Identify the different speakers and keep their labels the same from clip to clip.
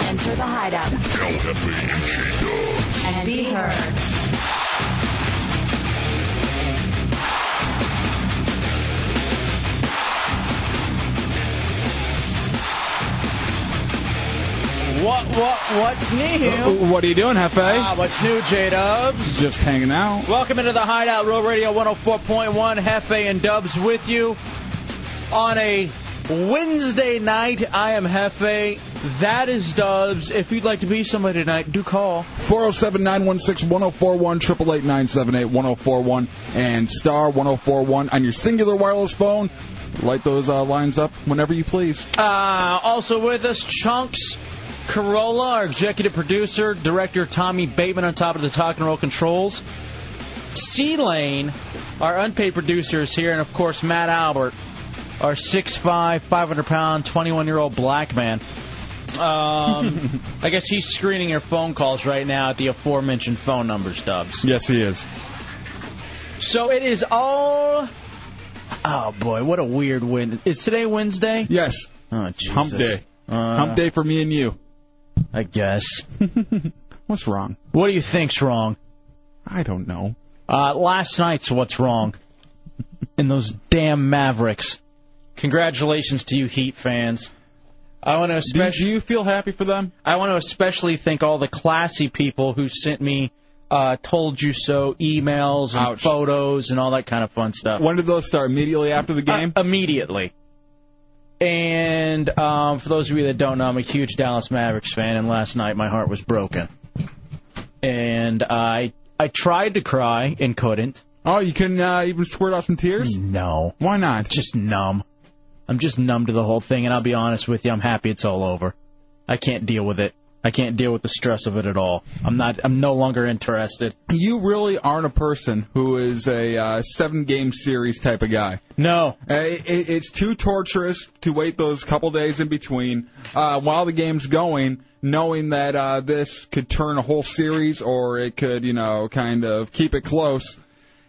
Speaker 1: Enter the hideout
Speaker 2: El Jefe and Jada.
Speaker 1: and be heard.
Speaker 3: What what what's new?
Speaker 4: Uh, What are you doing,
Speaker 3: Ah,
Speaker 4: Hefe?
Speaker 3: what's new, J Dubs?
Speaker 4: Just hanging out.
Speaker 3: Welcome into the Hideout Road Radio 104.1. Hefe and Dubs with you on a Wednesday night. I am Hefe. That is Dubs. If you'd like to be somebody tonight, do call.
Speaker 4: 407 916 1041, 888 978 1041, and star 1041 on your singular wireless phone. Light those uh, lines up whenever you please.
Speaker 3: Uh, also with us, Chunks Corolla, our executive producer, director Tommy Bateman on top of the talk and roll controls. C Lane, our unpaid producer, is here, and of course Matt Albert, our 6'5", 500 pound, 21 year old black man. Um, I guess he's screening your phone calls right now at the aforementioned phone numbers, Dubs.
Speaker 4: Yes, he is.
Speaker 3: So it is all. Oh boy, what a weird win! Is today Wednesday?
Speaker 4: Yes.
Speaker 3: Oh, Jesus.
Speaker 4: Hump day.
Speaker 3: Uh,
Speaker 4: Hump day for me and you.
Speaker 3: I guess.
Speaker 4: What's wrong?
Speaker 3: What do you think's wrong?
Speaker 4: I don't know.
Speaker 3: Uh, last night's what's wrong. And those damn Mavericks. Congratulations to you Heat fans. I want to
Speaker 4: Did
Speaker 3: especially
Speaker 4: you feel happy for them?
Speaker 3: I want to especially thank all the classy people who sent me uh, told you so emails and
Speaker 4: Ouch.
Speaker 3: photos and all that kind of fun stuff.
Speaker 4: When did those start? Immediately after the game?
Speaker 3: Uh, immediately. And um, for those of you that don't know, I'm a huge Dallas Mavericks fan, and last night my heart was broken. And I I tried to cry and couldn't.
Speaker 4: oh, you can uh, even squirt out some tears?
Speaker 3: No,
Speaker 4: Why not?
Speaker 3: just numb. I'm just numb to the whole thing, and I'll be honest with you, I'm happy it's all over. I can't deal with it. I can't deal with the stress of it at all. I'm not. I'm no longer interested.
Speaker 4: You really aren't a person who is a uh, seven game series type of guy.
Speaker 3: No.
Speaker 4: Uh, it, it's too torturous to wait those couple days in between uh, while the game's going, knowing that uh, this could turn a whole series or it could, you know, kind of keep it close.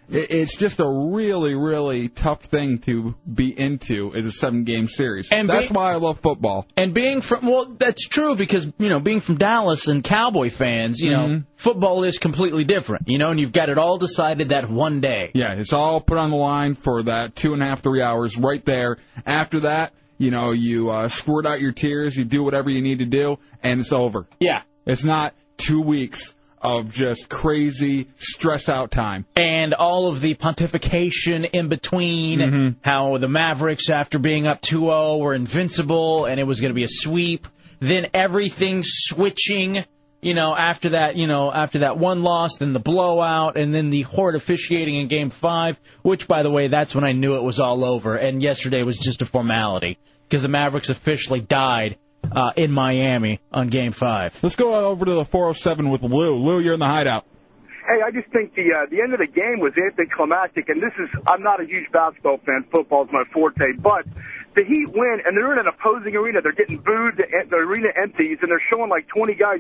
Speaker 4: It, it's just a really, really tough thing to be into as a seven-game series.
Speaker 3: And
Speaker 4: that's
Speaker 3: be-
Speaker 4: why I love football.
Speaker 3: And being from well, that's true because you know being from Dallas and Cowboy fans, you know, football is completely different. You know, and you've got it all decided that one day.
Speaker 4: Yeah, it's all put on the line for that two and a half, three hours right there. After that, you know, you uh, squirt out your tears, you do whatever you need to do, and it's over.
Speaker 3: Yeah.
Speaker 4: It's not two weeks of just crazy stress out time.
Speaker 3: And all of the pontification in between, how the Mavericks, after being up 2-0, were invincible, and it was going to be a sweep. Then everything switching, you know, after that, you know, after that one loss, then the blowout, and then the horrid officiating in Game Five. Which, by the way, that's when I knew it was all over. And yesterday was just a formality because the Mavericks officially died uh, in Miami on Game Five.
Speaker 4: Let's go over to the 407 with Lou. Lou, you're in the hideout.
Speaker 5: Hey, I just think the uh, the end of the game was anticlimactic, and this is I'm not a huge basketball fan. Football's my forte, but the Heat win, and they're in an opposing arena. They're getting booed. The, the arena empties, and they're showing like 20 guys,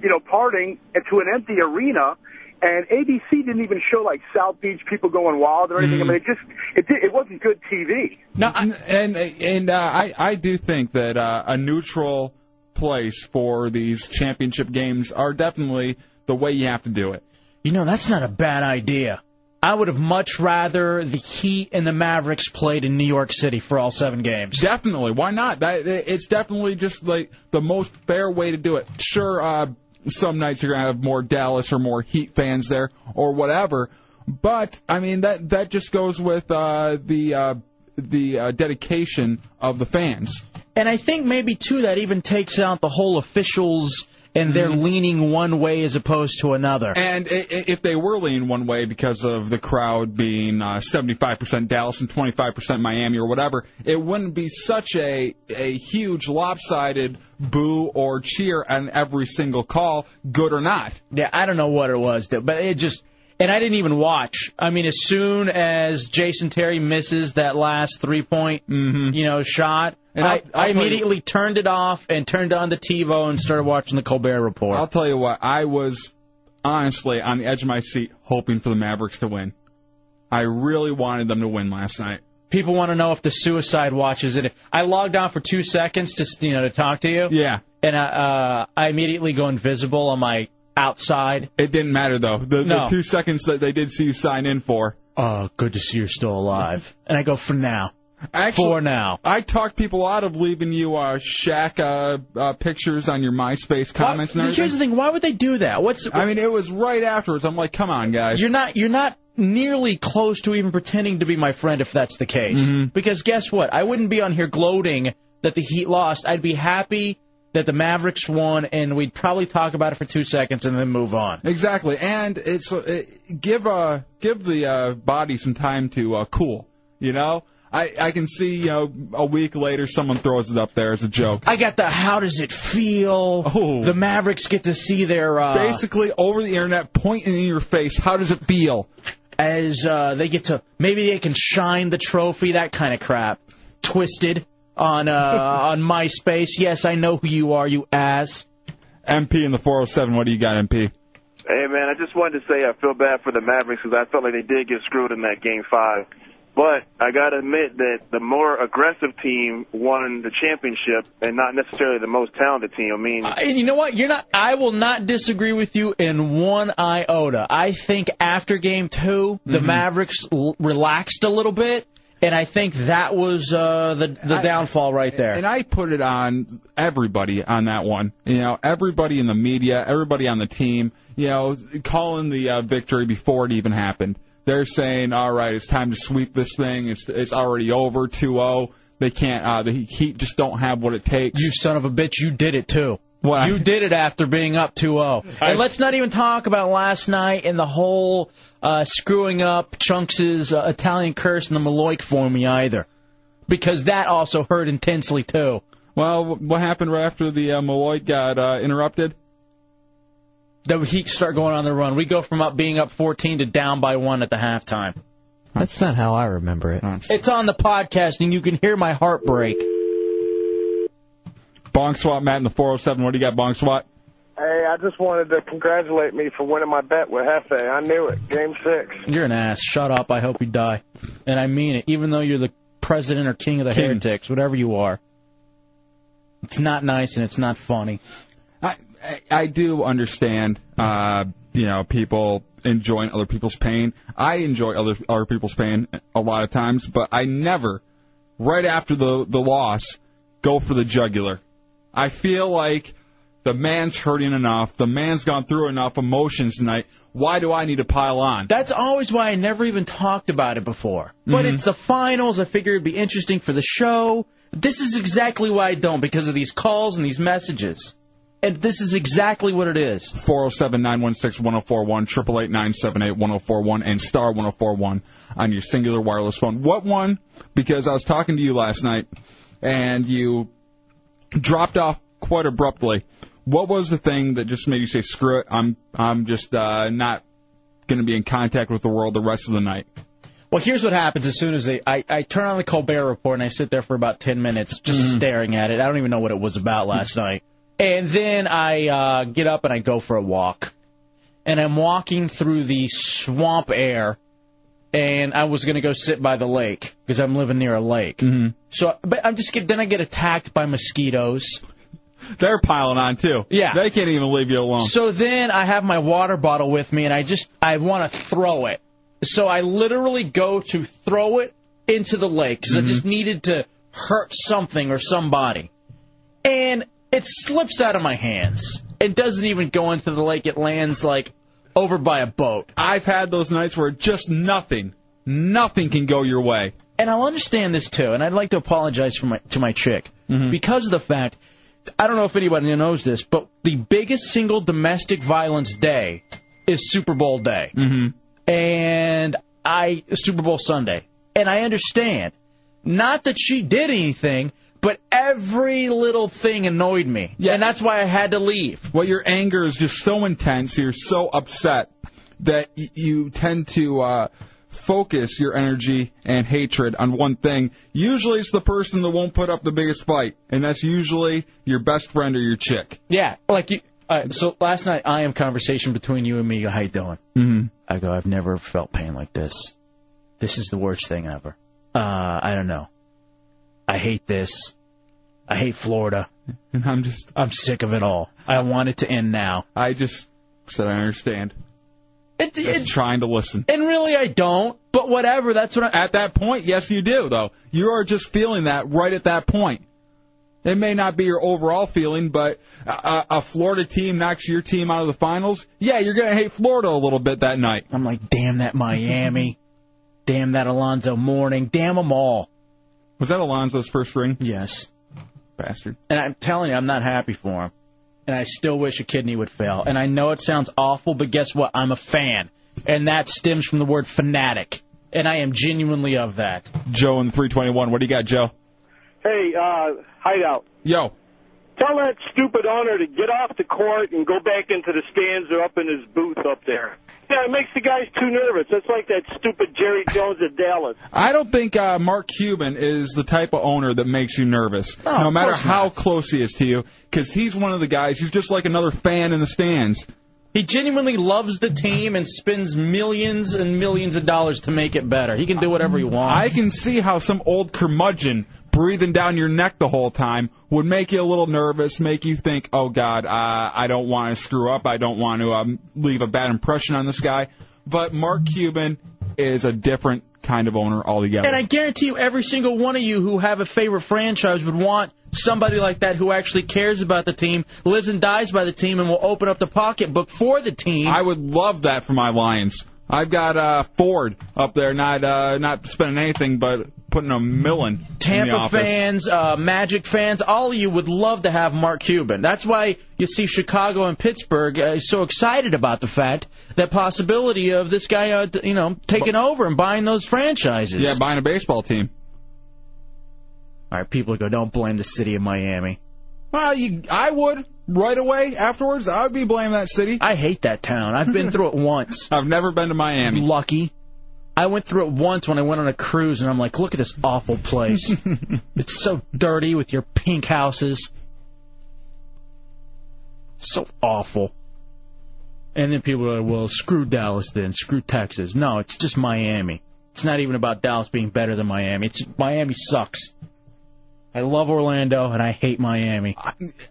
Speaker 5: you know, partying into an empty arena. And ABC didn't even show like South Beach people going wild or anything. I mean, it just it did, it wasn't good TV.
Speaker 4: No, and and uh, I I do think that uh, a neutral place for these championship games are definitely the way you have to do it.
Speaker 3: You know, that's not a bad idea. I would have much rather the Heat and the Mavericks played in New York City for all seven games.
Speaker 4: Definitely, why not? That it's definitely just like the most fair way to do it. Sure, uh, some nights you're gonna have more Dallas or more Heat fans there or whatever, but I mean that that just goes with uh, the uh, the uh, dedication of the fans.
Speaker 3: And I think maybe, too, that even takes out the whole officials and they're leaning one way as opposed to another.
Speaker 4: And i- i- if they were leaning one way because of the crowd being uh, 75% Dallas and 25% Miami or whatever, it wouldn't be such a a huge lopsided boo or cheer on every single call, good or not.
Speaker 3: Yeah, I don't know what it was, that- but it just. And I didn't even watch. I mean, as soon as Jason Terry misses that last three point, you know, shot,
Speaker 4: And
Speaker 3: Mm-hmm. I,
Speaker 4: I'll- I'll
Speaker 3: I
Speaker 4: tell you-
Speaker 3: immediately turned it off and turned on the TiVo and started watching the Colbert Report.
Speaker 4: I'll tell you what, I was honestly on the edge of my seat hoping for the Mavericks to win. I really wanted them to win last night.
Speaker 3: People want to know if the suicide watch is in it. I logged on for two seconds to you know to talk to you.
Speaker 4: Yeah.
Speaker 3: And I, uh, I immediately go invisible on my outside.
Speaker 4: It didn't matter though. The,
Speaker 3: No.
Speaker 4: the two seconds that they did see you sign in for.
Speaker 3: Oh, good to see you're still alive. And I go for now,
Speaker 4: Actually,
Speaker 3: for now.
Speaker 4: I talked people out of leaving you uh, Shaq uh, uh, pictures on your MySpace comments
Speaker 3: Why-
Speaker 4: and
Speaker 3: here's
Speaker 4: everything.
Speaker 3: the thing. Why would they do that? What's
Speaker 4: I mean, it was right afterwards. I'm like, come on, guys.
Speaker 3: you're not you're not nearly close to even pretending to be my friend if that's the case.
Speaker 4: Mm-hmm.
Speaker 3: Because guess what? I wouldn't be on here gloating that the Heat lost. I'd be happy that the Mavericks won, and we'd probably talk about it for two seconds and then move on.
Speaker 4: exactly. And it's uh, it, give uh give the uh, body some time to uh, cool. You know, I I can see you know a week later someone throws it up there as a joke.
Speaker 3: I got the how does it feel?
Speaker 4: Oh.
Speaker 3: The Mavericks get to see their uh,
Speaker 4: Basically, oh, over the internet, pointing in your face. How does it feel?
Speaker 3: as uh, they get to maybe they can shine the trophy, that kind of crap. Twisted on uh, on MySpace. Yes, I know who you are, you ass.
Speaker 4: MP in the 407. What do you got, MP?
Speaker 6: Hey man, I just wanted to say I feel bad for the Mavericks because I felt like they did get screwed in that game five. But I gotta admit that the more aggressive team won the championship, and not necessarily the most talented team. I mean,
Speaker 3: Uh, And you know what? You're not. I will not disagree with you in one iota. I think after Game Two, the
Speaker 4: Mm-hmm.
Speaker 3: Mavericks l- relaxed a little bit, and I think that was uh, the the
Speaker 4: I-
Speaker 3: downfall right there.
Speaker 4: And I put it on everybody on that one. You know, everybody in the media, everybody on the team, you know, calling the uh, victory before it even happened. They're saying, all right, it's time to sweep this thing. It's it's already over 2-0. They can't. Uh, the Heat just don't have what it takes.
Speaker 3: you son of a bitch, you did it too.
Speaker 4: What?
Speaker 3: You did it after being up 2-0. and let's not even talk about last night and the whole uh, screwing up Chunks' uh, Italian curse and the Maloik for me either, because that also hurt intensely too.
Speaker 4: well, what happened right after the uh, Malloy got uh, interrupted?
Speaker 3: The Heat start going on the run. We go from up being up 14 to down by one at the halftime.
Speaker 7: That's not how I remember it.
Speaker 3: It's on the podcast, and you can hear my heartbreak.
Speaker 4: Bong Swat, Matt in the 407. What do you got, Bong Swat?
Speaker 6: hey, I just wanted to congratulate me for winning my bet with Hefe. I knew it. Game six.
Speaker 3: You're an ass. Shut up. I hope you die. And I mean it, even though you're the president or king of the
Speaker 4: King.
Speaker 3: heretics, whatever you are. It's not nice and it's not funny.
Speaker 4: I, I I do understand, uh, you know, people enjoying other people's pain. I enjoy other other people's pain a lot of times, but I never, right after the the loss, go for the jugular. I feel like the man's hurting enough. The man's gone through enough emotions tonight. Why do I need to pile on?
Speaker 3: That's always why I never even talked about it before. But it's the finals. I figure it'd be interesting for the show. This is exactly why I don't, because of these calls and these messages. And this is exactly what it is.
Speaker 4: 407 916 1041, 888 978 1041, and star 1041 on your singular wireless phone. What one? Because I was talking to you last night and you dropped off quite abruptly. What was the thing that just made you say, screw it, I'm, I'm just uh, not going to be in contact with the world the rest of the night?
Speaker 3: Well, here's what happens as soon as they, I, I turn on the Colbert Report and I sit there for about 10 minutes just staring at it. I don't even know what it was about last night. And then I uh, get up and I go for a walk. And I'm walking through the swamp air. And I was going to go sit by the lake because I'm living near a lake. Mm-hmm. So, but I'm just get, then I get attacked by mosquitoes.
Speaker 4: They're piling on too.
Speaker 3: Yeah.
Speaker 4: They can't even leave you alone.
Speaker 3: So then I have my water bottle with me, and I just I want to throw it. So I literally go to throw it into the lake 'cause I just needed to hurt something or somebody, and it slips out of my hands. It doesn't even go into the lake. It lands like over by a boat.
Speaker 4: I've had those nights where just nothing, nothing can go your way. Mm-hmm.
Speaker 3: and I'll understand this too, and I'd like to apologize for my to my chick because of the fact I don't know if anybody knows this, but the biggest single domestic violence day is Super Bowl day, mm-hmm. and I Super Bowl Sunday, and I understand. Not that she did anything, but every little thing annoyed me, yeah. and that's why I had to leave.
Speaker 4: Well, your anger is just so intense, you're so upset that y- you tend to uh, focus your energy and hatred on one thing. Usually, it's the person that won't put up the biggest fight, and that's usually your best friend or your chick.
Speaker 3: Yeah, like you. All right, so last night I am conversation between you and me. How you doing?
Speaker 4: Mm-hmm.
Speaker 3: I go. I've never felt pain like this. This is the worst thing ever. Uh, I don't know. I hate this. I hate Florida.
Speaker 4: And I'm just.
Speaker 3: I'm sick of it all. I want it to end now.
Speaker 4: I just said I understand.
Speaker 3: It,
Speaker 4: Just
Speaker 3: it,
Speaker 4: trying to listen.
Speaker 3: and really, I don't. But whatever. That's what I.
Speaker 4: At that point, yes, you do, though. You are just feeling that right at that point. It may not be your overall feeling, but a- a, a Florida team knocks your team out of the finals. Yeah, you're going to hate Florida a little bit that night.
Speaker 3: I'm like, damn that Miami. damn that Alonzo Mourning. Damn them all.
Speaker 4: Was that Alonzo's first ring?
Speaker 3: Yes.
Speaker 4: Bastard.
Speaker 3: And I'm telling you, I'm not happy for him. And I still wish a kidney would fail. And I know it sounds awful, but guess what? I'm a fan. And that stems from the word fanatic. And I am genuinely of that.
Speaker 4: Joe in 321. What do you got, Joe?
Speaker 8: Hey, uh, hideout.
Speaker 4: Yo.
Speaker 8: Tell that stupid owner to get off the court and go back into the stands or up in his booth up there. Yeah, it makes the guys too nervous. That's like that stupid Jerry Jones at Dallas.
Speaker 4: I don't think uh, Mark Cuban is the type of owner that makes you nervous, no
Speaker 3: of
Speaker 4: matter
Speaker 3: course
Speaker 4: how
Speaker 3: not.
Speaker 4: close he is to you, because he's one of the guys who's just like another fan in the stands.
Speaker 3: He genuinely loves the team and spends millions and millions of dollars to make it better. He can do whatever he
Speaker 4: I
Speaker 3: wants.
Speaker 4: can see how some old curmudgeon breathing down your neck the whole time would make you a little nervous, make you think, oh God, uh, I don't want to screw up, I don't want to um, leave a bad impression on this guy. But Mark Cuban is a different kind of owner altogether.
Speaker 3: and I guarantee you, every single one of you who have a favorite franchise would want somebody like that who actually cares about the team, lives and dies by the team, and will open up the pocketbook for the team.
Speaker 4: I would love that for my Lions. I've got uh, Ford up there, not uh, not spending anything, but putting a million in the
Speaker 3: Tampa
Speaker 4: office.
Speaker 3: fans, uh, Magic fans, all of you would love to have Mark Cuban. That's why you see Chicago and Pittsburgh uh, so excited about the fact that possibility of this guy, uh, t- you know, taking over and buying those franchises.
Speaker 4: Yeah, buying a baseball team.
Speaker 3: all right, people go, don't blame the city of Miami.
Speaker 4: Well, you, I would right away afterwards. I would be blaming that city.
Speaker 3: I hate that town. I've been through it once.
Speaker 4: I've never been to Miami.
Speaker 3: Lucky. I went through it once when I went on a cruise, and I'm like, look at this awful place. it's so dirty with your pink houses. So awful. And then people are like, well, screw Dallas then, screw Texas. No, it's just Miami. It's not even about Dallas being better than Miami. It's Miami sucks. I love Orlando and I hate Miami.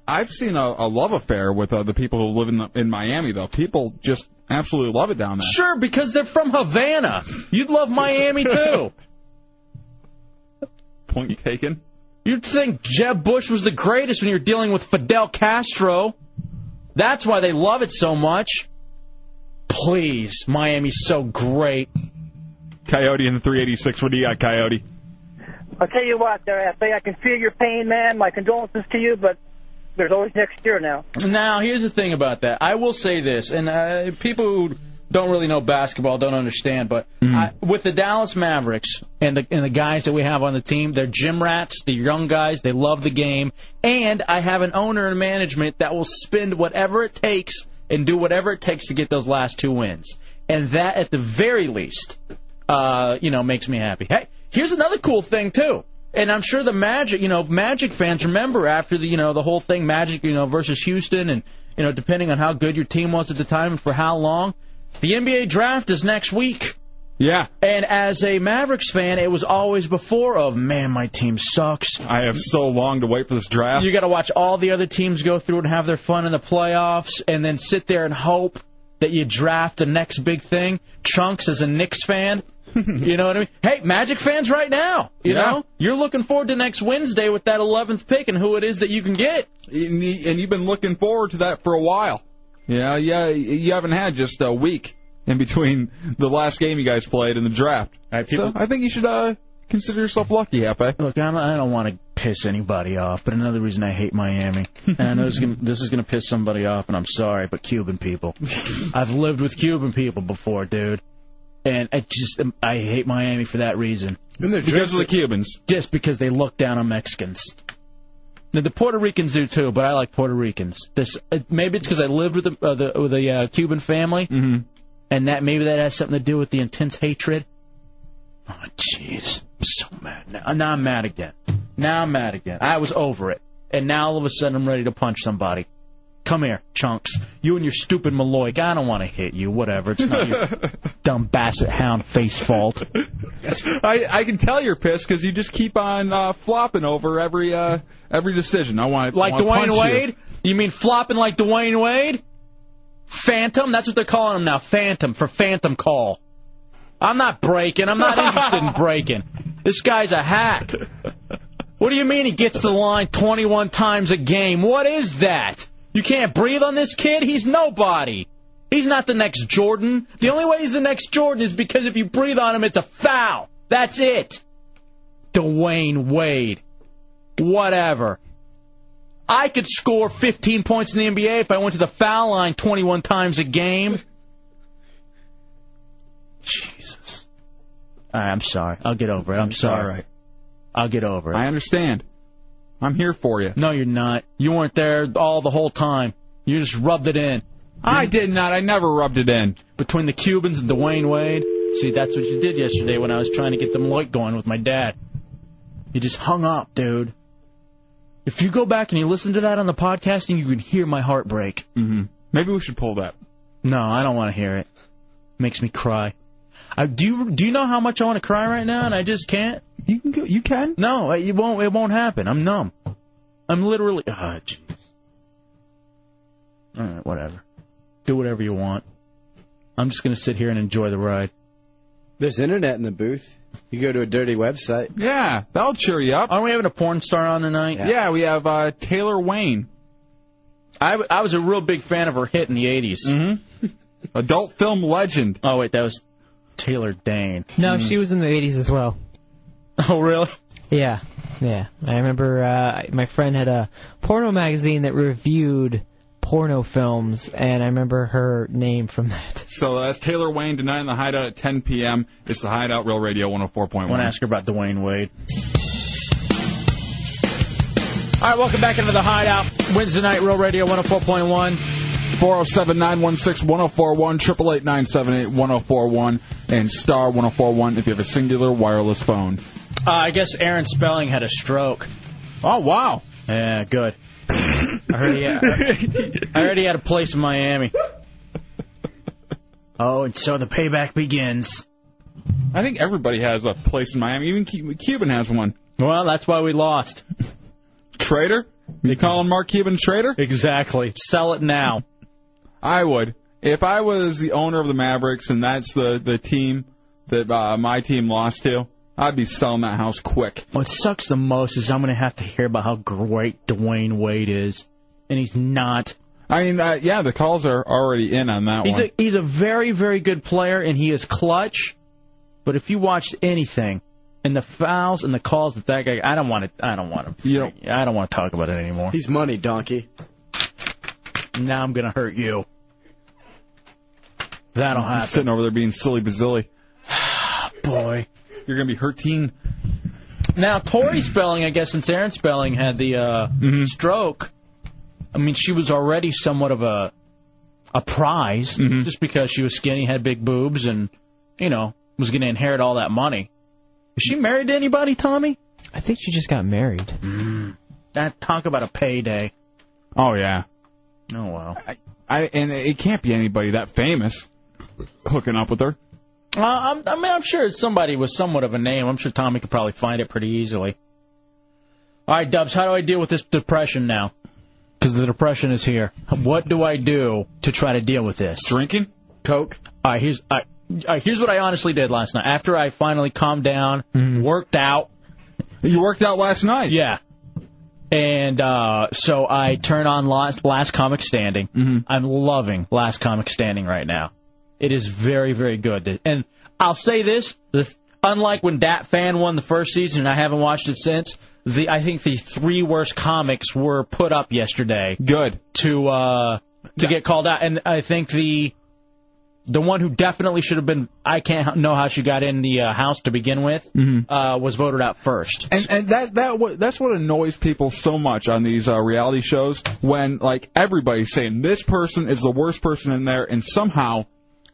Speaker 4: I've seen a, a love affair with uh, the people who live in the, in Miami, though. People just absolutely love it down there.
Speaker 3: Sure, because they're from Havana. You'd love Miami too.
Speaker 4: Point taken.
Speaker 3: You'd think Jeb Bush was the greatest when you're dealing with Fidel Castro. That's why they love it so much. Please, Miami's so great.
Speaker 4: Coyote in the 386. What do you got, Coyote?
Speaker 9: I'll tell you what, there, I say I can feel your pain, man. My condolences to you, but there's always next year now.
Speaker 3: Now, here's the thing about that. I will say this, and uh, people who don't really know basketball don't understand, but I, with the Dallas Mavericks and the and the guys that we have on the team, they're gym rats. The young guys, they love the game, and I have an owner and management that will spend whatever it takes and do whatever it takes to get those last two wins, and that at the very least uh, you know, makes me happy. Hey, here's another cool thing too. And I'm sure the Magic, you know, Magic fans remember after the, you know, the whole thing, Magic, you know, versus Houston, and you know, depending on how good your team was at the time and for how long, the NBA draft is next week.
Speaker 4: Yeah,
Speaker 3: And as a Mavericks fan, it was always before of, man, my team sucks.
Speaker 4: I have so long to wait for this draft.
Speaker 3: You got to watch all the other teams go through and have their fun in the playoffs, and then sit there and hope that you draft the next big thing. Chunks is a Knicks fan. you know what I mean? Hey, Magic fans, right now, you
Speaker 4: Yeah.
Speaker 3: know you're looking forward to next Wednesday with that 11th pick and who it is that you can get.
Speaker 4: and, you, and you've been looking forward to that for a while. You know, yeah, you haven't had just a week in between the last game you guys played and the draft.
Speaker 3: All right, people-
Speaker 4: So I think you should uh, consider yourself lucky, Hefe.
Speaker 3: Look, I'm, I don't want to piss anybody off, but another reason I hate Miami, and I know this is gonna, this is going to piss somebody off, and I'm sorry, but Cuban people. I've lived with Cuban people before, dude, and I just I hate Miami for that reason.
Speaker 4: Because of the Cubans.
Speaker 3: Just because they look down on Mexicans. Now, the Puerto Ricans do too, but I like Puerto Ricans. This uh, maybe it's because I lived with the, uh, the with a uh, Cuban family,
Speaker 4: Mm-hmm.
Speaker 3: and that maybe that has something to do with the intense hatred. Oh, jeez, I'm so mad now. Now I'm mad again. Now I'm mad again. I was over it, and now all of a sudden I'm ready to punch somebody. Come here, chunks. You and your stupid Maloik. I don't want to hit you. Whatever. It's not your dumb basset hound face fault.
Speaker 4: I, I can tell you're pissed because you just keep on uh, flopping over every uh, every decision. I want
Speaker 3: Like Dwayne Wade? You. mean flopping like Dwayne Wade? Phantom? That's what they're calling him now. Phantom for Phantom Call. I'm not breaking. I'm not interested in breaking. This guy's a hack. What do you mean he gets to the line 21 times a game? What is that? You can't breathe on this kid? He's nobody. He's not the next Jordan. The only way he's the next Jordan is because if you breathe on him, it's a foul. That's it. Dwayne Wade. Whatever. I could score 15 points in the NBA if I went to the foul line 21 times a game. Jesus. All right, I'm sorry. I'll get over it. I'm sorry. I'll get over it.
Speaker 4: I understand. I'm here for you.
Speaker 3: No, you're not. You weren't there all the whole time. You just rubbed it in.
Speaker 4: I did not. I never rubbed it in.
Speaker 3: Between the Cubans and Dwayne Wade. See, that's what you did yesterday when I was trying to get them light going with my dad. You just hung up, dude. If you go back and you listen to that on the podcasting, you can hear my heart break.
Speaker 4: Mm-hmm. Maybe we should pull that.
Speaker 3: No, I don't want to hear it. Makes me cry. I, do you do you know how much I want to cry right now, and I just can't.
Speaker 4: You can go, you can.
Speaker 3: No, it won't. It won't happen. I'm numb. I'm literally. Ah, jeez. All right, whatever. Do whatever you want. I'm just gonna sit here and enjoy the ride.
Speaker 7: There's internet in the booth. You go to a dirty website.
Speaker 4: Yeah, that'll cheer you up.
Speaker 3: Aren't we having a porn star on tonight?
Speaker 4: Yeah, we have uh, Taylor Wayne,
Speaker 3: I, w- I was a real big fan of her hit in the 80s. Mm-hmm.
Speaker 4: adult film legend.
Speaker 3: Oh wait, that was Taylor Dane. Mm.
Speaker 7: No, she was in the 80s as well.
Speaker 3: Hmm. Oh really?
Speaker 7: Yeah, yeah. I remember uh, my friend had a porno magazine that reviewed porno films, and I remember her name from that.
Speaker 4: So that's Taylor Wayne tonight in the Hideout at 10 p.m. It's the Hideout Real Radio
Speaker 3: I want to
Speaker 4: 104.1.
Speaker 3: ask her about Dwayne Wade. All right, welcome back into the Hideout. Wednesday night, Real Radio 104.1.
Speaker 4: 407 916 1041, 888 978 1041, and star 1041 if you have a singular wireless phone.
Speaker 3: Uh, I guess Aaron Spelling had a stroke.
Speaker 4: Oh, wow.
Speaker 3: Yeah, good. I heard he had, I heard he had a place in Miami. Oh, and so the payback begins.
Speaker 4: I think everybody has a place in Miami. Even Cu- Cuban has one.
Speaker 3: Well, that's why we lost.
Speaker 4: Traitor? You calling Mark Cuban traitor?
Speaker 3: Exactly. Sell it now.
Speaker 4: I would. If I was the owner of the Mavericks and that's the, the team that uh, my team lost to, I'd be selling that house quick.
Speaker 3: What sucks the most is I'm going to have to hear about how great Dwayne Wade is, and he's not.
Speaker 4: I mean, uh, yeah, the calls are already in on that
Speaker 3: He's
Speaker 4: one.
Speaker 3: a, he's a very, very good player, and he is clutch. But if you watched anything, and the fouls and the calls that that guy, I don't want to, I don't want to,
Speaker 4: you know,
Speaker 3: I don't want to talk about it anymore.
Speaker 7: He's money, donkey.
Speaker 3: Now I'm gonna hurt you. That'll
Speaker 4: he's
Speaker 3: happen,
Speaker 4: sitting over there being silly bazilly.
Speaker 3: boy.
Speaker 4: You're gonna be hurting.
Speaker 3: Now Tori Spelling, I guess, since Aaron Spelling had the uh,
Speaker 4: Mm-hmm.
Speaker 3: stroke, I mean, she was already somewhat of a a prize
Speaker 4: Mm-hmm.
Speaker 3: just because she was skinny, had big boobs, and you know was gonna inherit all that money. Is she married to anybody, Tommy?
Speaker 7: I think she just got married.
Speaker 3: Hmm. That talk about a payday.
Speaker 4: Oh yeah.
Speaker 3: Oh wow.
Speaker 4: I and it can't be anybody that famous hooking up with her.
Speaker 3: Uh, I'm, I mean, I'm sure it's somebody with somewhat of a name. I'm sure Tommy could probably find it pretty easily. All right, Dubs, how do I deal with this depression now? Because the depression is here. What do I do to try to deal with this?
Speaker 4: Drinking?
Speaker 7: Coke.
Speaker 3: All right, here's all right, all right, here's what I honestly did last night. After I finally calmed down, worked out,
Speaker 4: Mm-hmm. You worked out last night.
Speaker 3: yeah. And uh, so I turn on Last, last Comic Standing. I'm loving Last Comic Standing right now. It is very, very good. And I'll say this: the, unlike when Dat Fan won the first season, and I haven't watched it since. The I think the three worst comics were put up yesterday.
Speaker 4: Good
Speaker 3: to uh, to get called out, and I think the the one who definitely should have been I can't know how she got in the uh, house to begin with uh, was voted out first.
Speaker 4: And and that that what that's what annoys people so much on these uh, reality shows when like everybody's saying this person is the worst person in there, and somehow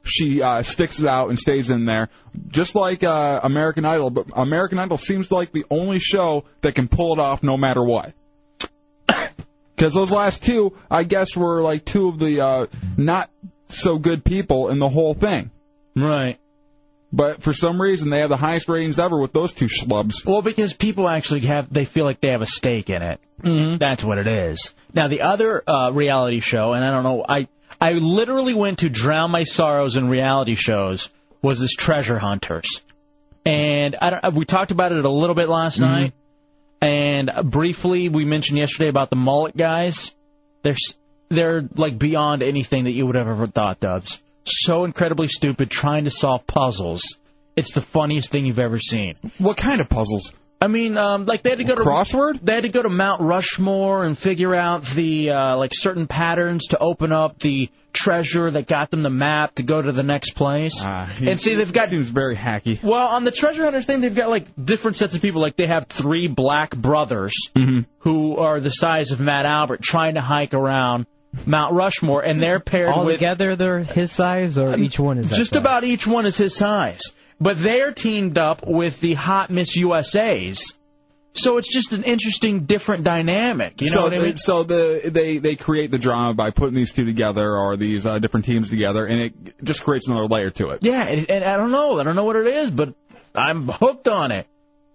Speaker 4: she uh, sticks it out and stays in there, just like uh, American Idol. But American Idol seems like the only show that can pull it off no matter what. Because those last two, I guess, were like two of the uh, not so good people in the whole thing.
Speaker 3: Right.
Speaker 4: But for some reason, they have the highest ratings ever with those two schlubs.
Speaker 3: Well, because people actually have they feel like they have a stake in it. Mm-hmm. That's what it is. Now the other uh, reality show, and I don't know, I I literally went to drown my sorrows in reality shows. Was this Treasure Hunters? And I don't, we talked about it a little bit last night, and briefly we mentioned yesterday about the mullet guys. They're s- they're like beyond anything that you would have ever thought, Dubs. So incredibly stupid, trying to solve puzzles. It's the funniest thing you've ever seen.
Speaker 4: What kind of puzzles?
Speaker 3: I mean, um, like they had to go to
Speaker 4: crossword.
Speaker 3: They had to go to Mount Rushmore and figure out the uh, like certain patterns to open up the treasure that got them the map to go to the next place. and see, they've got
Speaker 4: Ah, seems very hacky.
Speaker 3: well on the treasure hunters thing, they've got like different sets of people. Like they have three black brothers
Speaker 4: Mm-hmm.
Speaker 3: who are the size of Matt Albert trying to hike around Mount Rushmore, and they're paired
Speaker 7: All
Speaker 3: with
Speaker 7: together, they're his size, or each one is that
Speaker 3: just
Speaker 7: size?
Speaker 3: about each one is his size. But they're teamed up with the hot Miss USA's. So it's just an interesting, different dynamic. You know
Speaker 4: so,
Speaker 3: what I mean?
Speaker 4: so the they they create the drama by putting these two together or these uh, different teams together, and it just creates another layer to it.
Speaker 3: Yeah, and, and I don't know. I don't know what it is, but I'm hooked on it.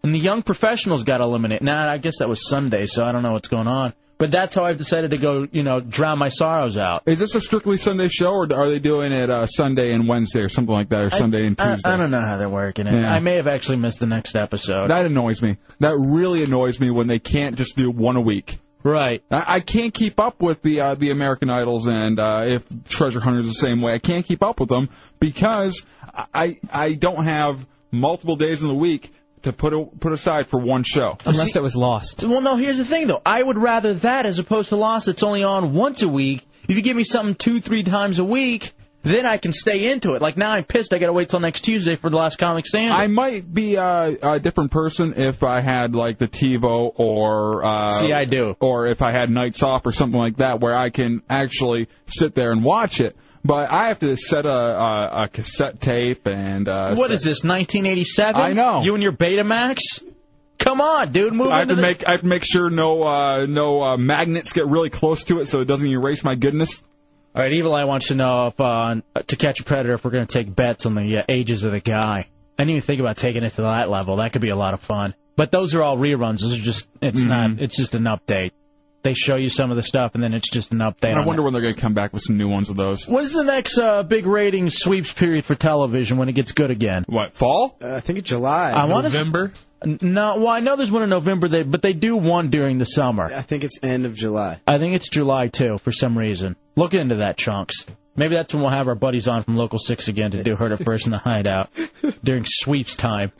Speaker 3: And the young professionals got eliminated. Now, I guess that was Sunday, so I don't know what's going on. But that's how I've decided to go, you know, drown my sorrows out.
Speaker 4: Is this a strictly Sunday show, or are they doing it uh, Sunday and Wednesday or something like that, or Sunday and
Speaker 3: I- uh,
Speaker 4: Tuesday?
Speaker 3: I, don't know how they're working it.
Speaker 4: Yeah.
Speaker 3: I may have actually missed the next episode.
Speaker 4: that annoys me. That really annoys me when they can't just do one a week.
Speaker 3: right.
Speaker 4: I I can't keep up with the uh, the American Idols and uh, if Treasure Hunters the same way. I can't keep up with them because I I don't have multiple days in the week to put a, put aside for one show.
Speaker 7: Unless it was lost.
Speaker 3: Well, no, here's the thing, though. I would rather that as opposed to Lost that's only on once a week. If you give me something two, three times a week, then I can stay into it. Like, now I'm pissed I got to wait till next Tuesday for the last comic stand.
Speaker 4: I might be uh, a different person if I had like the TiVo or uh,
Speaker 3: See, I do.
Speaker 4: or if I had nights off or something like that where I can actually sit there and watch it. But I have to set a, a, a cassette tape and uh,
Speaker 3: What
Speaker 4: set-
Speaker 3: is this, 1987?
Speaker 4: I know.
Speaker 3: You and your Betamax? Come on, dude, move
Speaker 4: I have
Speaker 3: into
Speaker 4: to
Speaker 3: the-
Speaker 4: make I have to make sure no uh, no uh, magnets get really close to it so it doesn't erase my goodness.
Speaker 3: All right, Evil Eye wants to know if uh, to catch a predator if we're going to take bets on the uh, ages of the guy. I didn't even think about taking it to that level. That could be a lot of fun. But those are all reruns. Those are just it's
Speaker 4: Mm-hmm.
Speaker 3: not it's just an update. They show you some of the stuff and then it's just an update.
Speaker 4: And I
Speaker 3: on
Speaker 4: wonder
Speaker 3: it.
Speaker 4: when they're going to come back with some new ones of those.
Speaker 3: when's the next uh, big rating sweeps period for television when it gets good again.
Speaker 4: What fall?
Speaker 10: I think it's July.
Speaker 3: I want to
Speaker 11: November.
Speaker 3: no. Well, I know there's one in November, they, but they do one during the summer.
Speaker 10: I think it's end of July.
Speaker 3: I think it's July too, for some reason. Look into that, chunks. Maybe that's when we'll have our buddies on from Local Six again to do Heard It First in the Hideout during sweeps time.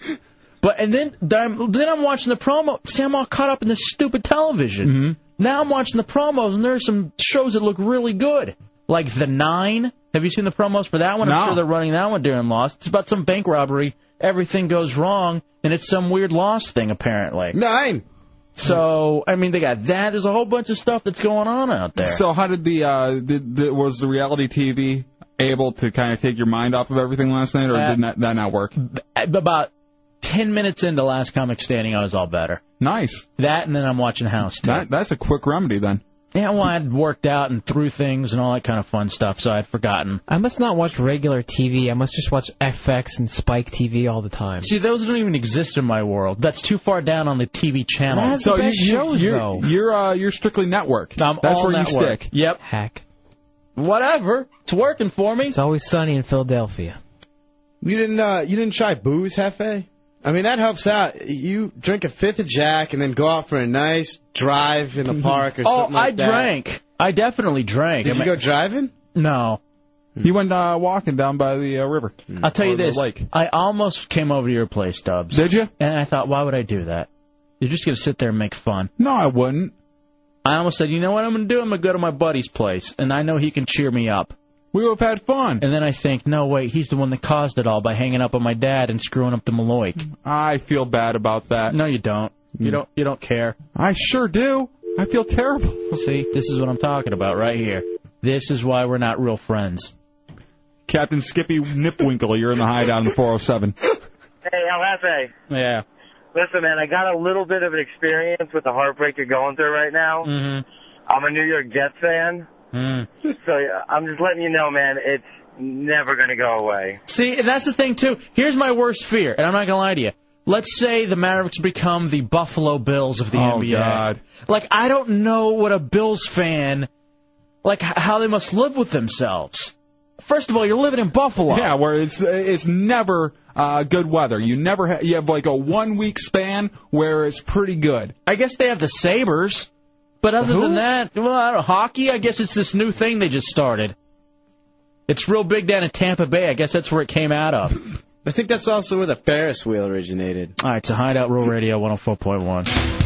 Speaker 3: But and then then then I'm watching the promo. See, I'm all caught up in this stupid television. Now I'm watching the promos, and there's some shows that look really good, like The Nine. Have you seen the promos for that one?
Speaker 4: No.
Speaker 3: I'm sure they're running that one during Lost. It's about some bank robbery. Everything goes wrong, and it's some weird Lost thing apparently.
Speaker 10: Nine.
Speaker 3: So I mean, they got that. There's a whole bunch of stuff that's going on out there.
Speaker 4: So how did the, uh, did the was the reality TV able to kind of take your mind off of everything last night, or
Speaker 3: Uh,
Speaker 4: did not, that not work?
Speaker 3: At about ten minutes into Last Comic Standing, I was all better.
Speaker 4: Nice.
Speaker 3: That, and then I'm watching House too.
Speaker 4: That, that's a quick remedy then.
Speaker 3: yeah, well, I'd worked out and threw things and all that kind of fun stuff, so I'd forgotten.
Speaker 7: I must not watch regular TV. I must just watch FX and Spike TV all the time.
Speaker 3: See, those don't even exist in my world. That's too far down on the TV channel.
Speaker 7: That's the best shows,
Speaker 4: you're,
Speaker 7: though.
Speaker 4: You're uh, you're strictly network.
Speaker 3: I'm
Speaker 4: that's
Speaker 3: all
Speaker 4: where you
Speaker 3: network.
Speaker 4: stick.
Speaker 3: Yep.
Speaker 7: Heck.
Speaker 3: Whatever. It's working for me.
Speaker 7: It's always sunny in Philadelphia.
Speaker 10: You didn't. Uh, you didn't try booze, Hefe. I mean, that helps out. You drink a fifth of Jack and then go out for a nice drive
Speaker 7: Mm-hmm.
Speaker 10: in the park or
Speaker 3: oh,
Speaker 10: something like
Speaker 3: I
Speaker 10: that.
Speaker 3: drank. I definitely drank.
Speaker 10: Did
Speaker 3: I
Speaker 10: you
Speaker 3: mean-
Speaker 10: go driving?
Speaker 3: No.
Speaker 4: He went uh, walking down by the uh, river.
Speaker 3: I'll tell you
Speaker 4: Or the
Speaker 3: this.
Speaker 4: Lake.
Speaker 3: I almost came over to your place, Stubbs.
Speaker 4: Did you?
Speaker 3: And I thought, why would I do that? You're just going to sit there and make fun.
Speaker 4: No, I wouldn't.
Speaker 3: I almost said, you know what I'm going to do? I'm going to go to my buddy's place, and I know he can cheer me up.
Speaker 4: We would have had fun.
Speaker 3: And then I think, no, wait, he's the one that caused it all by hanging up on my dad and screwing up the Maloik.
Speaker 4: I feel bad about that. Mm.
Speaker 3: No, you don't. You don't. You don't care.
Speaker 4: I sure do. I feel terrible.
Speaker 3: See, this is what I'm talking about right here. This is why we're not real friends.
Speaker 4: Captain Skippy Nipwinkle, you're in the hideout in oh the 407.
Speaker 11: Hey, El Jefe.
Speaker 3: Yeah.
Speaker 11: Listen, man, I got a little bit of an experience with the heartbreak you're going through right now.
Speaker 3: Mm-hmm.
Speaker 11: I'm a New York Jets fan,
Speaker 4: Hmm.
Speaker 3: Mm.
Speaker 11: so yeah, I'm just letting you know, man, it's never going to go away.
Speaker 3: See, and that's the thing too. Here's my worst fear, and I'm not gonna lie to you. Let's say the Mavericks become the Buffalo Bills of the
Speaker 4: Oh,
Speaker 3: NBA.
Speaker 4: God.
Speaker 3: Like I don't know what a Bills fan, like h- how they must live with themselves. First of all, you're living in Buffalo.
Speaker 4: Yeah, where it's it's never uh, good weather. You never ha- you have like a one week span where it's pretty good.
Speaker 3: I guess they have the Sabers, but other
Speaker 4: Who?
Speaker 3: than that, well, I don't, hockey. I guess it's this new thing they just started. It's real big down in Tampa Bay. I guess that's where it came out of.
Speaker 10: I think that's also where the Ferris wheel originated.
Speaker 3: All right, so Hideout Rule Radio 104.1.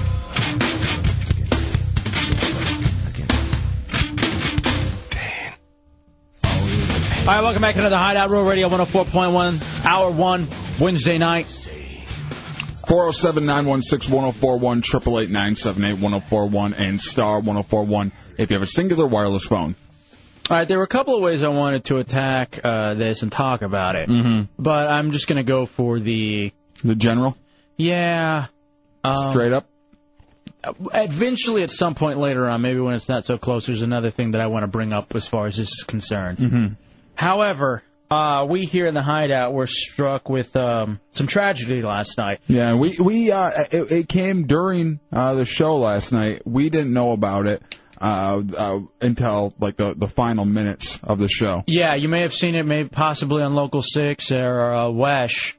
Speaker 3: All right, welcome back to another Hideout Rule Radio 104.1, Hour 1, Wednesday night.
Speaker 4: 407 916 1041, 888 978 1041, and star 1041 if you have a singular wireless phone.
Speaker 3: All right, there were a couple of ways I wanted to attack uh, this and talk about it,
Speaker 4: Mhm.
Speaker 3: but I'm just going to go for the
Speaker 4: The general?
Speaker 3: yeah um,
Speaker 4: Straight up?
Speaker 3: Eventually, at some point later on, maybe when it's not so close, there's another thing that I want to bring up as far as this is concerned.
Speaker 4: Mm-hmm.
Speaker 3: However, uh, we here in the hideout were struck with um, some tragedy last night.
Speaker 4: Yeah, we we uh, it, it came during uh, the show last night. We didn't know about it uh, uh, until like the the final minutes of the show.
Speaker 3: Yeah, you may have seen it, maybe possibly on Local Six or uh, Wesh,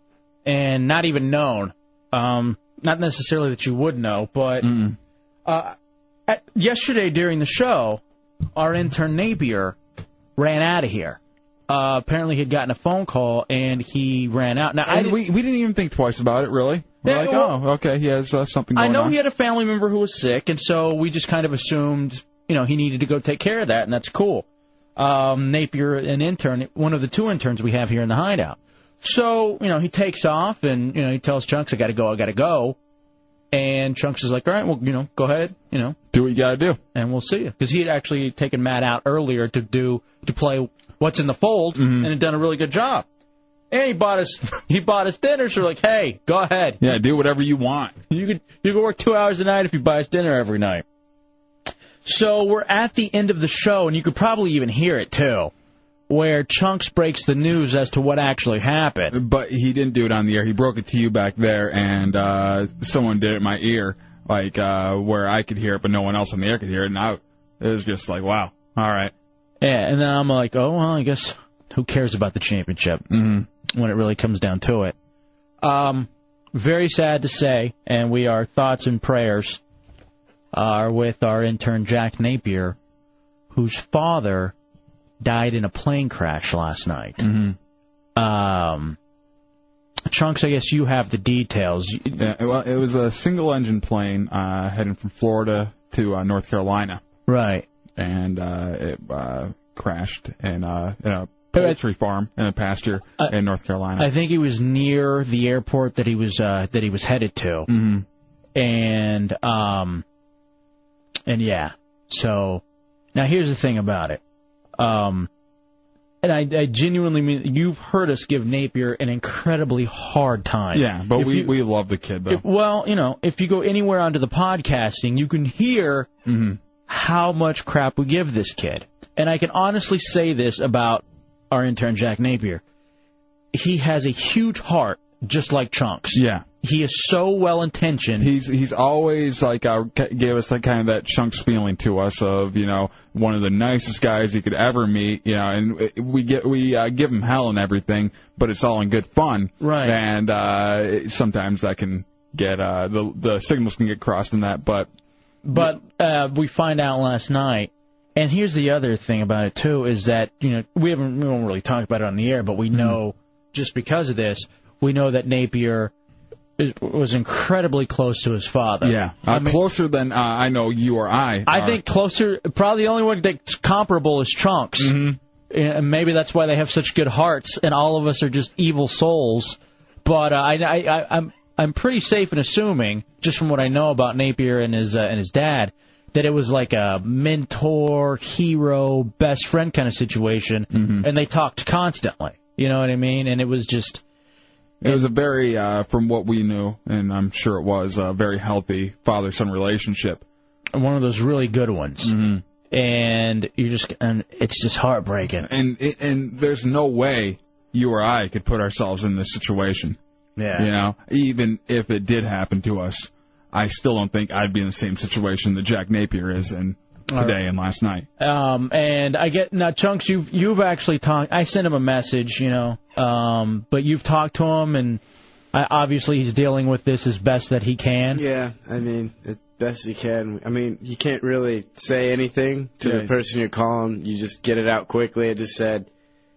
Speaker 3: and not even known. Um, not necessarily that you would know, but uh, at, yesterday during the show, our intern Napier ran out of here. Uh, apparently, he had gotten a phone call and he ran out. Now, I
Speaker 4: And
Speaker 3: didn't-
Speaker 4: we we didn't even think twice about it, really. We're
Speaker 3: Yeah,
Speaker 4: like,
Speaker 3: well-
Speaker 4: oh, okay, he has uh, something
Speaker 3: I
Speaker 4: going
Speaker 3: know
Speaker 4: on.
Speaker 3: he had a family member who was sick, and so we just kind of assumed, you know, he needed to go take care of that, and that's cool. Um, Napier, an intern, one of the two interns we have here in the hideout. So, you know, he takes off, and, you know, he tells Chunks, I gotta go, I gotta go. And Chunks is like, all right, well, you know, go ahead, you know.
Speaker 4: Do what you gotta do.
Speaker 3: And we'll see you. Because he had actually taken Matt out earlier to do, to play What's in the Fold,
Speaker 4: Mm-hmm.
Speaker 3: and had done a really good job. And he bought us, he bought us dinner, so we're like, hey, go ahead.
Speaker 4: yeah, do whatever you want.
Speaker 3: You could you could work two hours a night if you buy us dinner every night. So we're at the end of the show, and you could probably even hear it too, where Chunks breaks the news as to what actually happened.
Speaker 4: But he didn't do it on the air. He broke it to you back there, and uh, someone did it in my ear, like uh, where I could hear it, but no one else on the air could hear it. And I, it was just like, wow, all right.
Speaker 3: Yeah, and then I'm like, oh well, I guess who cares about the championship when it really comes down to it. Um, very sad to say, and we our thoughts and prayers are with our intern Jack Napier, whose father died in a plane crash last night. Um, Trunks, I guess you have the details.
Speaker 4: Yeah, well, it was a single-engine plane uh, heading from Florida to uh, North Carolina,
Speaker 3: Right.
Speaker 4: and uh, it uh, crashed in, uh, in a poultry farm in a pasture in North Carolina.
Speaker 3: I think he was near the airport that he was uh, that he was headed to,
Speaker 4: Mhm.
Speaker 3: and um, and yeah. So now here's the thing about it, um, and I, I genuinely mean you've heard us give Napier an incredibly hard time.
Speaker 4: yeah, but
Speaker 3: If
Speaker 4: we,
Speaker 3: you-
Speaker 4: we love the kid though.
Speaker 3: if- well, you know, if you go anywhere onto the podcasting, you can hear
Speaker 4: Mm-hmm.
Speaker 3: how much crap we give this kid. And I can honestly say this about our intern, Jack Napier. He has a huge heart, just like Chunks.
Speaker 4: yeah.
Speaker 3: He is so well intentioned.
Speaker 4: He's he's always like uh, g- gave us that kind of that chunks feeling to us of you know one of the nicest guys you could ever meet you know and uh, we get we uh, give him hell and everything but it's all in good fun
Speaker 3: Right.
Speaker 4: and uh, it- sometimes that can get uh, the the signals can get crossed in that but
Speaker 3: But uh, we find out last night And here's the other thing about it too is that you know we haven't we won't really talk about it on the air, but
Speaker 4: Mm-hmm.
Speaker 3: we know just because of this, we know that Napier is, was incredibly close to his father.
Speaker 4: Yeah, uh, closer than uh, I know you or I.
Speaker 3: I
Speaker 4: are.
Speaker 3: think closer, probably the only one that's comparable is Trunks. And maybe that's why they have such good hearts, and all of us are just evil souls. But uh, I, I, I, I'm I'm pretty safe in assuming, just from what I know about Napier and his uh, and his dad, that it was like a mentor, hero, best friend kind of situation, and they talked constantly. You know what I mean? And it was just
Speaker 4: It was a very, uh, from what we knew, and I'm sure it was a very healthy father-son relationship. Mm-hmm.
Speaker 3: one of those really good ones. And you're just, and it's just heartbreaking.
Speaker 4: And and there's no way you or I could put ourselves in this situation.
Speaker 3: Yeah.
Speaker 4: You know, even if it did happen to us, I still don't think I'd be in the same situation that Jack Napier is in
Speaker 3: All
Speaker 4: today and last night.
Speaker 3: Um, and I get now, chunks. You've you've actually talked. I sent him a message, you know. Um, but you've talked to him, and I, obviously he's dealing with this as best that he can.
Speaker 10: Yeah, I mean, as best you can. I mean, you can't really say anything to
Speaker 3: Yeah.
Speaker 10: the person you're calling. You just get it out quickly. I just said,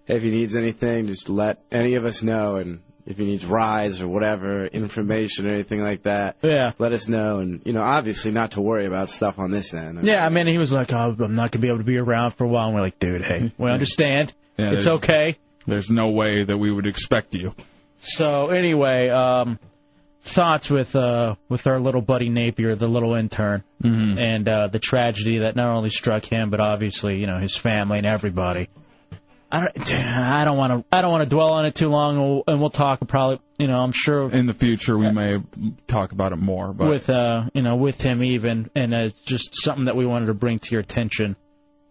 Speaker 10: hey, if he needs anything, just let any of us know. And if he needs rides or whatever, information or anything like that,
Speaker 3: yeah,
Speaker 10: let us know. And, you know, obviously not to worry about stuff on this end.
Speaker 3: Yeah, I mean, he was like, oh, I'm not gonna be able to be around for a while. And we're like, dude, hey, we understand.
Speaker 4: Yeah,
Speaker 3: it's
Speaker 4: there's-
Speaker 3: okay.
Speaker 4: There's no way that we would expect you.
Speaker 3: So anyway, um, thoughts with uh with our little buddy Napier, the little intern,
Speaker 6: Mm.
Speaker 3: and uh, the tragedy that not only struck him but obviously you know his family and everybody. I don't- I don't want to I don't want to dwell on it too long, and we'll, and we'll talk probably you know I'm sure
Speaker 4: In the future, we may talk about it more, but
Speaker 3: with uh you know with him even and uh, it's just something that we wanted to bring to your attention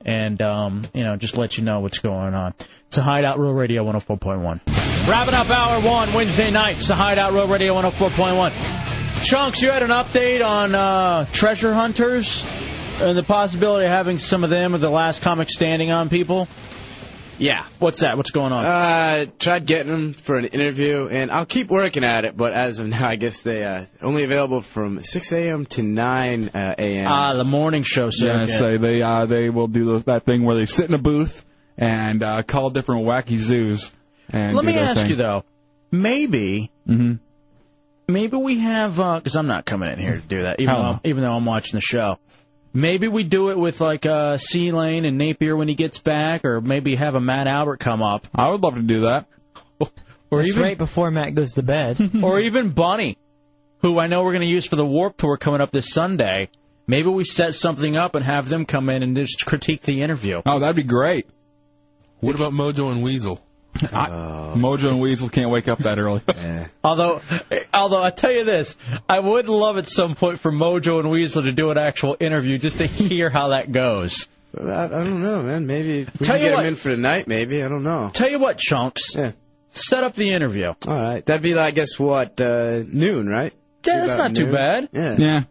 Speaker 3: and um you know just let you know what's going on. It's a Hideout Real Radio 104.1. Wrapping up hour one Wednesday night. It's a Hideout Real Radio 104.1. Chunks, you had an update on uh, treasure hunters and the possibility of having some of them at the last comic standing on people.
Speaker 10: Yeah.
Speaker 3: What's that? What's going on?
Speaker 10: Uh, tried getting them for an interview, and I'll keep working at it. But as of now, I guess they uh, only available from 6 a.m. to 9 uh, a.m.
Speaker 3: Ah, the morning show
Speaker 4: Yeah,
Speaker 3: circuit.
Speaker 4: say they uh, they will do the, that thing where they sit in a booth and uh, call different wacky zoos. And
Speaker 3: Let
Speaker 4: do
Speaker 3: me
Speaker 4: their
Speaker 3: ask
Speaker 4: thing.
Speaker 3: you though, maybe, maybe we have because I'm not coming in here to do that, even
Speaker 4: Hell
Speaker 3: though,
Speaker 4: no.
Speaker 3: I'm, even though I'm watching the show. Maybe we do it with like uh, C Lane and Napier when he gets back, or maybe have a Matt Albert come up.
Speaker 4: I would love to do that,
Speaker 3: or
Speaker 7: That's
Speaker 3: even
Speaker 7: right before Matt goes to bed.
Speaker 3: or even Bunny, who I know we're going to use for the Warp Tour coming up this Sunday. Maybe we set something up and have them come in and just critique the interview.
Speaker 4: Oh, that'd be great.
Speaker 12: What about Mojo and Weasel?
Speaker 10: Uh,
Speaker 4: Mojo and Weasel can't wake up that early.
Speaker 3: Although, although I tell you this, I would love at some point for Mojo and Weasel to do an actual interview just to hear how that goes.
Speaker 10: I, I don't know, man. Maybe if we
Speaker 3: Tell
Speaker 10: can
Speaker 3: you
Speaker 10: get
Speaker 3: what-
Speaker 10: them in for tonight. Maybe I don't know.
Speaker 3: Tell you what, chunks.
Speaker 10: Yeah.
Speaker 3: Set up the interview.
Speaker 10: All right, that'd be, I guess, what uh, noon, right?
Speaker 3: Yeah,
Speaker 10: Be
Speaker 3: that's
Speaker 10: about
Speaker 3: not too
Speaker 10: noon?
Speaker 3: bad.
Speaker 10: Yeah.
Speaker 4: Yeah.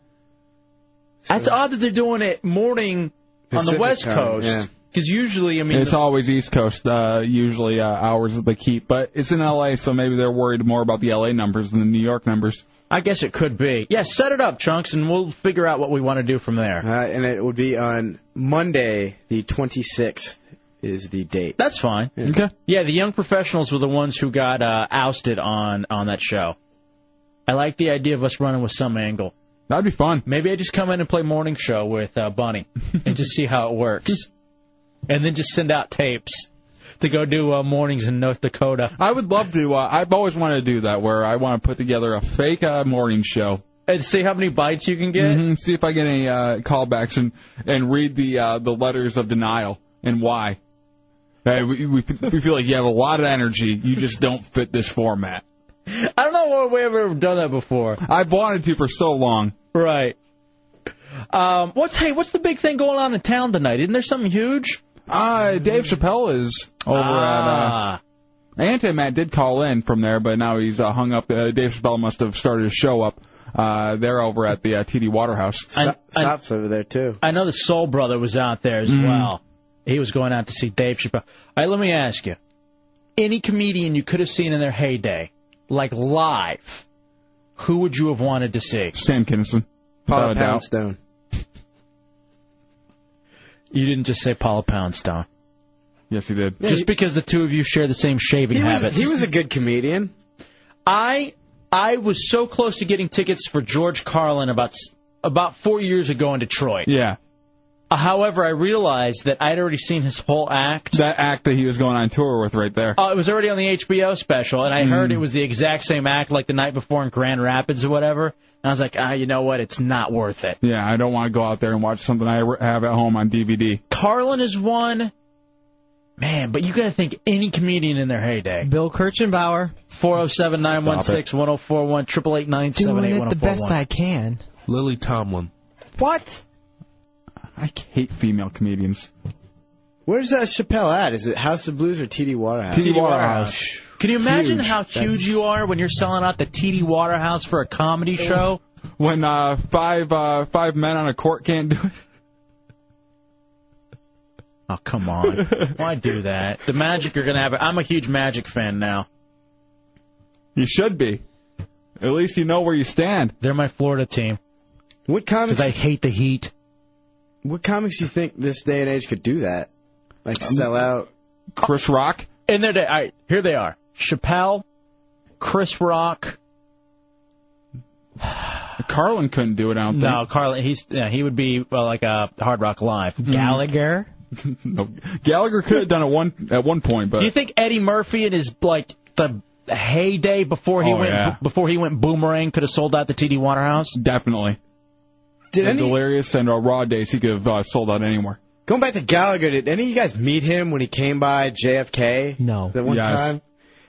Speaker 3: That's odd that they're doing it morning on the
Speaker 4: Pacific
Speaker 3: West
Speaker 4: time, yeah.
Speaker 3: Coast. Because usually, I mean,
Speaker 4: it's always East Coast, uh, usually uh, hours that they keep, but it's in L.A., so maybe they're worried more about the L.A. numbers than the New York numbers.
Speaker 3: I guess it could be. Yeah, set it up, chunks, and we'll figure out what we want to do from there.
Speaker 10: All right, and it would be on Monday, the 26th, is the date.
Speaker 3: That's fine.
Speaker 4: Okay.
Speaker 3: Yeah, the young professionals were the ones who got uh, ousted on on that show. I like the idea of us running with some angle.
Speaker 4: That'd be fun.
Speaker 3: Maybe I just come in and play morning show with uh, Bunny and just see how it works, and then just send out tapes to go do uh, mornings in North Dakota.
Speaker 4: I would love to. Uh, I've always wanted to do that, where I want to put together a fake uh, morning show.
Speaker 3: And see how many bites you can get.
Speaker 4: hmm See if I get any uh, callbacks and and read the uh, the letters of denial and why. Hey, we, we we feel like you have a lot of energy. You just don't fit this format.
Speaker 3: I don't know what we've ever done that before.
Speaker 4: I've wanted to for so long.
Speaker 3: Right. Um, what's hey? What's the big thing going on in town tonight? Isn't there something huge?
Speaker 4: Uh, Dave Chappelle is over
Speaker 3: Ah.
Speaker 4: at. Uh, Ante Matt did call in from there, but now he's uh, hung up. Uh, Dave Chappelle must have started his show up. Uh, they're over at the uh, TD Waterhouse.
Speaker 10: Sop's over there too. Mm.
Speaker 3: I know the Soul Brother was out there as
Speaker 4: Mhm.
Speaker 3: well. He was going out to see Dave Chappelle. All right, let me ask you: any comedian you could have seen in their heyday, like live, who would you have wanted to see?
Speaker 4: Sam Kinison. Without
Speaker 10: Paula
Speaker 4: a doubt.
Speaker 10: Poundstone.
Speaker 3: You didn't just say Paula Poundstone.
Speaker 4: Yes, he did.
Speaker 3: Just because the two of you share the same shaving
Speaker 10: He was-
Speaker 3: habits.
Speaker 10: he was a
Speaker 3: good comedian. I I was so close to getting tickets for George Carlin about s- about four years ago in Detroit.
Speaker 4: Yeah.
Speaker 3: Uh, However, I realized that I'd already seen his whole act.
Speaker 4: That act that he was going on tour with right there.
Speaker 3: Uh, it was already on the HBO special, and I
Speaker 4: Mm.
Speaker 3: heard it was the exact same act like the night before in Grand Rapids or whatever. And I was like, ah, you know what? It's not worth it.
Speaker 4: Yeah, I don't want to go out there and watch something I re- have at home on DVD.
Speaker 3: Carlin is one. Man, but you got to think any comedian in their heyday.
Speaker 7: Bill Kirchenbauer.
Speaker 3: 407 916 1041
Speaker 7: Doing it the best I can.
Speaker 4: Lily Tomlin.
Speaker 7: What?
Speaker 4: I hate female comedians.
Speaker 10: Where's that Chappelle at? Is it House of Blues or TD Waterhouse?
Speaker 3: T.D. Waterhouse. Can you imagine how huge
Speaker 10: That's-
Speaker 3: you are when you're selling out the TD Waterhouse for a comedy show?
Speaker 4: Oh. When uh, five uh, five men on a court can't do it.
Speaker 3: Oh, come on. Why do that? The Magic are going to have it. I'm a huge Magic fan now.
Speaker 4: You should be. At least you know where you stand.
Speaker 3: They're my Florida team.
Speaker 10: What comics?
Speaker 3: I hate the heat.
Speaker 10: What comics do you think this day and age could do that?
Speaker 3: Um,
Speaker 10: Like sell out?
Speaker 4: Chris Rock.
Speaker 3: In their day, all right, here they are: Chappelle, Chris Rock.
Speaker 4: Carlin couldn't do it. I don't
Speaker 3: No, Carlin, he's yeah, he would be well, like a Hard Rock Live. Gallagher.
Speaker 4: think. no. Gallagher could have done it one at one point, but
Speaker 3: Do you think Eddie Murphy in his like the heyday before he
Speaker 4: Oh,
Speaker 3: went
Speaker 4: yeah.
Speaker 3: before he went boomerang could have sold out the TD Waterhouse?
Speaker 4: definitely.
Speaker 10: Did
Speaker 4: The
Speaker 10: any-
Speaker 4: Delirious and uh, Raw Days, he could have uh, sold out anywhere.
Speaker 10: Going back to Gallagher, did any of you guys meet him when he came by JFK? No. The one
Speaker 4: Yes.
Speaker 10: time?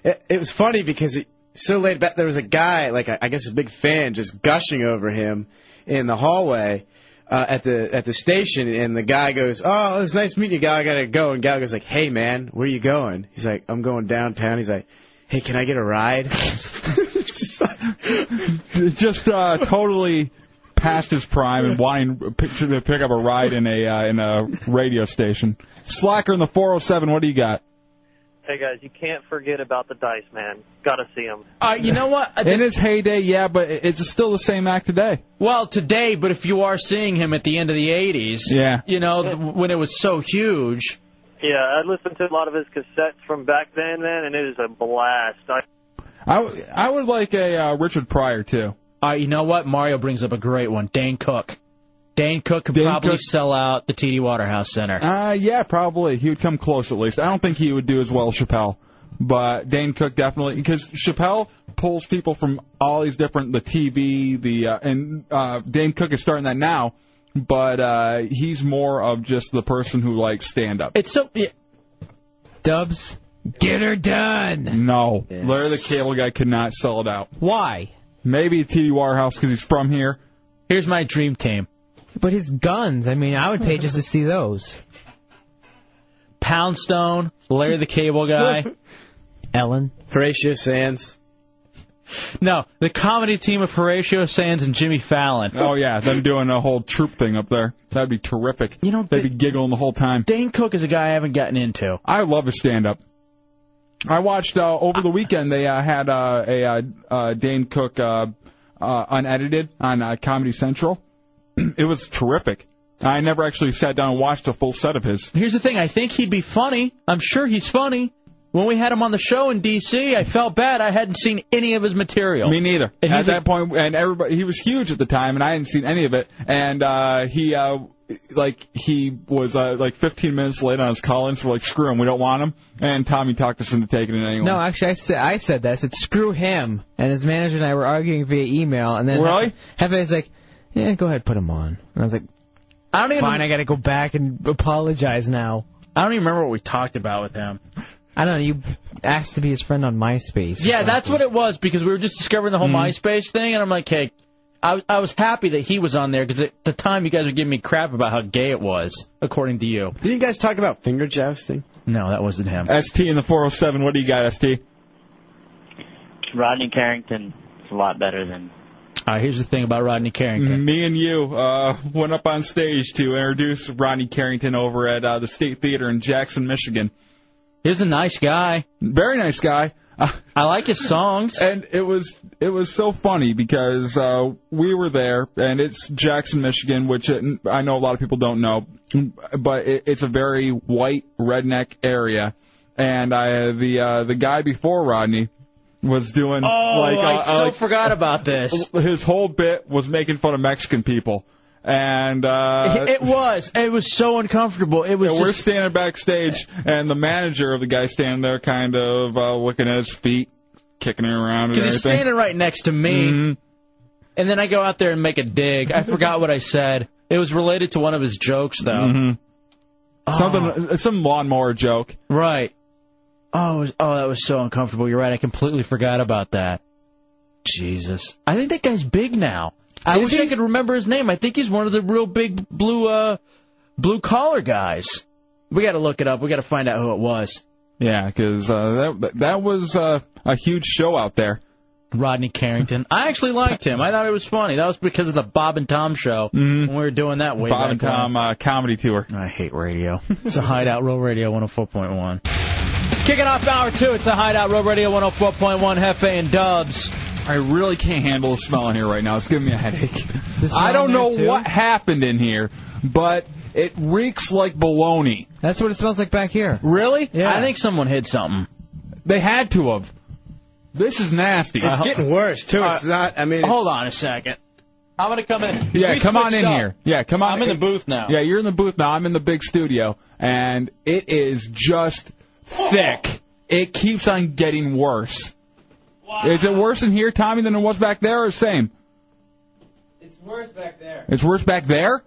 Speaker 10: It, it was funny because it, so late back, there was a guy, like a, I guess a big fan, just gushing over him in the hallway. Uh, at the at the station, and the guy goes, "Oh, it was nice meeting you, guy. I gotta go." And Gallagher's like, "Hey, man, where you going?" He's like, "I'm going downtown." He's like, "Hey, can I get a ride?"
Speaker 4: Just uh, totally past his prime and wanting picture to pick up a ride in a uh, in a radio station. Slacker in the 407. What do you got?
Speaker 13: Hey guys, you can't forget about the Dice Man. Gotta see him.
Speaker 3: Uh, you know what?
Speaker 4: In his heyday, yeah, but it- it's still the same act today.
Speaker 3: Well, today, but if you are seeing him at the end of the '80s,
Speaker 4: Yeah.
Speaker 3: you know th- when it was so huge.
Speaker 13: Yeah, I listened to a lot of his cassettes from back then, man, and it is a blast. I,
Speaker 4: I, w- I would like a uh, Richard Pryor too.
Speaker 3: Uh, you know what? Mario brings up a great one. Dane Cook. Dane Cook could
Speaker 4: Dane
Speaker 3: probably
Speaker 4: Cook-
Speaker 3: sell out the TD Waterhouse Center.
Speaker 4: Uh, yeah, probably. He would come close at least. I don't think he would do as well as Chappelle, but Dane Cook definitely because Chappelle pulls people from all these different the TV, the uh, and uh, Dane Cook is starting that now, but uh, he's more of just the person who likes stand up.
Speaker 3: It's so yeah.
Speaker 4: Dubs, get her done. No, Larry the Cable Guy could not sell it out.
Speaker 7: Why?
Speaker 4: Maybe T.D. Waterhouse because he's from here.
Speaker 3: Here's my dream team.
Speaker 7: But his guns. I mean, I would pay just to see those.
Speaker 3: Poundstone, Larry the Cable Guy.
Speaker 7: Ellen.
Speaker 10: Horatio Sands.
Speaker 3: No, the comedy team of Horatio Sands and Jimmy Fallon.
Speaker 4: Oh yeah, them doing a whole troop thing up there. That'd be terrific. You know, they'd be giggling the whole time.
Speaker 3: Dane Cook is a guy I haven't gotten into.
Speaker 4: I love his stand-up. I watched uh, over the weekend. They uh, had uh, a uh, uh, Dane Cook uh, uh, unedited on uh, Comedy Central. it was terrific. I never actually sat down and watched a full set of his.
Speaker 3: Here's the thing. I think he'd be funny. I'm sure he's funny. When we had him on the show in D.C., I felt bad. I hadn't seen any of his material.
Speaker 4: Me neither.
Speaker 3: And
Speaker 4: at
Speaker 3: he's a-
Speaker 4: that point, and everybody, he was huge at the time, and I hadn't seen any of it. And uh, he, uh, like, he was uh, like 15 minutes late on his call-in, so we're like, screw him, we don't want him. And Tommy talked us into taking it anyway.
Speaker 7: No, actually, I said I said that. I said screw him. And his manager and I were arguing via email, and then
Speaker 4: Really?
Speaker 7: Hefe's like, "Yeah, go ahead, put him on." And I was like,
Speaker 3: "I don't even."
Speaker 7: Fine, I got to go back and apologize now.
Speaker 3: I don't even remember what we talked about with him.
Speaker 7: I don't know. You asked to be his friend on MySpace.
Speaker 3: Yeah, that's what it was because we were just discovering the whole
Speaker 4: Mm-hmm.
Speaker 3: MySpace thing, and I'm like, hey, I, I was happy that he was on there because at the time you guys were giving me crap about how gay it was, according to you.
Speaker 10: Didn't you guys talk about finger jousting?
Speaker 3: No, that wasn't him.
Speaker 4: ST in the 407, what do you got, ST?
Speaker 14: Rodney Carrington is a lot better than.
Speaker 3: All right, here's the thing about Rodney Carrington.
Speaker 4: Me and you uh, went up on stage to introduce Rodney Carrington over at uh, the State Theater in Jackson, Michigan.
Speaker 3: He's a nice guy.
Speaker 4: Very nice guy. Uh,
Speaker 3: I like his songs.
Speaker 4: And it was it was so funny because uh, we were there, and it's Jackson, Michigan, which it, I know a lot of people don't know, but it, it's a very white redneck area. And I, the uh, the guy before Rodney was doing
Speaker 3: Oh,
Speaker 4: like
Speaker 3: I
Speaker 4: uh,
Speaker 3: so
Speaker 4: like-
Speaker 3: forgot about this.
Speaker 4: His whole bit was making fun of Mexican people, and uh,
Speaker 3: it was. It was so uncomfortable. It was.
Speaker 4: yeah, we're
Speaker 3: just-
Speaker 4: standing backstage, and the manager of the guy standing there, kind of uh, looking at his feet, kicking it around and
Speaker 3: Because he's
Speaker 4: everything.
Speaker 3: standing right next to me.
Speaker 4: Mhm.
Speaker 3: And then I go out there and make a dig. I forgot what I said. It was related to one of his jokes, though.
Speaker 4: Mhm.
Speaker 3: Ah.
Speaker 4: Something, some lawnmower joke.
Speaker 3: Right. Oh, it was- oh, that was so uncomfortable. You're right. I completely forgot about that. Jesus. I think that guy's big now. I wish I could remember his name. I think he's one of the real big blue uh blue collar guys. We got to look it up. We got to find out who it was.
Speaker 4: Yeah, because uh, that that was uh, a huge show out there.
Speaker 3: Rodney Carrington. I actually liked him. I thought it was funny. That was because of the Bob and Tom show when we were doing that way
Speaker 4: Mm-hmm. Bob
Speaker 3: back
Speaker 4: and Tom uh, comedy tour.
Speaker 3: I hate radio. when. It's a hideout, Real Radio 104.1. Kicking off hour two, it's the Hideout Road Radio 104.1 Hefe and Dubs.
Speaker 4: I really can't handle the smell in here right now. It's giving me a headache.
Speaker 3: smell
Speaker 4: I don't
Speaker 3: in there,
Speaker 4: know
Speaker 3: too?
Speaker 4: what happened in here, but it reeks like baloney.
Speaker 7: That's what it smells like back here.
Speaker 4: Really?
Speaker 7: Yeah.
Speaker 3: I think someone hit something.
Speaker 4: They had to have. This is nasty.
Speaker 10: It's getting worse too. It's not. I mean, it's-
Speaker 3: Hold on a second. I'm gonna come in.
Speaker 4: Yeah,
Speaker 3: We
Speaker 4: come on
Speaker 3: switched
Speaker 4: in
Speaker 3: up.
Speaker 4: here. Yeah, come on.
Speaker 3: I'm in the booth now.
Speaker 4: Yeah, you're in the booth now. I'm in the big studio, and it is just thick. It keeps on getting worse. Is it worse in here, Tommy, than it was back there, or same?
Speaker 7: It's worse back there. Uh,
Speaker 4: It's worse back there.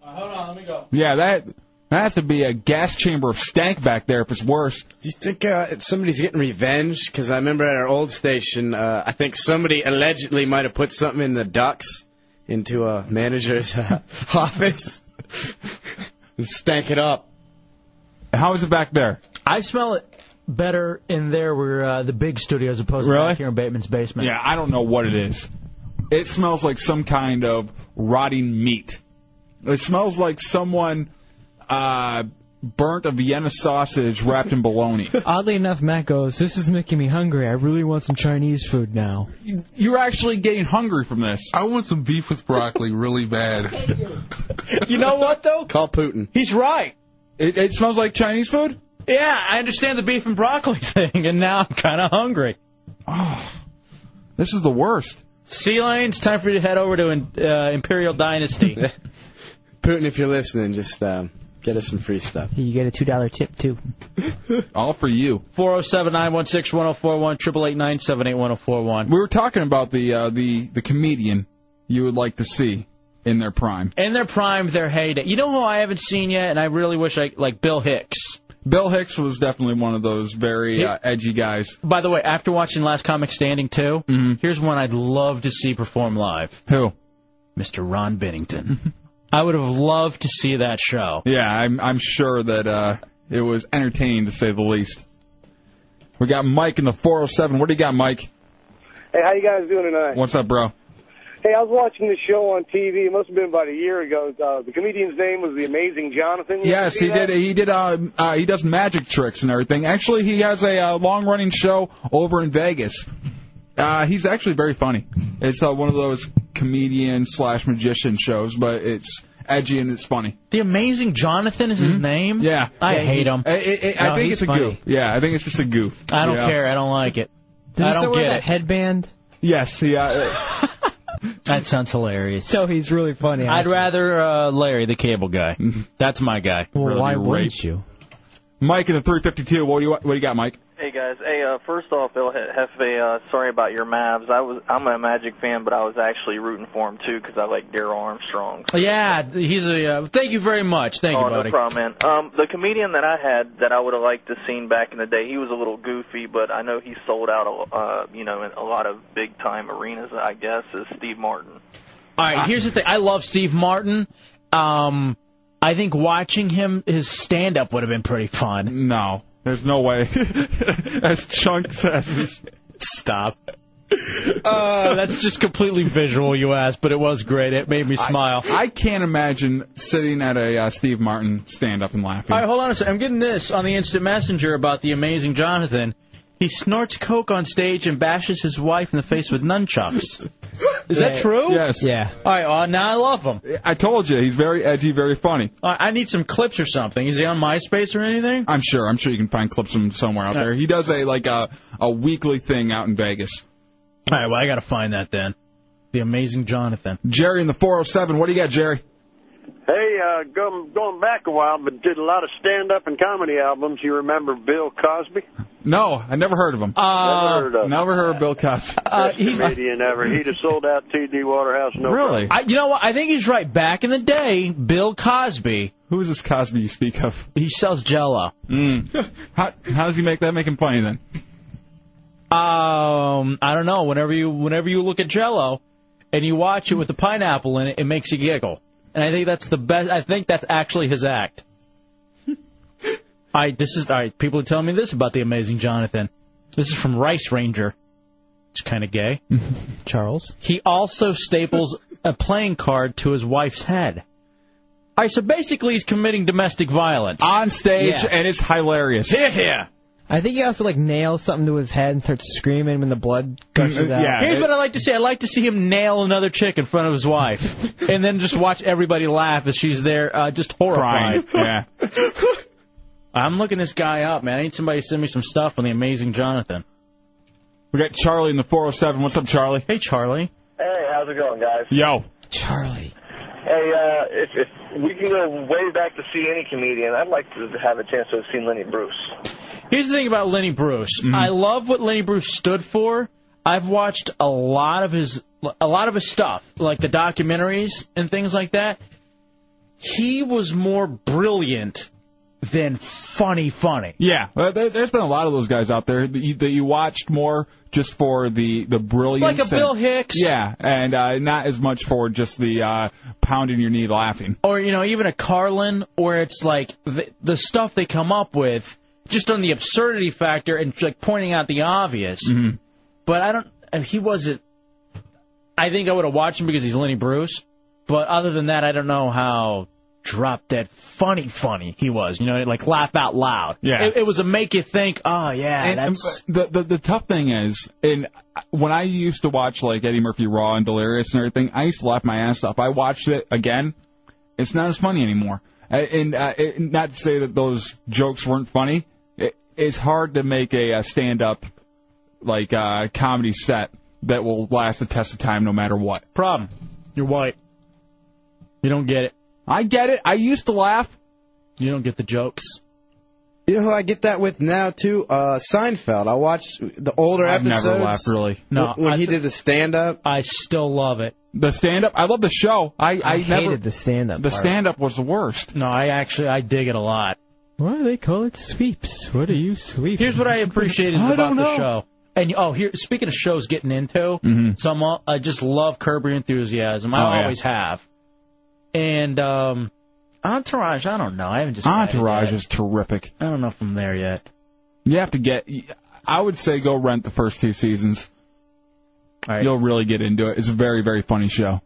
Speaker 7: hold on, let me go.
Speaker 4: Yeah, that that has to be a gas chamber of stank back there if it's worse.
Speaker 10: Do you think uh, it's- somebody's getting revenge? Because I remember at our old station, uh, I think somebody allegedly might have put something in the ducks into a manager's uh, office and stank it up.
Speaker 4: How is it back there?
Speaker 15: I smell it better in there where uh, the big studio as opposed to
Speaker 4: Really?
Speaker 15: back here in Bateman's basement.
Speaker 4: Yeah, I don't know what it is. It smells like some kind of rotting meat. It smells like someone uh, burnt a Vienna sausage wrapped in bologna.
Speaker 7: Oddly enough, Matt goes, "This is making me hungry. I really want some Chinese food now."
Speaker 4: You're actually getting hungry from this.
Speaker 12: I want some beef with broccoli really bad.
Speaker 3: You know what though?
Speaker 10: Call Putin.
Speaker 3: He's right.
Speaker 4: It, it smells like Chinese food.
Speaker 3: Yeah, I understand the beef and broccoli thing, and now I'm kind of hungry.
Speaker 4: Oh, this is the worst.
Speaker 3: Sea lanes, time for you to head over to uh, Imperial Dynasty.
Speaker 10: Putin, if you're listening, just um, get us some free stuff.
Speaker 7: You get a two dollar tip too.
Speaker 4: All for you.
Speaker 3: 407 916 1041, 888 978 1041.
Speaker 4: We were talking about the uh, the the comedian you would like to see in their prime.
Speaker 3: In their prime, their heyday. You know who I haven't seen yet, and I really wish I, like Bill Hicks.
Speaker 4: Bill Hicks was definitely one of those very uh, edgy guys.
Speaker 3: By the way, after watching Last Comic Standing 2, here's one I'd love to see perform live.
Speaker 4: Who?
Speaker 3: Mr. Ron Bennington. I would have loved to see that show.
Speaker 4: Yeah, I'm I'm sure that uh, it was entertaining to say the least. We got Mike in the 407. What do you got, Mike?
Speaker 16: Hey, how you guys doing tonight?
Speaker 4: What's up, bro?
Speaker 16: Hey, I was watching the show on TV. It must have been about a year ago. Uh, the comedian's name was the Amazing Jonathan. You
Speaker 4: Yes,
Speaker 16: see
Speaker 4: he
Speaker 16: that?
Speaker 4: did. He did. Uh, uh, he does magic tricks and everything. Actually, he has a uh, long-running show over in Vegas. Uh, he's actually very funny. It's uh, one of those comedian slash magician shows, but it's edgy and it's funny.
Speaker 3: The Amazing Jonathan is his name?
Speaker 4: Yeah,
Speaker 3: I hate him.
Speaker 4: I, I- I
Speaker 3: No,
Speaker 4: think
Speaker 3: he's
Speaker 4: it's a
Speaker 3: funny.
Speaker 4: goof. Yeah, I think it's just a goof.
Speaker 3: I don't
Speaker 4: Yeah.
Speaker 3: care. I don't like it.
Speaker 7: Does
Speaker 3: I
Speaker 7: he still
Speaker 3: don't
Speaker 7: wear
Speaker 3: get
Speaker 7: that
Speaker 3: it.
Speaker 7: headband?
Speaker 4: Yes, yeah. uh,
Speaker 3: That sounds hilarious.
Speaker 7: So he's really funny.
Speaker 3: I'd rather uh, Larry, the cable guy. That's my guy.
Speaker 7: Well, why wouldn't
Speaker 3: you?
Speaker 4: Mike in the 352. What do you What do you got, Mike?
Speaker 13: Hey guys, hey uh, first off, El He- Hefe, uh, sorry about your Mavs. I was I'm a Magic fan, but I was actually rooting for him too because I like Daryl Armstrong.
Speaker 3: Yeah, he's a. Uh, thank you very much. Thank
Speaker 13: oh,
Speaker 3: you,
Speaker 13: no
Speaker 3: buddy.
Speaker 13: problem, man. Um, the comedian that I had that I would have liked to seen back in the day, he was a little goofy, but I know he sold out, a, uh, you know, in a lot of big time arenas. I guess is Steve Martin.
Speaker 3: All right, here's the thing. I love Steve Martin. Um, I think watching him his stand up would have been pretty fun.
Speaker 4: No, there's no way. As Chunk says.
Speaker 3: Stop. Uh, that's just completely visual, you asked, but it was great. It made me smile.
Speaker 4: I can't imagine sitting at a uh, Steve Martin stand up and laughing.
Speaker 3: All right, hold on a second. I'm getting this on the instant messenger about the amazing Jonathan. He snorts coke on stage and bashes his wife in the face with nunchucks. Is that
Speaker 4: Yeah.
Speaker 3: true?
Speaker 4: Yes.
Speaker 3: Yeah. All right. Well, now I love him.
Speaker 4: I told you, he's very edgy, very funny.
Speaker 3: I I need some clips or something. Is he on MySpace or anything?
Speaker 4: I'm sure. I'm sure you can find clips from somewhere out there. He does a like a a weekly thing out in Vegas.
Speaker 3: All right. Well, I got to find that then. The amazing Jonathan.
Speaker 4: Jerry in the 407. What do you got, Jerry?
Speaker 17: Hey, uh, go, going back a while, but did a lot of stand-up and comedy albums. You remember Bill Cosby?
Speaker 4: No, I never heard of him.
Speaker 17: Uh, Never heard of him.
Speaker 4: Never heard of Bill Cosby.
Speaker 17: Best comedian ever. He'd have sold out T.D. Waterhouse. No problem.
Speaker 3: I, you know what? I think he's right. Back in the day, Bill Cosby.
Speaker 4: Who is this Cosby you speak of?
Speaker 3: He sells Jello.
Speaker 4: Mm. How, how does he make that make him funny then?
Speaker 3: Um, I don't know. Whenever you whenever you look at Jello, and you watch it with the pineapple in it, it makes you giggle. And I think that's the best. I think that's actually his act. I this is all right. People are telling me this about the amazing Jonathan. This is from Rice Ranger. It's kind of gay.
Speaker 7: Charles.
Speaker 3: He also staples a playing card to his wife's head. All right, so basically he's committing domestic violence
Speaker 4: on stage,
Speaker 3: Yeah.
Speaker 4: and it's hilarious.
Speaker 3: Here, here.
Speaker 7: I think he also like nails something to his head and starts screaming when the blood
Speaker 4: Mm-hmm.
Speaker 7: gushes out.
Speaker 3: Here's what I like to see. I like to see him nail another chick in front of his wife, and then just watch everybody laugh as she's there, uh, just horrified.
Speaker 4: Yeah.
Speaker 3: I'm looking this guy up, man. I need somebody to send me some stuff on the amazing Jonathan.
Speaker 4: We got Charlie in the 407. What's up, Charlie?
Speaker 3: Hey, Charlie.
Speaker 18: Hey, how's it going, guys?
Speaker 4: Yo.
Speaker 18: Hey, uh, if, if we can go way back to see any comedian, I'd like to have a chance to have seen Lenny Bruce.
Speaker 3: Here's the thing about Lenny Bruce. I love what Lenny Bruce stood for. I've watched a lot of his a lot of his stuff, like the documentaries and things like that. He was more brilliant than funny funny.
Speaker 4: Yeah, well, there, there's been a lot of those guys out there that you, that you watched more just for the the brilliance,
Speaker 3: Like a
Speaker 4: and-
Speaker 3: Bill Hicks.
Speaker 4: Yeah, and uh, not as much for just the uh, pounding your knee laughing.
Speaker 3: or you know even a Carlin where it's like the, the stuff they come up with just on the absurdity factor and like pointing out the obvious. But I don't. I mean, he wasn't. I think I would have watched him because he's Lenny Bruce. But other than that, I don't know how drop dead funny funny he was. You know, like laugh out loud.
Speaker 4: Yeah.
Speaker 3: It, it was a make you think. Oh yeah,
Speaker 4: And- and
Speaker 3: that's.
Speaker 4: the, the the tough thing is, and when I used to watch like Eddie Murphy Raw and Delirious and everything, I used to laugh my ass off. I watched it again, it's not as funny anymore. Uh, And uh, it, not to say that those jokes weren't funny. It, it's hard to make a, uh stand-up like uh, comedy set that will last the test of time no matter what.
Speaker 3: Problem, you're white. You don't get it.
Speaker 4: I get it. I used to laugh.
Speaker 3: You don't get the jokes.
Speaker 10: You know who I get that with now too? Uh, Seinfeld. I watched the older
Speaker 4: I've never
Speaker 10: episodes.
Speaker 4: laughed, really.
Speaker 10: No,
Speaker 4: No,
Speaker 10: when
Speaker 4: I
Speaker 10: he
Speaker 4: th-
Speaker 10: did the stand-up.
Speaker 3: I still love it.
Speaker 4: The stand-up, I love the show. I I,
Speaker 7: I hated
Speaker 4: never
Speaker 7: the stand-up.
Speaker 4: the
Speaker 7: part.
Speaker 4: stand-up was the worst.
Speaker 3: No, I actually I dig it a lot.
Speaker 7: Why do they call it sweeps? What are you sweeping?
Speaker 3: Here's what I appreciated
Speaker 7: I
Speaker 3: about
Speaker 7: don't
Speaker 3: the
Speaker 7: know.
Speaker 3: show. And oh, here speaking of shows getting into, some I just love Curb Your Enthusiasm. I
Speaker 4: Mm-hmm. Oh, yeah.
Speaker 3: always have. And um, Entourage, I don't know. I haven't just
Speaker 4: Entourage is terrific.
Speaker 3: I don't know if I'm there yet.
Speaker 4: You have to get. I would say go rent the first two seasons.
Speaker 3: right.
Speaker 4: You'll really get into it. It's a very very funny show.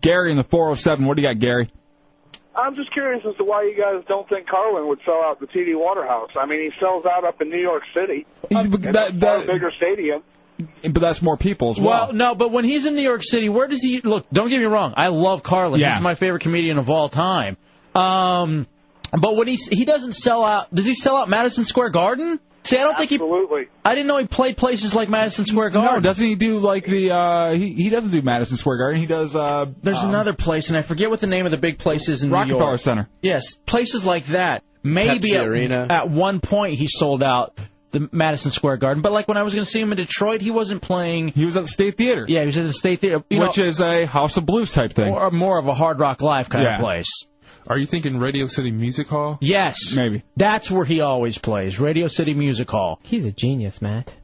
Speaker 4: Gary in the 407. What do you got, Gary?
Speaker 17: I'm just curious as to why you guys don't think Carlin would sell out the T.D. Waterhouse. I mean, he sells out up in New York City.
Speaker 4: that, that,
Speaker 17: bigger stadium.
Speaker 4: but that's more people as well.
Speaker 3: Well, no, but when he's in New York City, where does he look? Don't get me wrong. I love Carlin.
Speaker 4: Yeah.
Speaker 3: He's my favorite comedian of all time. Um, but when he he doesn't sell out, does he sell out Madison Square Garden? See, I don't think
Speaker 17: Absolutely.
Speaker 3: he. I didn't know he played places like Madison Square Garden.
Speaker 4: no, doesn't he do like the? uh He he doesn't do Madison Square Garden. He does. uh
Speaker 3: There's
Speaker 4: um,
Speaker 3: another place, and I forget what the name of the big place is in New York.
Speaker 4: Rockefeller Center.
Speaker 3: Yes, places like that. Maybe
Speaker 10: Pepsi
Speaker 3: at,
Speaker 10: Arena.
Speaker 3: at one point he sold out the Madison Square Garden, but like when I was going to see him in Detroit, he wasn't playing.
Speaker 4: He was at the State Theater.
Speaker 3: Yeah, he was at the State Theater, you
Speaker 4: Which
Speaker 3: know,
Speaker 4: is a House of Blues type thing.
Speaker 3: or more of a Hard Rock Live kind
Speaker 4: Yeah.
Speaker 3: of place.
Speaker 12: Are you thinking Radio City Music Hall?
Speaker 3: Yes,
Speaker 4: maybe
Speaker 3: that's where he always plays. Radio City Music Hall.
Speaker 7: He's a genius, Matt.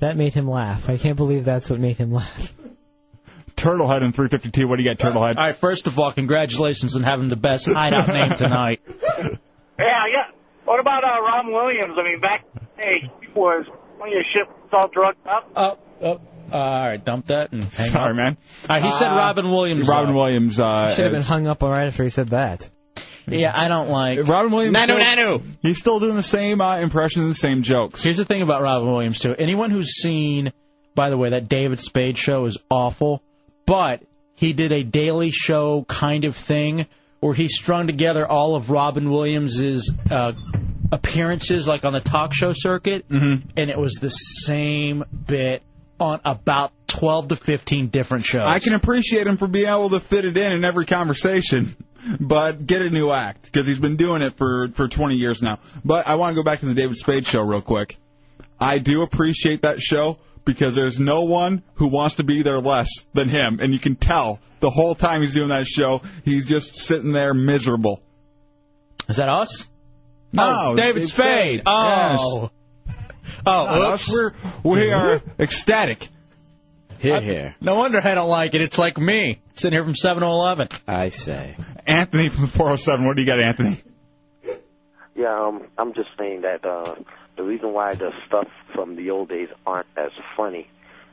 Speaker 7: That made him laugh. I can't believe that's what made him laugh.
Speaker 4: Turtlehead in 352. What do you got, Turtlehead?
Speaker 3: All right, first of all, congratulations on having the best hideout name tonight.
Speaker 9: Yeah, yeah. What about uh, Ron Williams? I mean, back hey, he was plenty of shit was all drugged up.
Speaker 3: Uh, uh, all right, dump that and hang
Speaker 4: Sorry,
Speaker 3: up. Ah.
Speaker 4: man.
Speaker 3: All right, he said
Speaker 4: Uh,
Speaker 3: Robin Williams.
Speaker 4: Robin
Speaker 3: though.
Speaker 4: Williams. Uh,
Speaker 7: Should have been
Speaker 4: is-
Speaker 7: hung up all right after he said that.
Speaker 3: Yeah, I don't like
Speaker 4: Robin Williams.
Speaker 3: Nanu,
Speaker 4: still-
Speaker 3: nanu.
Speaker 4: He's still doing the same uh, impressions, and the same jokes.
Speaker 3: Here's the thing about Robin Williams too. Anyone who's seen, by the way, that David Spade show is awful, but he did a daily show kind of thing where he strung together all of Robin Williams's uh, appearances, like on the talk show circuit, and it was the same bit on about 12 to 15 different shows.
Speaker 4: I can appreciate him for being able to fit it in in every conversation, but get a new act because he's been doing it for for 20 years now. But I want to go back to the David Spade show real quick. I do appreciate that show because there's no one who wants to be there less than him, and you can tell the whole time he's doing that show, he's just sitting there miserable.
Speaker 3: Is that us?
Speaker 4: No,
Speaker 3: Oh, David
Speaker 4: it's
Speaker 3: Spade. Oh.
Speaker 4: Yes.
Speaker 3: Oh,
Speaker 4: Not
Speaker 3: oops.
Speaker 4: us. We're, we are
Speaker 3: Mm-hmm.
Speaker 4: ecstatic.
Speaker 10: Here, here.
Speaker 3: No wonder I don't like it. It's like me sitting here from 7-Eleven.
Speaker 10: I say.
Speaker 4: Anthony from 407, what do you got, Anthony?
Speaker 19: Yeah, um, I'm just saying that uh, the reason why the stuff from the old days aren't as funny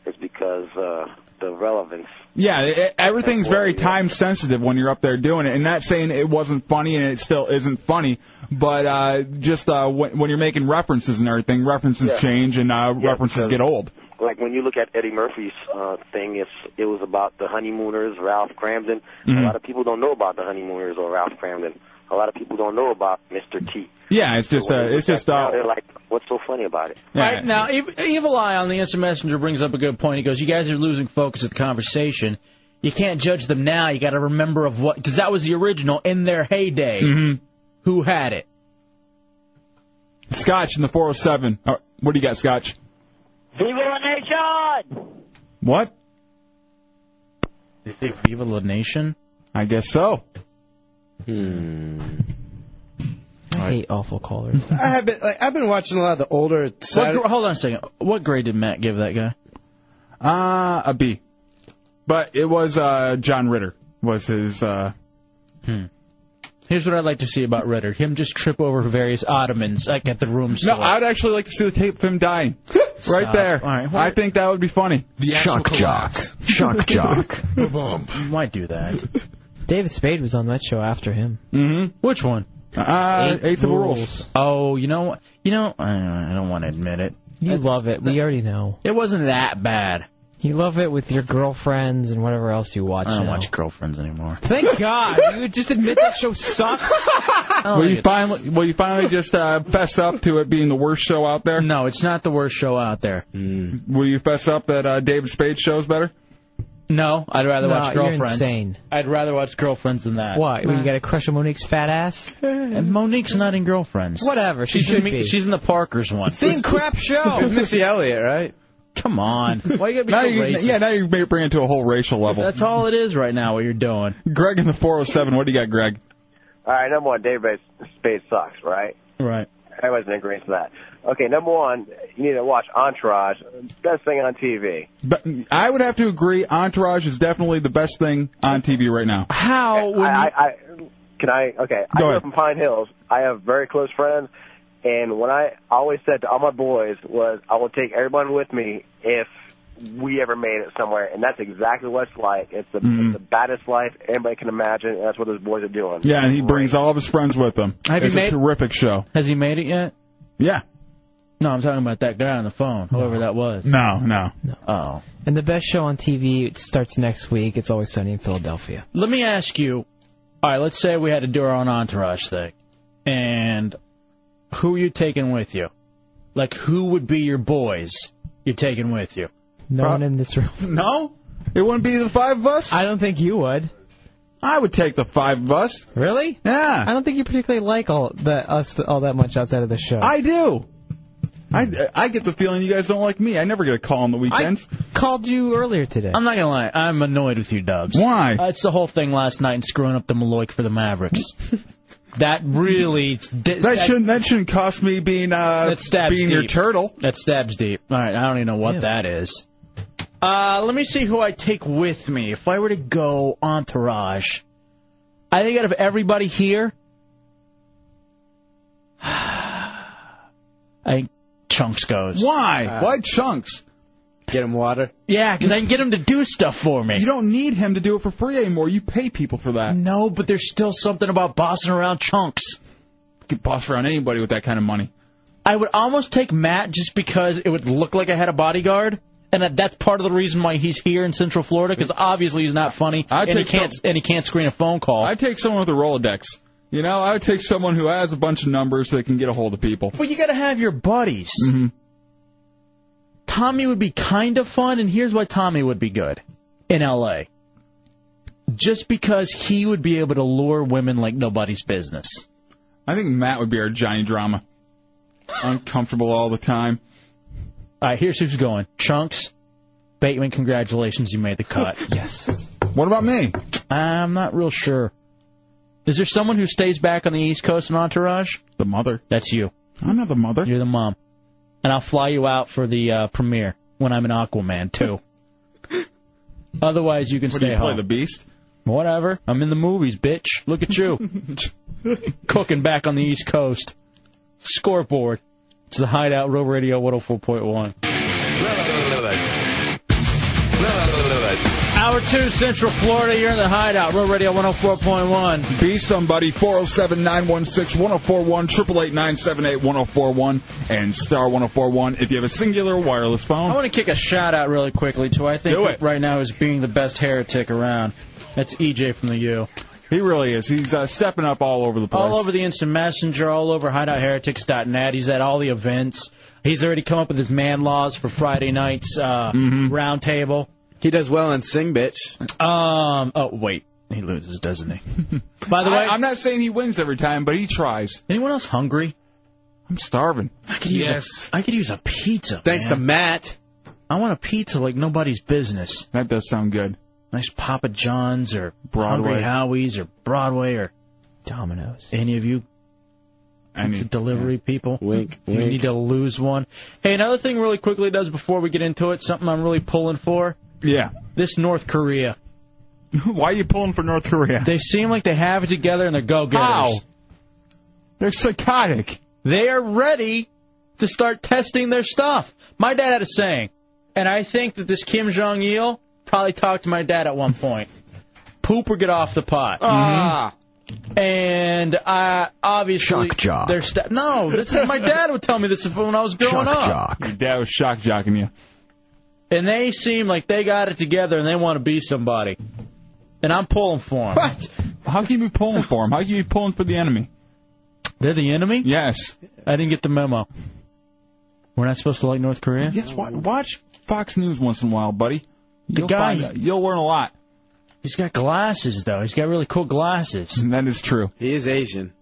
Speaker 19: is because uh, the relevance.
Speaker 4: Yeah, it- it, everything's very time sensitive when you're up there doing it. And not saying it wasn't funny and it still isn't funny, but uh, just uh, when, when you're making references and everything, references
Speaker 19: Yeah.
Speaker 4: change and uh,
Speaker 19: Yeah,
Speaker 4: references
Speaker 19: because-
Speaker 4: get old.
Speaker 19: Like when you look at Eddie Murphy's uh, thing, it's it was about the honeymooners, Ralph Cramden.
Speaker 4: Mhm.
Speaker 19: A lot of people don't know about the honeymooners or Ralph Cramden. A lot of people don't know about Mr. T.
Speaker 4: Yeah, it's just uh, it's just
Speaker 19: Now
Speaker 4: uh,
Speaker 19: they're like, what's so funny about it?
Speaker 3: Right now, Ev- Evil Eye on the instant messenger brings up a good point. He goes, "You guys are losing focus of the conversation. You can't judge them now. You got to remember of what because that was the original in their heyday.
Speaker 4: Mm-hmm.
Speaker 3: Who had it?
Speaker 4: Scotch in the 407. Uh, what do you got, Scotch?
Speaker 20: Viva la nation!
Speaker 4: What?
Speaker 3: They say Viva La Nation.
Speaker 4: I guess so.
Speaker 10: Hmm.
Speaker 7: I hate awful callers.
Speaker 10: I have been like I've been watching a lot of the older.
Speaker 3: What,
Speaker 10: Saturday-
Speaker 3: gr- hold on a second. What grade did Matt give that guy?
Speaker 4: Uh, a B. But it was uh, John Ritter was his. Uh,
Speaker 3: Hmm. Here's what I'd like to see about Ritter: him just trip over various ottomans like at the room
Speaker 4: no,
Speaker 3: store.
Speaker 4: I would actually like to see the tape of him dying. right
Speaker 3: Stop.
Speaker 4: there.
Speaker 3: All right, well-
Speaker 4: I think that would be funny.
Speaker 3: The actual Shock
Speaker 4: jock. Shock jock.
Speaker 3: Why do that?
Speaker 7: David Spade was on that show after him.
Speaker 4: Mm-hmm.
Speaker 3: Which one?
Speaker 4: Uh,
Speaker 7: Eight Eighth of Rules. Rules.
Speaker 3: Oh, you know, what? you know, I don't- I don't want to admit it.
Speaker 7: You love it. We already know.
Speaker 3: It wasn't that bad.
Speaker 7: You love it with your girlfriends and whatever else you watch.
Speaker 3: I don't
Speaker 7: now.
Speaker 3: watch girlfriends anymore.
Speaker 7: Thank God. you just admit that show sucks.
Speaker 3: Oh
Speaker 4: Will you finally? Will you finally just uh, fess up to it being the worst show out there? Mm.
Speaker 3: No, it's not the worst show out there.
Speaker 4: Will you fess up that uh, David Spade show's better?
Speaker 3: No, I'd rather
Speaker 7: No,
Speaker 3: watch
Speaker 7: you're
Speaker 3: girlfriends.
Speaker 7: insane.
Speaker 3: I'd rather watch girlfriends than that.
Speaker 7: What? You got a crush on Monique's fat ass?
Speaker 3: And Monique's not in girlfriends.
Speaker 7: Whatever. She, should
Speaker 3: in,
Speaker 7: be.
Speaker 3: She's in the Parkers one.
Speaker 7: Same crap show.
Speaker 10: It's Missy Elliott, right?
Speaker 3: Come on. Why you gotta be
Speaker 4: Now
Speaker 3: so
Speaker 4: you,
Speaker 3: racist?
Speaker 4: yeah, now you may bring it to a whole racial level.
Speaker 3: That's all it is right now. What you're doing.
Speaker 4: Greg in the 407. What do you got, Greg?
Speaker 18: All right, number one, David Spade sucks, right?
Speaker 3: Right.
Speaker 18: Everybody's in agreement to that. Okay, number one, you need to watch Entourage. Best thing on TV.
Speaker 4: But I would have to agree. Entourage is definitely the best thing on TV right now.
Speaker 3: How?
Speaker 18: I, I, I can I? Okay, I
Speaker 4: Go
Speaker 18: grew
Speaker 4: ahead.
Speaker 18: up in Pine Hills. I have very close friends, and what I always said to all my boys was, I will take everyone with me if we ever made it somewhere, and that's exactly what it's like. It's the,
Speaker 4: Mhm.
Speaker 18: it's the baddest life anybody can imagine, and that's what those boys are doing.
Speaker 4: Yeah, and he brings all of his friends with him.
Speaker 3: Have you
Speaker 4: it's a
Speaker 3: made-
Speaker 4: terrific show.
Speaker 3: Has he made it yet?
Speaker 4: Yeah.
Speaker 3: No, I'm talking about that guy on the phone, whoever that was.
Speaker 4: No, no.
Speaker 3: Oh.
Speaker 7: And the best show on TV starts next week. It's always sunny in Philadelphia.
Speaker 3: Let me ask you. All right, let's say we had to do our own entourage thing, and who are you taking with you? Like, who would be your boys you're taking with you?
Speaker 7: No one in this room.
Speaker 4: No, it wouldn't be the five of us.
Speaker 7: I don't think you would.
Speaker 4: I would take the five of us.
Speaker 7: Really?
Speaker 4: Yeah.
Speaker 7: I don't think you particularly like all the us all that much outside of the show.
Speaker 4: I do. I, I get the feeling you guys don't like me. I never get a call on the weekends.
Speaker 7: called you earlier today.
Speaker 3: I'm not gonna lie, I'm annoyed with you, Dubs.
Speaker 4: Why?
Speaker 3: Uh, it's the whole thing last night and screwing up the Maloik for the Mavericks. that really di-
Speaker 4: that shouldn't that shouldn't cost me being uh
Speaker 3: that stabs
Speaker 4: being
Speaker 3: deep.
Speaker 4: your turtle.
Speaker 3: That stabs deep. All right, I don't even know what that is. Uh, let me see who I take with me. If I were to go entourage, I think out of everybody here, I think Chunks goes.
Speaker 4: Why? Why chunks?
Speaker 10: Uh, Get him water.
Speaker 3: Yeah, because I can get him to do stuff for me.
Speaker 4: You don't need him to do it for free anymore. You pay people for that.
Speaker 3: No, but there's still something about bossing around chunks.
Speaker 4: You could boss around anybody with that kind of money.
Speaker 3: I would almost take Matt just because it would look like I had a bodyguard, and that, that's part of the reason why he's here in Central Florida. Because obviously he's not funny,
Speaker 4: I'd
Speaker 3: and he
Speaker 4: take some-
Speaker 3: can't and he can't screen a phone call.
Speaker 4: I'd take someone with a Rolodex. You know, I would take someone who has a bunch of numbers that can get a hold of people.
Speaker 3: But you got to have your buddies.
Speaker 4: Mm-hmm.
Speaker 3: Tommy would be kind of fun, and here's why Tommy would be good in L.A. Just because he would be able to lure women like nobody's business.
Speaker 4: I think Matt would be our Johnny Drama. Uncomfortable all the time.
Speaker 3: All right, here's who's going. Chunks, Bateman. Congratulations, you made the cut.
Speaker 4: yes. What about me?
Speaker 3: I'm not real sure. Is there someone who stays back on the East Coast in Entourage?
Speaker 4: The mother.
Speaker 3: That's you.
Speaker 4: I'm not the mother.
Speaker 3: You're the mom. And I'll fly you out for the uh, premiere when I'm in Aquaman too. Otherwise, you can
Speaker 4: What, do
Speaker 3: stay
Speaker 4: you play
Speaker 3: home.
Speaker 4: the Beast?
Speaker 3: Whatever. I'm in the movies, bitch. Look at you. Cooking back on the East Coast. Scoreboard. It's the Hideout Row Radio 104.1. Hour 2, Central Florida. You're in the Hideout. Road Radio 104.1.
Speaker 4: Be somebody, 407 916 1041, 888 978 1041, and star 1041 if you have a singular wireless phone.
Speaker 3: I want to kick a shout out really quickly to who I think
Speaker 4: Do it.
Speaker 3: right now is being the best heretic around. That's EJ from the U.
Speaker 4: He really is. He's uh, stepping up all over the place.
Speaker 3: All over the instant messenger, all over hideoutheretics.net. He's at all the events. He's already come up with his man laws for Friday night's uh, round table.
Speaker 10: Mm-hmm. He does well in Sing Bitch.
Speaker 3: Um. Oh wait, he loses, doesn't he? By the way,
Speaker 4: I, am not saying he wins every time, but he tries.
Speaker 3: Anyone else hungry?
Speaker 4: I'm starving.
Speaker 3: I could use a, I could use a pizza.
Speaker 4: Thanks
Speaker 3: man.
Speaker 4: to
Speaker 10: Matt.
Speaker 3: I want a pizza like nobody's business.
Speaker 4: That does sound good.
Speaker 3: Nice Papa John's or
Speaker 4: Broadway.
Speaker 3: Hungry Howie's or Broadway or Domino's. Any of you pizza delivery people?
Speaker 10: Wink,
Speaker 3: You
Speaker 10: wink.
Speaker 3: need to lose one. Hey, another thing really quickly does before we get into it, something I'm really pulling for.
Speaker 4: Yeah.
Speaker 3: This North Korea.
Speaker 4: Why are you pulling for North Korea?
Speaker 3: They seem like they have it together and they're go-getters.
Speaker 4: How? They're psychotic.
Speaker 3: They are ready to start testing their stuff. My dad had a saying, and I think that this Kim Jong Il probably talked to my dad at one point. Poop or get off the pot. Mm-hmm.
Speaker 10: Ah.
Speaker 3: And I obviously
Speaker 4: Shock jock.
Speaker 3: Their st- no, this is my dad would tell me this when I was growing up.
Speaker 4: Your dad was shock jocking you.
Speaker 3: And they seem like they got it together and they want to be somebody. And I'm pulling for them.
Speaker 10: What?
Speaker 4: How can you be pulling for him? How can you be pulling for the enemy?
Speaker 3: They're the enemy?
Speaker 4: Yes.
Speaker 3: I didn't get the memo. We're not supposed to like North Korea?
Speaker 4: Yes, wa- watch Fox News once in a while, Oh, buddy.
Speaker 3: The
Speaker 4: You'll
Speaker 3: guy-
Speaker 4: find out- you'll learn a lot.
Speaker 3: He's got glasses, though. He's got really cool glasses.
Speaker 4: That is true.
Speaker 10: He is Asian.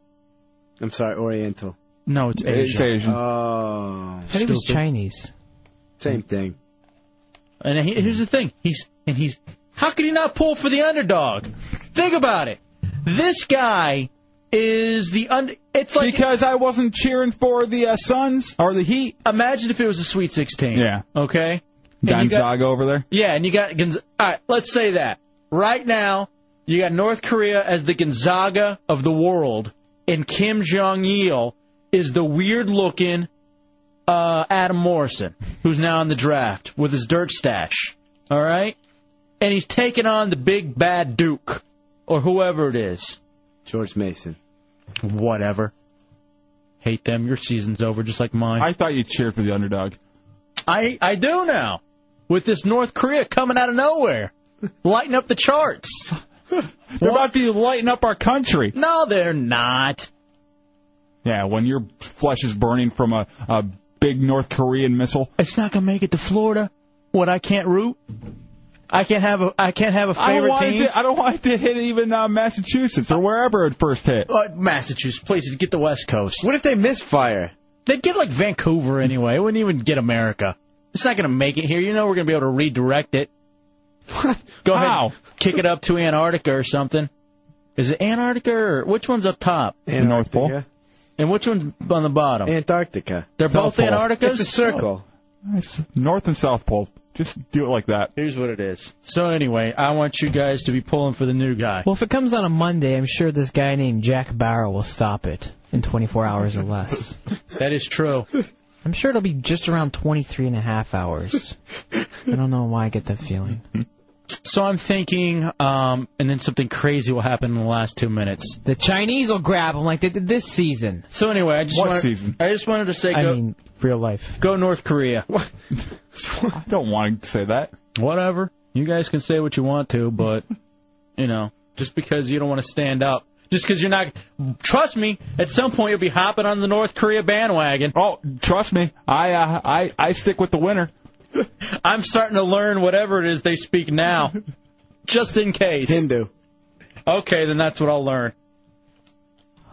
Speaker 10: I'm sorry, Oriental.
Speaker 3: No, it's Asian.
Speaker 10: Oh.
Speaker 7: I thought he was
Speaker 10: stupid.
Speaker 7: Chinese.
Speaker 10: Same thing.
Speaker 3: And he, here's the thing. He's and he's. How could he not pull for the underdog? Think about it. This guy is the under. It's like
Speaker 4: Because I wasn't cheering for the uh, Suns or the Heat.
Speaker 3: imagine if it was a Sweet 16.
Speaker 4: Yeah.
Speaker 3: Okay. And you got-
Speaker 4: Gonzaga over there.
Speaker 3: Yeah, and you got Gonz- all right. Let's say that right now you got North Korea as the Gonzaga of the world, and Kim Jong Il is the weird-looking uh, Adam Morrison, who's now in the draft with his dirt stash. All right, and he's taking on the big bad Duke or whoever it is.
Speaker 10: George Mason.
Speaker 3: Whatever. Hate them. Your season's over, just like mine.
Speaker 4: I thought you cheered for the underdog.
Speaker 3: I I do now. With this North Korea coming out of nowhere, lighting up the charts.
Speaker 4: They're about to lighten up our country.
Speaker 3: No, they're not.
Speaker 4: Yeah, when your flesh is burning from a, a big North Korean missile.
Speaker 3: It's not gonna make it to Florida. What I can't root. I can't have a I can't have a
Speaker 4: I don't,
Speaker 3: favorite
Speaker 4: want it
Speaker 3: team.
Speaker 4: to, I don't want it to hit even uh, Massachusetts or wherever it first hit.
Speaker 3: Uh, Massachusetts, please get the West Coast.
Speaker 10: What if they misfire?
Speaker 3: They'd get like Vancouver anyway. It wouldn't even get America. It's not gonna make it here. You know we're gonna be able to redirect it. Go ahead,
Speaker 4: How?
Speaker 3: kick it up to Antarctica or something. Is it Antarctica or which one's up top?
Speaker 4: The North Pole.
Speaker 10: Antarctica.
Speaker 3: And which one's on the bottom?
Speaker 10: Antarctica.
Speaker 3: They're both
Speaker 4: South Pole.
Speaker 3: Antarctica's?
Speaker 10: It's a circle.
Speaker 4: Oh. It's North and South Pole. Just do it like that.
Speaker 3: Here's what it is. So anyway, I want you guys to be pulling for the new guy.
Speaker 7: Well, if it comes on a Monday, I'm sure this guy named Jack Barrow will stop it in 24 hours or less.
Speaker 3: That is true.
Speaker 7: I'm sure it'll be just around 23 and a half hours. I don't know why I get that feeling.
Speaker 3: So I'm thinking, um, and then something crazy will happen in the last two minutes.
Speaker 7: The Chinese will grab them like they did this season.
Speaker 3: So anyway, I just
Speaker 7: What
Speaker 3: wanted,
Speaker 7: season?
Speaker 3: I just wanted to say,
Speaker 7: I
Speaker 3: go,
Speaker 7: mean, real life.
Speaker 3: go North Korea.
Speaker 4: I don't want to say that.
Speaker 3: Whatever. You guys can say what you want to, but you know, just because you don't want to stand up, just because you're not. Trust me, at some point you'll be hopping on the North Korea bandwagon.
Speaker 4: Oh, trust me, I uh, I I stick with the winner.
Speaker 3: I'm starting to learn whatever it is they speak now, just in case.
Speaker 10: Hindu.
Speaker 3: Okay, then that's what I'll learn.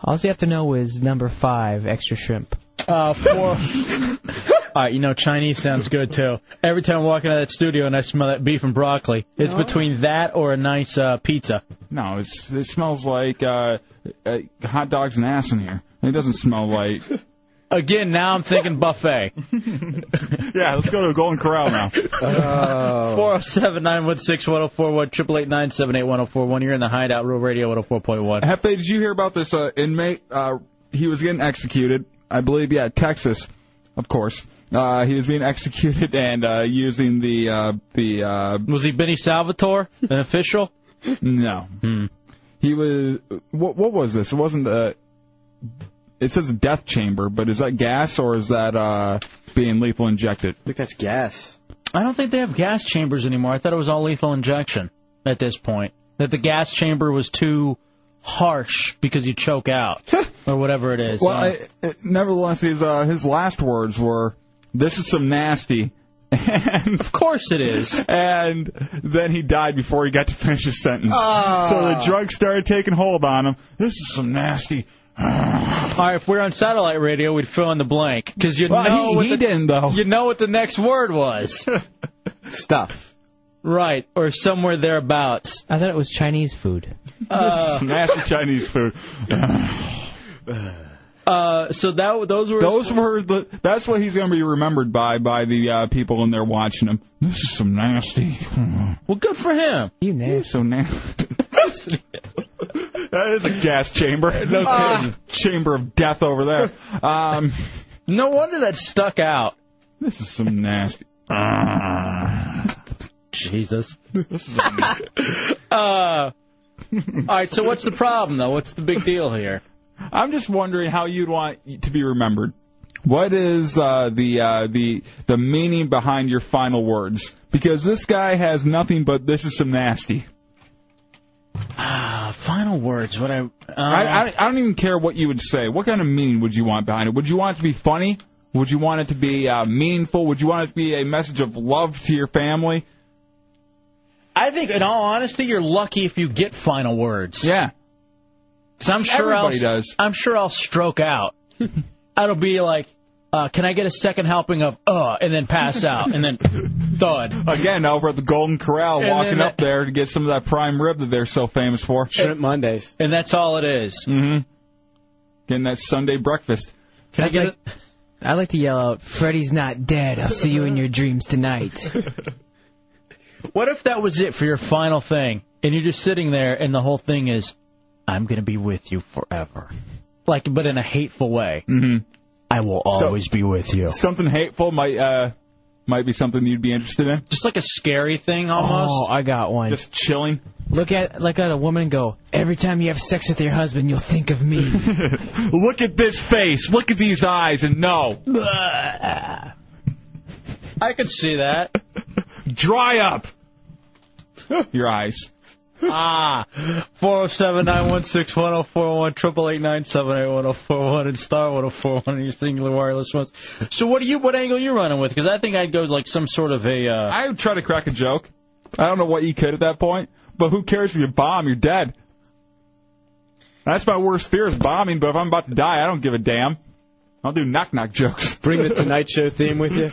Speaker 7: All you have to know is number five, extra shrimp.
Speaker 3: Uh, four. All right, you know Chinese sounds good too. Every time I walk into that studio and I smell that beef and broccoli, it's
Speaker 4: No.
Speaker 3: between that or a nice uh, pizza.
Speaker 4: No, it's it smells like uh, uh, hot dogs and ass in here. It doesn't smell like.
Speaker 3: Again, now I'm thinking buffet.
Speaker 4: yeah, let's go to the Golden Corral now. Oh.
Speaker 10: Oh.
Speaker 3: Four zero seven nine one six one zero four one triple eight nine seven eight one zero four one. You're in the Hideout Real Radio one zero four point one.
Speaker 4: Hefe, did you hear about this uh, inmate? Uh, he was getting executed, I believe. Yeah, Texas, of course. Uh, he was being executed and uh, using the uh, the. Uh,
Speaker 3: was he Benny Salvatore, an official?
Speaker 4: No. He was. What, what was this? It wasn't the. It says death chamber, but is that gas or is that uh, being lethal injected? I
Speaker 10: think that's gas.
Speaker 3: I don't think they have gas chambers anymore. I thought it was all lethal injection at this point. That the gas chamber was too harsh because you choke out or whatever it is. Uh,
Speaker 4: Well, I, I- nevertheless, his uh, his last words were, "This is some nasty." And
Speaker 3: of course it is.
Speaker 4: And then he died before he got to finish his sentence.
Speaker 3: Ah.
Speaker 4: So the drug started taking hold on him. This is some nasty.
Speaker 3: All right, if we're on satellite radio, we'd fill in the blank because you
Speaker 4: Well,
Speaker 3: know
Speaker 4: he-
Speaker 3: what
Speaker 4: he
Speaker 3: the,
Speaker 4: didn't, though.
Speaker 3: You know what the next word was.
Speaker 10: Stuff.
Speaker 3: Right, or somewhere thereabouts.
Speaker 7: I thought it was Chinese food.
Speaker 3: Uh,
Speaker 4: This is nasty Chinese food.
Speaker 3: uh, so that those were
Speaker 4: Those were the. That's what he's going to be remembered by by the uh, people in there watching him. This is some nasty.
Speaker 3: Well, good for him.
Speaker 7: You nasty.
Speaker 4: So nasty. that is a gas chamber.
Speaker 3: No
Speaker 4: Ah.
Speaker 3: kidding.
Speaker 4: chamber of death over there. Um,
Speaker 3: no wonder that stuck out. Uh,
Speaker 4: This is some nasty.
Speaker 3: Jesus. uh, all right, so what's the problem though? What's the big deal here?
Speaker 4: I'm just wondering how you'd want to be remembered. What is uh, the uh, the the meaning behind your final words? Because this guy has nothing but this is some nasty.
Speaker 3: Uh, final words. What I, uh,
Speaker 4: I, I I don't even care what you would say. What kind of meaning would you want behind it? Would you want it to be funny? Would you want it to be uh, meaningful? Would you want it to be a message of love to your family?
Speaker 3: I think, in all honesty, you're lucky if you get final words.
Speaker 4: Yeah.
Speaker 3: Because I'm sure
Speaker 4: Everybody
Speaker 3: I'll,
Speaker 4: does.
Speaker 3: I'm sure I'll stroke out. It'll be like, uh, can I get a second helping of uh, and then pass out and then thud.
Speaker 4: Again, over at the Golden Corral,
Speaker 3: And
Speaker 4: walking
Speaker 3: then
Speaker 4: up there to get some of that prime rib that they're so famous for.
Speaker 10: Shrimp Mondays.
Speaker 3: And that's all it is.
Speaker 4: Mm-hmm. Getting that Sunday breakfast.
Speaker 3: Can I get it?
Speaker 7: I like to yell out, "Freddy's not dead. I'll see you in your dreams tonight."
Speaker 3: What if that was it for your final thing, and you're just sitting there, and the whole thing is, I'm going to be with you forever, like, but in a hateful way.
Speaker 4: Mm-hmm.
Speaker 3: I will always be with you.
Speaker 4: Something hateful might uh might be something you'd be interested in.
Speaker 3: Just like a scary thing,
Speaker 7: Oh,
Speaker 3: almost.
Speaker 7: I got one.
Speaker 4: Just chilling.
Speaker 7: Look at look at a woman and go. Every time you have sex with your husband, you'll think of me.
Speaker 4: Look at this face. Look at these eyes, and no,
Speaker 3: I could see that.
Speaker 4: dry up your eyes.
Speaker 3: ah, four zero seven nine one six one zero four one triple eight nine seven eight one zero four one and star one zero four one. Your singular wireless ones. So what do you? What angle you running with? Because I think I'd go like some sort of a. Uh,
Speaker 4: I would try to crack a joke. I don't know what you could at that point, but who cares if you bomb? You're dead. That's my worst fear is bombing. But if I'm about to die, I don't give a damn. I'll do knock knock jokes.
Speaker 10: Bring the Tonight Show theme with you.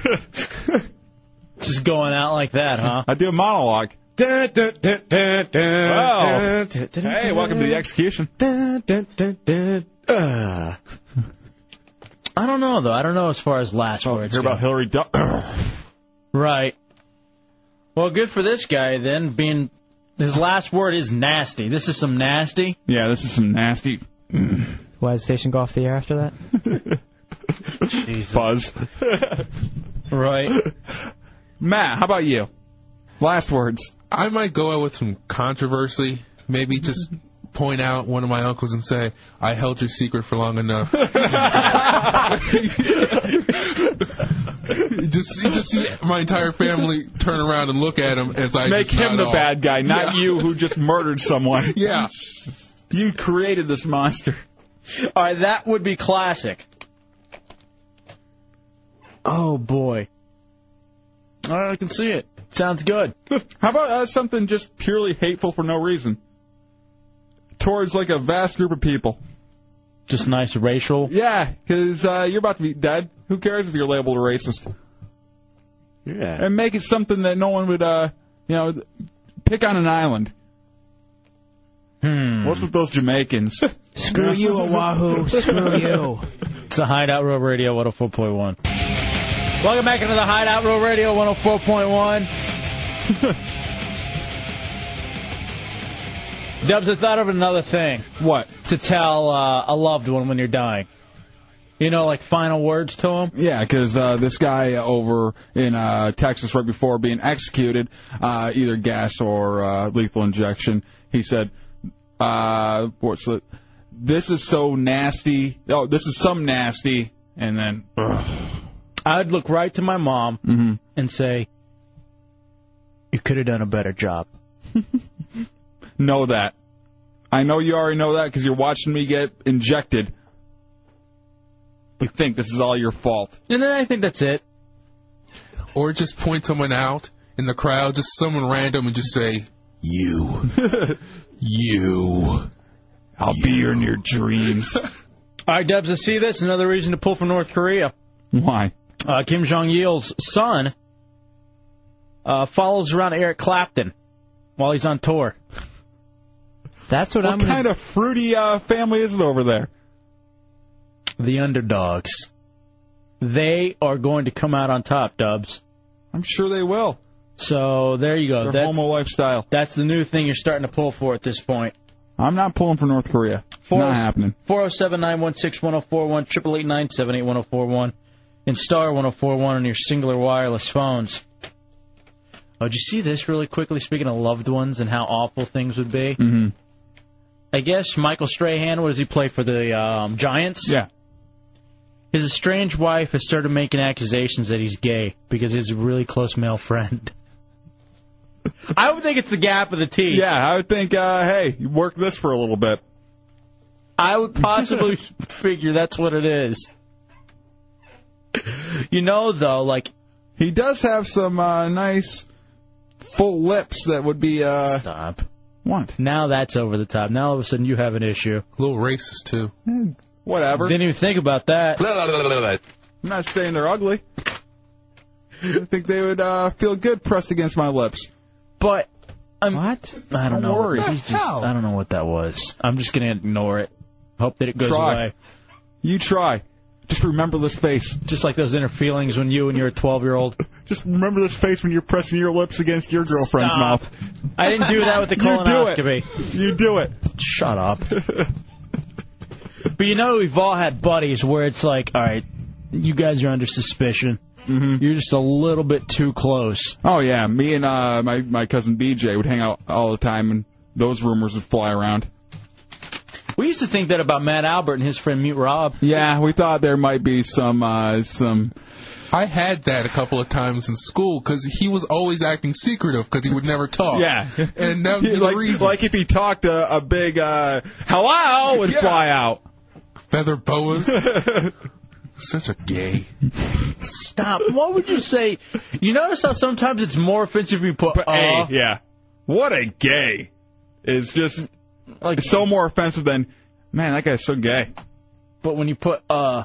Speaker 3: just going out like that, huh?
Speaker 4: I do a monologue.
Speaker 10: Dun, dun, dun, dun, dun,
Speaker 4: Wow.
Speaker 10: dun, dun, dun,
Speaker 4: Hey, welcome to the execution.
Speaker 10: dun, dun, dun, dun. Ah.
Speaker 3: I don't know though. I don't know as far as last words.
Speaker 4: Oh, Hear
Speaker 3: go.
Speaker 4: about Hillary? Duff?
Speaker 3: Right. Well, good for this guy then. Being his last word is nasty. This is some nasty.
Speaker 4: yeah, this is some nasty.
Speaker 7: Why does station go off the air after that?
Speaker 4: Buzz.
Speaker 3: right.
Speaker 4: Matt, how about you? Last words.
Speaker 12: I might go out with some controversy. Maybe just point out one of my uncles and say, I held your secret for long enough. You just, you just see my entire family turn around and look at him as I
Speaker 4: Make
Speaker 12: just
Speaker 4: him
Speaker 12: nod
Speaker 4: the
Speaker 12: off.
Speaker 4: bad guy, not
Speaker 12: Yeah.
Speaker 4: you who just murdered someone.
Speaker 12: Yeah.
Speaker 4: You created this monster.
Speaker 3: All right, that would be classic. Oh boy. All right, I can see it. Sounds good.
Speaker 4: How about uh, something just purely hateful for no reason? Towards like a vast group of people.
Speaker 3: Just nice racial.
Speaker 4: Yeah, because uh, you're about to be dead. Who cares if you're labeled a racist?
Speaker 10: Yeah.
Speaker 4: And make it something that no one would, uh, you know, pick on an island.
Speaker 3: Hmm.
Speaker 4: What's with those Jamaicans?
Speaker 3: Screw you, Oahu. Screw you. It's a Hideout Row Radio 104.1. Welcome back into the Hideout Row Radio 104.1. Dubs, I thought of another thing.
Speaker 4: What?
Speaker 3: To tell uh, a loved one when you're dying. You know, like final words to him?
Speaker 4: Yeah, because uh, this guy over in uh, Texas, right before being executed, uh, either gas or uh, lethal injection, he said, uh, what's the, "This is so nasty. Oh, this is some nasty." And then, ugh.
Speaker 3: I'd look right to my mom
Speaker 4: Mm-hmm.
Speaker 3: and say, You could have done a better job.
Speaker 4: know that. I know you already know that because you're watching me get injected. You think this is all your fault?
Speaker 3: And then I think that's it.
Speaker 12: Or just point someone out in the crowd, just someone random, and just say, You. you.
Speaker 4: I'll be here in your dreams.
Speaker 3: All right, Dubs, I see this. Another reason to pull for North Korea.
Speaker 4: Why?
Speaker 3: Uh, Kim Jong Il's son uh, follows around Eric Clapton while he's on tour.
Speaker 7: That's what,
Speaker 4: what
Speaker 7: I'm gonna
Speaker 4: kind of fruity uh, family is it over there?
Speaker 3: The underdogs. They are going to come out on top, Dubs.
Speaker 4: I'm sure they will.
Speaker 3: So there you go.
Speaker 4: Their
Speaker 3: that's,
Speaker 4: homo lifestyle.
Speaker 3: That's the new thing you're starting to pull for at this point.
Speaker 4: I'm not pulling for North Korea.
Speaker 3: Four-
Speaker 4: Not happening.
Speaker 3: 407 916 1041, 888 978 1041, and star 1041 on your singular wireless phones. Oh, did you see this really quickly? Speaking of loved ones and how awful things would be.
Speaker 4: Mm-hmm.
Speaker 3: I guess Michael Strahan, what does he play for the um, Giants?
Speaker 4: Yeah.
Speaker 3: His estranged wife has started making accusations that he's gay because he's a really close male friend. I would think it's the gap of the T.
Speaker 4: Yeah, I would think, uh, hey, you work this for a little bit.
Speaker 3: I would possibly figure that's what it is. You know, though, like
Speaker 4: He does have some uh, nice full lips that would be. Uh,
Speaker 3: Stop.
Speaker 4: What?
Speaker 3: Now that's over the top. Now all of a sudden you have an issue.
Speaker 12: A little racist, too.
Speaker 4: Whatever.
Speaker 3: Didn't even think about that.
Speaker 4: I'm not saying they're ugly. I think they would uh, feel good pressed against my lips.
Speaker 3: But um, I'm,
Speaker 7: what?
Speaker 3: I
Speaker 4: Don't
Speaker 3: don't know.
Speaker 4: worry.
Speaker 3: He's just-
Speaker 4: Hell.
Speaker 3: I don't know what that was. I'm just gonna ignore it. Hope that it goes
Speaker 4: Try.
Speaker 3: away.
Speaker 4: You try. Just remember this face.
Speaker 3: Just like those inner feelings when you and your 12 year old.
Speaker 4: Just remember this face when you're pressing your lips against your girlfriend's
Speaker 3: Stop.
Speaker 4: mouth.
Speaker 3: I didn't do that with the
Speaker 4: You do it.
Speaker 3: colonoscopy.
Speaker 4: You do it.
Speaker 3: Shut up. but you know, we've all had buddies where it's like, all right, you guys are under suspicion.
Speaker 4: Mm-hmm.
Speaker 3: You're just a little bit too close.
Speaker 4: Oh yeah, me and uh, my my cousin BJ would hang out all the time, and those rumors would fly around.
Speaker 3: We used to think that about Matt Albert and his friend Mute Rob.
Speaker 4: Yeah, we thought there might be some uh, some.
Speaker 12: I had that a couple of times in school because he was always acting secretive because he would never talk.
Speaker 4: Yeah,
Speaker 12: And that was the
Speaker 4: Oh. like
Speaker 12: reason.
Speaker 4: like if he talked a, a big uh, hello would
Speaker 12: Yeah.
Speaker 4: fly out.
Speaker 12: Feather boas. Such a gay.
Speaker 3: Stop. What would you say? You notice how sometimes it's more offensive if you put uh,
Speaker 4: yeah, what a gay is just
Speaker 3: like
Speaker 4: it's so more offensive than man that guy's so gay.
Speaker 3: but when you put uh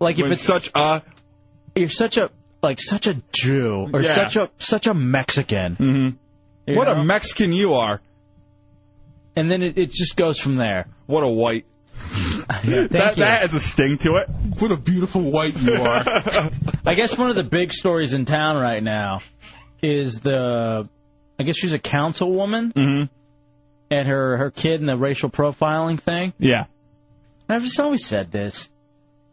Speaker 3: like if
Speaker 4: When
Speaker 3: it's
Speaker 4: such a
Speaker 3: you're such a like such a Jew "Uh," or
Speaker 4: Yeah.
Speaker 3: such a such a Mexican.
Speaker 4: Mhm.
Speaker 3: you
Speaker 12: Mm-hmm.
Speaker 4: what
Speaker 3: know?
Speaker 4: a Mexican you are.
Speaker 3: and then it, it just goes from there.
Speaker 4: What a white.
Speaker 7: Thank
Speaker 4: that
Speaker 7: you.
Speaker 4: that has a sting to it.
Speaker 12: What a beautiful white you are.
Speaker 3: I guess one of the big stories in town right now is the I guess she's a councilwoman
Speaker 12: Mm-hmm.
Speaker 4: Mhm.
Speaker 3: and her her kid and the racial profiling thing.
Speaker 4: Yeah.
Speaker 3: And I've just always said this.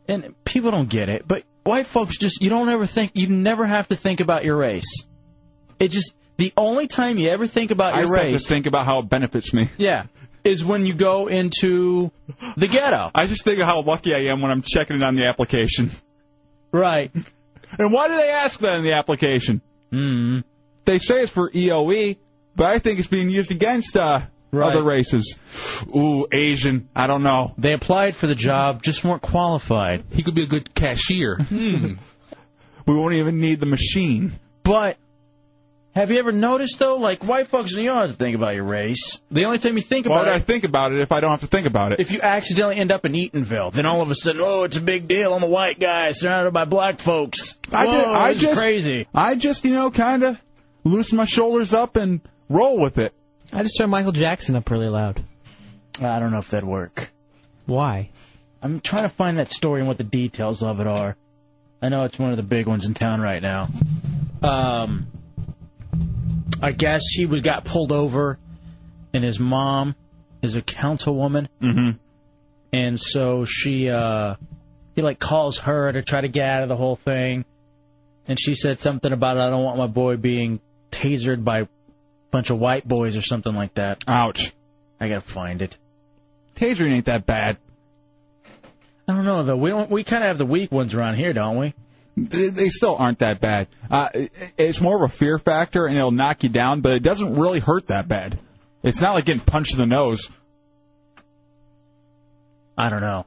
Speaker 3: and people don't get it, but white folks just you don't ever think you never have to think about your race. It just the only time you ever think about
Speaker 4: I
Speaker 3: your
Speaker 4: just have to
Speaker 3: race,
Speaker 4: think about how it benefits me.
Speaker 3: yeah, is when you go into the ghetto.
Speaker 4: I just think of how lucky I am when I'm checking it on the application.
Speaker 3: Right.
Speaker 4: And why do they ask that in the application?
Speaker 3: Mm.
Speaker 4: They say it's for EOE, but I think it's being used against uh, other races. Ooh, Asian. I don't know.
Speaker 3: They applied for the job, just weren't qualified.
Speaker 4: He could be a good cashier.
Speaker 3: Hmm.
Speaker 4: we won't even need the machine.
Speaker 3: But have you ever noticed though, like white folks, you don't have to think about your race. The only time you think
Speaker 4: Why
Speaker 3: about
Speaker 4: would I
Speaker 3: it,
Speaker 4: think about it if I don't have to think about it?
Speaker 3: if you accidentally end up in Eatonville, then all of a sudden, oh, it's a big deal. I'm a white guy surrounded by black folks.
Speaker 4: I,
Speaker 3: Whoa,
Speaker 4: ju- I
Speaker 3: this is
Speaker 4: just
Speaker 3: crazy.
Speaker 4: I just, you know, kind of loosen my shoulders up and roll with it.
Speaker 7: I just turned Michael Jackson up really loud.
Speaker 3: I don't know if that'd work.
Speaker 7: Why?
Speaker 3: I'm trying to find that story and what the details of it are. I know it's one of the big ones in town right now. Um, I guess he was got pulled over, and his mom is a councilwoman,
Speaker 4: mm-hmm.
Speaker 3: and so she uh, he like calls her to try to get out of the whole thing, and she said something about I don't want my boy being tasered by a bunch of white boys or something like that.
Speaker 4: Ouch!
Speaker 3: I gotta find it.
Speaker 4: Tasering ain't that bad.
Speaker 3: I don't know though. We don't, we kind of have the weak ones around here, don't we?
Speaker 4: They they still aren't that bad. Uh, it- it's more of a fear factor, and it'll knock you down, but it doesn't really hurt that bad. It's not like getting punched in the nose.
Speaker 3: I don't know.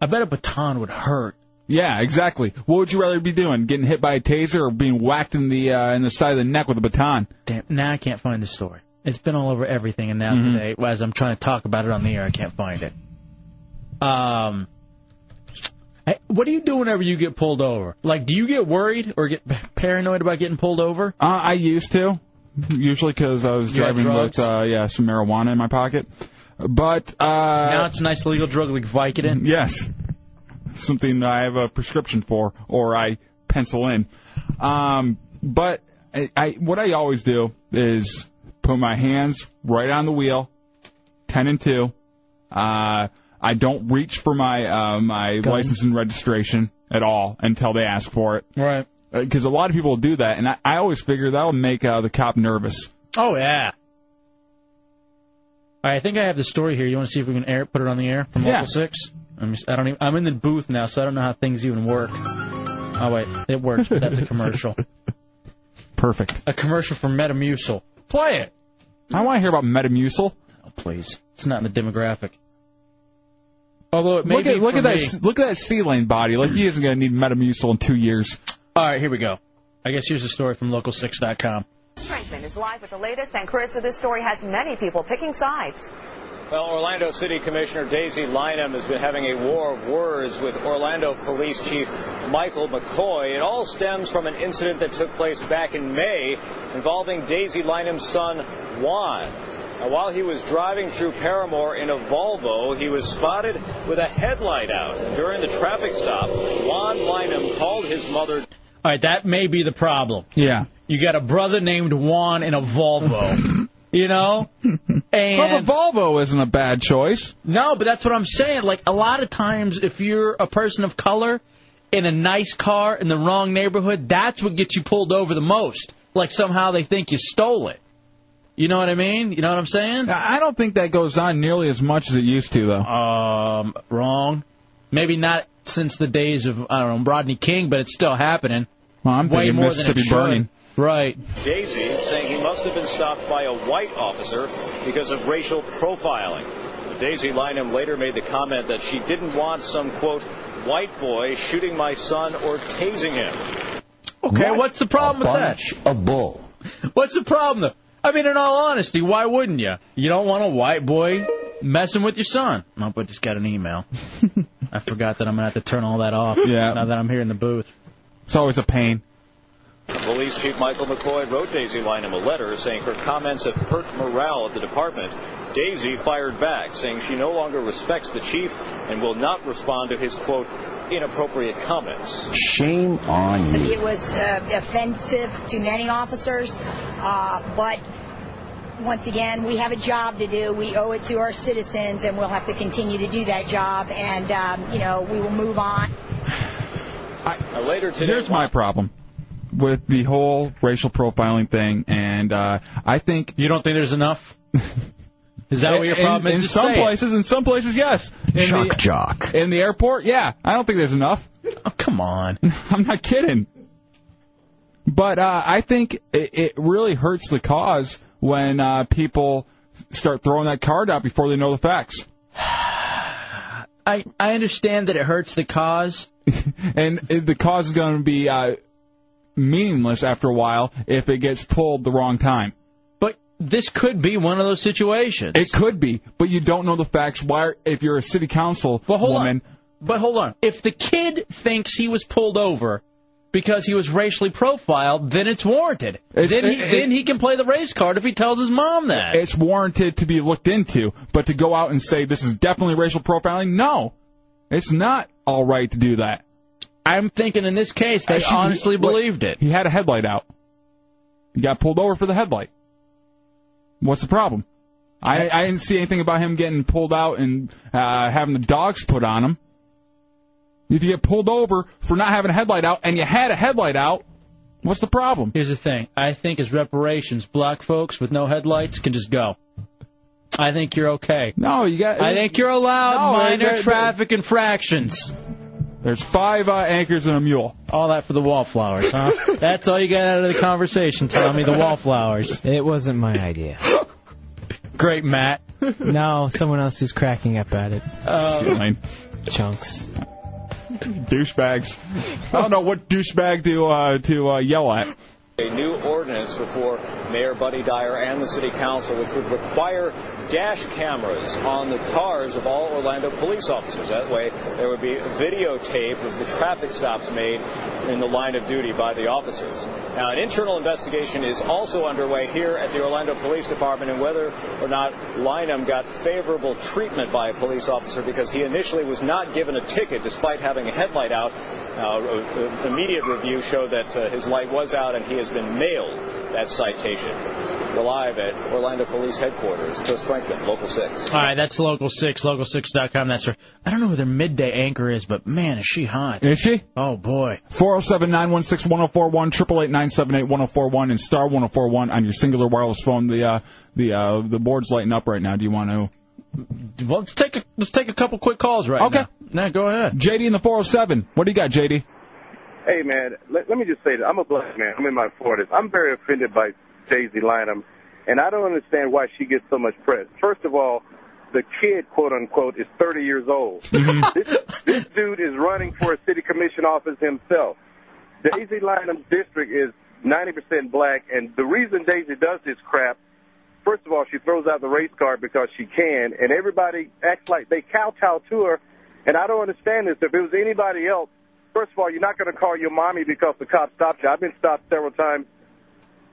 Speaker 3: I bet a baton would hurt.
Speaker 4: Yeah, exactly. What would you rather be doing? Getting hit by a taser or being whacked in the uh, in the side of the neck with a baton?
Speaker 3: Damn, now I can't find the story. It's been all over everything, and now
Speaker 4: Mhm.
Speaker 3: today, as I'm trying to talk about it on the air, I can't find it. Um, hey, what do you do whenever you get pulled over? Like, do you get worried or get p- paranoid about getting pulled over?
Speaker 4: Uh, I used to, usually because I was
Speaker 3: You had
Speaker 4: driving
Speaker 3: drugs?
Speaker 4: with uh, yeah some marijuana in my pocket. But uh,
Speaker 3: now it's a nice legal drug like Vicodin.
Speaker 4: Yes. Something I have a prescription for, or I pencil in. Um, but I, I, what I always do is put my hands right on the wheel, ten and two. Uh, I don't reach for my uh, my
Speaker 3: Gun.
Speaker 4: license and registration at all until they ask for it.
Speaker 3: Right.
Speaker 4: Because a lot of people do that, and I, I always figure that'll make uh, the cop nervous.
Speaker 3: Oh yeah. All right, I think I have the story here. You want to see if we can air, put it on the air from
Speaker 4: Yeah.
Speaker 3: Local Six? I'm just, I don't even. I'm in the booth now, so I don't know how things even work. Oh wait, it works, but that's a commercial.
Speaker 4: Perfect.
Speaker 3: A commercial for Metamucil. Play it.
Speaker 4: I want to hear about Metamucil.
Speaker 3: Oh please, it's not in the demographic. Although it may
Speaker 4: Look
Speaker 3: be
Speaker 4: at look
Speaker 3: for
Speaker 4: at that
Speaker 3: me.
Speaker 4: s- look at that sea lane body. Like he isn't gonna need Metamucil in two years.
Speaker 3: All right, here we go. I guess here's the story from Local6.com.
Speaker 21: Frankman is live with the latest, and Carissa, this story has many people picking sides.
Speaker 22: Well, Orlando City Commissioner Daisy Lynham has been having a war of words with Orlando Police Chief Michael McCoy. It all stems from an incident that took place back in May involving Daisy Lynham's son, Juan. Now, while he was driving through Paramore in a Volvo, he was spotted with a headlight out. During the traffic stop, Juan Lynham called his mother.
Speaker 3: All right, that may be the problem.
Speaker 4: Yeah.
Speaker 3: You got a brother named Juan in a Volvo. you know? And
Speaker 4: Well, the Volvo isn't a bad choice.
Speaker 3: No, but that's what I'm saying. Like a lot of times, if you're a person of color in a nice car in the wrong neighborhood, that's what gets you pulled over the most. Like somehow they think you stole it. You know what I mean? You know what I'm saying?
Speaker 4: I I don't think that goes on nearly as much as it used to, though.
Speaker 3: Um, wrong. Maybe not since the days of I don't know Rodney King, but it's still happening.
Speaker 4: Well, I'm
Speaker 3: Way
Speaker 4: thinking
Speaker 3: more
Speaker 4: Mississippi
Speaker 3: than it should.
Speaker 4: Burning.
Speaker 3: Right.
Speaker 22: Daisy saying he must have been stopped by a white officer because of racial profiling. Daisy Lynham later made the comment that she didn't want some, quote, white boy shooting my son or tasing him.
Speaker 3: Okay, what's the problem with that? A bull. What's the problem though? I mean, in all honesty, why wouldn't you? You don't want a white boy messing with your son. Nope, I just got an email. I forgot that I'm gonna have to turn all that off.
Speaker 4: Yeah.
Speaker 3: Now that I'm here in the booth.
Speaker 4: It's always a pain.
Speaker 22: Police Chief Michael McCoy wrote Daisy Lynham a letter saying her comments have hurt morale at the department. Daisy fired back, saying she no longer respects the chief and will not respond to his, quote, inappropriate comments.
Speaker 23: Shame on you.
Speaker 24: It was uh, offensive to many officers, uh, but
Speaker 1: once again, we have a job to do. We owe it to our citizens, and we'll have to continue to do that job. And um, you know, we will move on.
Speaker 22: Now, Uh, later today,
Speaker 4: Here's my problem with the whole racial profiling thing, and uh, I think
Speaker 3: you don't think there's enough. Is that what your problem
Speaker 4: in,
Speaker 3: is?
Speaker 4: In
Speaker 3: Just
Speaker 4: some
Speaker 3: say it.
Speaker 4: places, in some places, yes. In
Speaker 3: Shock
Speaker 4: the, jock. In the airport, yeah. I don't think there's enough.
Speaker 3: Oh, come on.
Speaker 4: I'm not kidding. But uh, I think it, it really hurts the cause when uh, people start throwing that card out before they know the facts.
Speaker 3: I I understand that it hurts the cause.
Speaker 4: and it- the cause is going to be uh, meaningless after a while if it gets pulled the wrong time.
Speaker 3: But this could be one of those situations.
Speaker 4: It could be, but you don't know the facts. Why, if you're a city council
Speaker 3: hold
Speaker 4: woman,
Speaker 3: on. But hold on. If the kid thinks he was pulled over because he was racially profiled, then it's warranted.
Speaker 4: It's-
Speaker 3: then he
Speaker 4: it- it-
Speaker 3: then he can play the race card if he tells his mom that.
Speaker 4: it's warranted to be looked into. But to go out and say this is definitely racial profiling, no, it's not all right to do that.
Speaker 3: I'm thinking in this case they honestly believed it.
Speaker 4: He had a headlight out. He got pulled over for the headlight. What's the problem? I, I didn't see anything about him getting pulled out and uh, having the dogs put on him. If you get pulled over for not having a headlight out and you had a headlight out, what's the problem?
Speaker 3: Here's the thing. I think as reparations, black folks with no headlights can just go. I think you're okay.
Speaker 4: No, you got.
Speaker 3: I think you're allowed
Speaker 4: No,
Speaker 3: minor
Speaker 4: there- there-
Speaker 3: traffic infractions.
Speaker 4: There's five uh, anchors and a mule.
Speaker 3: All that for the wallflowers, huh? That's all you got out of the conversation, Tommy. The wallflowers.
Speaker 7: It wasn't my idea.
Speaker 3: Great, Matt.
Speaker 7: No, someone else who's cracking up at it.
Speaker 4: Fine.
Speaker 7: Chunks.
Speaker 4: douchebags. I don't know what douchebag to uh, to uh, yell at.
Speaker 22: a new ordinance before Mayor Buddy Dyer and the City Council, which would require dash cameras on the cars of all Orlando police officers. That way, there would be videotape of the traffic stops made in the line of duty by the officers. Now, an internal investigation is also underway here at the Orlando Police Department and whether or not Lynham got favorable treatment by a police officer because he initially was not given a ticket despite having a headlight out. Uh, immediate review showed that uh, his light was out and he has been mailed that citation. We're live at Orlando Police Headquarters, Chris Franklin, Local 6.
Speaker 3: All right, that's Local 6, local6.com. That's her. I don't know who their midday anchor is, but man, is she hot.
Speaker 4: Is she?
Speaker 3: Oh, boy.
Speaker 4: 407 916 1041, 888 978 1041, and star 1041 on your singular wireless phone. The uh, the uh, the board's lighting up right now. Do you want to?
Speaker 3: Well, let's take a, let's take a couple quick calls right
Speaker 4: okay.
Speaker 3: now. go ahead.
Speaker 4: JD in the 407. What do you got, JD?
Speaker 17: Hey man, let, let me just say that I'm a black man. I'm in my 40s. I'm very offended by Daisy Lanham, and I don't understand why she gets so much press. First of all, the kid, quote unquote, is 30 years old. this, this dude is running for a city commission office himself. Daisy Lanham's district is 90% black, and the reason Daisy does this crap, first of all, she throws out the race card because she can, and everybody acts like they kowtow to her, and I don't understand this. If it was anybody else, First of all, you're not going to call your mommy because the cop stopped you. I've been stopped several times.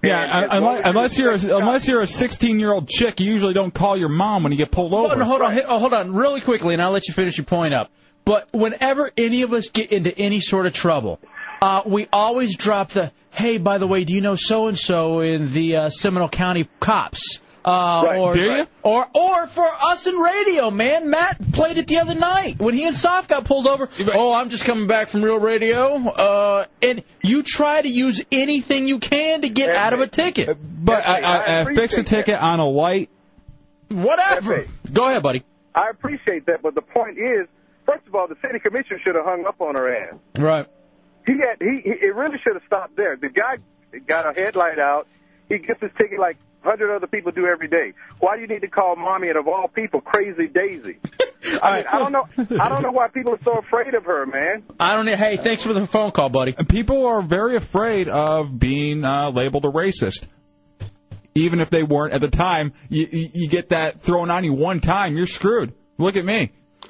Speaker 4: Yeah, I, unless, unless you're a, unless you're a 16 year old chick, you usually don't call your mom when you get pulled
Speaker 3: Hold
Speaker 4: over.
Speaker 3: on, hold on, hit- oh, hold on, really quickly, and I'll let you finish your point up. But whenever any of us get into any sort of trouble, uh, we always drop the, hey, by the way, do you know so and so in the uh, Seminole County cops? Uh, or,
Speaker 4: do you?
Speaker 3: or or for us in radio, man. Matt played it the other night when he and Soph got pulled over. Oh, I'm just coming back from real radio. Uh, and you try to use anything you can to get out of a ticket.
Speaker 4: But I, I, I fix a ticket on a light.
Speaker 3: Whatever. Go ahead, buddy.
Speaker 17: I appreciate that, but the point is, first of all, the city commission should have hung up on her ass.
Speaker 3: Right.
Speaker 17: He had he, he it really should have stopped there. The guy got a headlight out. He gets his ticket like hundred other people do every day. Why do you need to call mommy and of all people, crazy Daisy? I mean, I don't know. I don't know why people are so afraid of her, man.
Speaker 3: I don't. Hey, thanks for the phone call, buddy.
Speaker 4: People are very afraid of being uh, labeled a racist, even if they weren't at the time. You, you, you get that thrown on you one time, you're screwed. Look at me.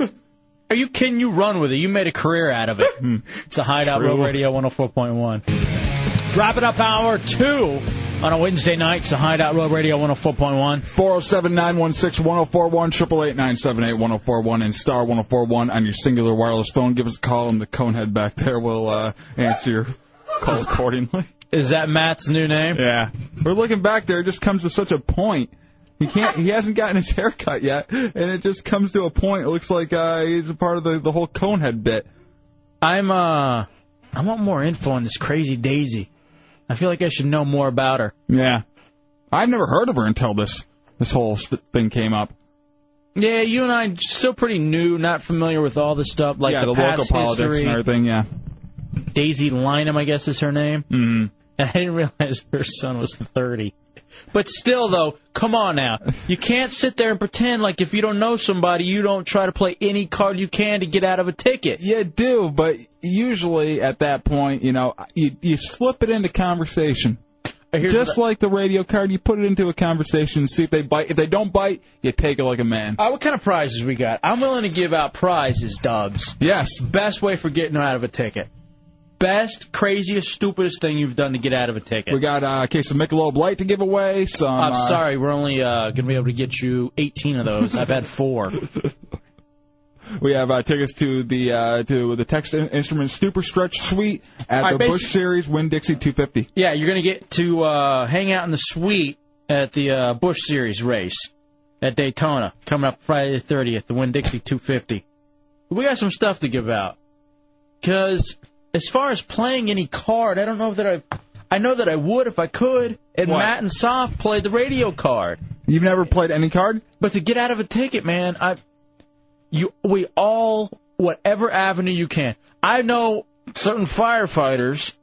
Speaker 3: Are you kidding? You run with it. You made a career out of it.
Speaker 4: Hmm.
Speaker 3: it's a hideout. Real
Speaker 4: True.
Speaker 3: Radio 104.1. Wrap it up, hour two on a Wednesday night. It's a Hideout Road Radio 104.1.
Speaker 4: 407 916 1041, 888 978 1041, and star 1041 on your singular wireless phone. Give us a call, and the conehead back there will uh, answer your call accordingly.
Speaker 3: Is that Matt's new name?
Speaker 4: Yeah. We're looking back there. It just comes to such a point He can't. He hasn't gotten his hair cut yet, and it just comes to a point. It looks like uh, he's a part of the the whole conehead bit.
Speaker 3: I'm uh, I want more info on this crazy Daisy. I feel like I should know more about her.
Speaker 4: Yeah, I've never heard of her until this this whole sp- thing came up.
Speaker 3: Yeah, you and I still pretty new, not familiar with all the stuff like
Speaker 4: yeah,
Speaker 3: the,
Speaker 4: the,
Speaker 3: past
Speaker 4: local politics
Speaker 3: history.
Speaker 4: and everything. Yeah.
Speaker 3: Daisy Lynam, I guess is her name. Mm-hmm. And I didn't realize her son was 30. But still, though, come on now. You can't sit there and pretend like if you don't know somebody, you don't try to play any card you can to get out of a ticket.
Speaker 4: Yeah, do, but usually at that point, you know, you you slip it into conversation.
Speaker 3: Uh, Here's
Speaker 4: Just
Speaker 3: what
Speaker 4: like the radio card, you put it into a conversation and see if they bite. If they don't bite, you take it like a man.
Speaker 3: Uh, what kind of prizes we got? I'm willing to give out prizes, Dubs.
Speaker 4: Yes.
Speaker 3: Best way for getting out of a ticket. Best, craziest, stupidest thing you've done to get out of a ticket.
Speaker 4: We got uh, a case of Michelob Light to give away. Some.
Speaker 3: I'm
Speaker 4: uh,
Speaker 3: sorry, we're only uh, going to be able to get you 18 of those. I've had four.
Speaker 4: We have uh, tickets to the uh, to the Text In- Instrument Super Stretch Suite at
Speaker 3: All right,
Speaker 4: the
Speaker 3: basi-
Speaker 4: Bush Series Win Dixie 250.
Speaker 3: Yeah, you're going to get to uh, hang out in the suite at the uh, Bush Series race at Daytona coming up Friday the 30th, the Win Dixie 250. We got some stuff to give out. Because as far as playing any card, I don't know that I've. I know that I would if I could. And
Speaker 4: What?
Speaker 3: Matt and Soft played the radio card.
Speaker 4: You've never played any card?
Speaker 3: But to get out of a ticket, man, I you we all whatever avenue you can. I know certain firefighters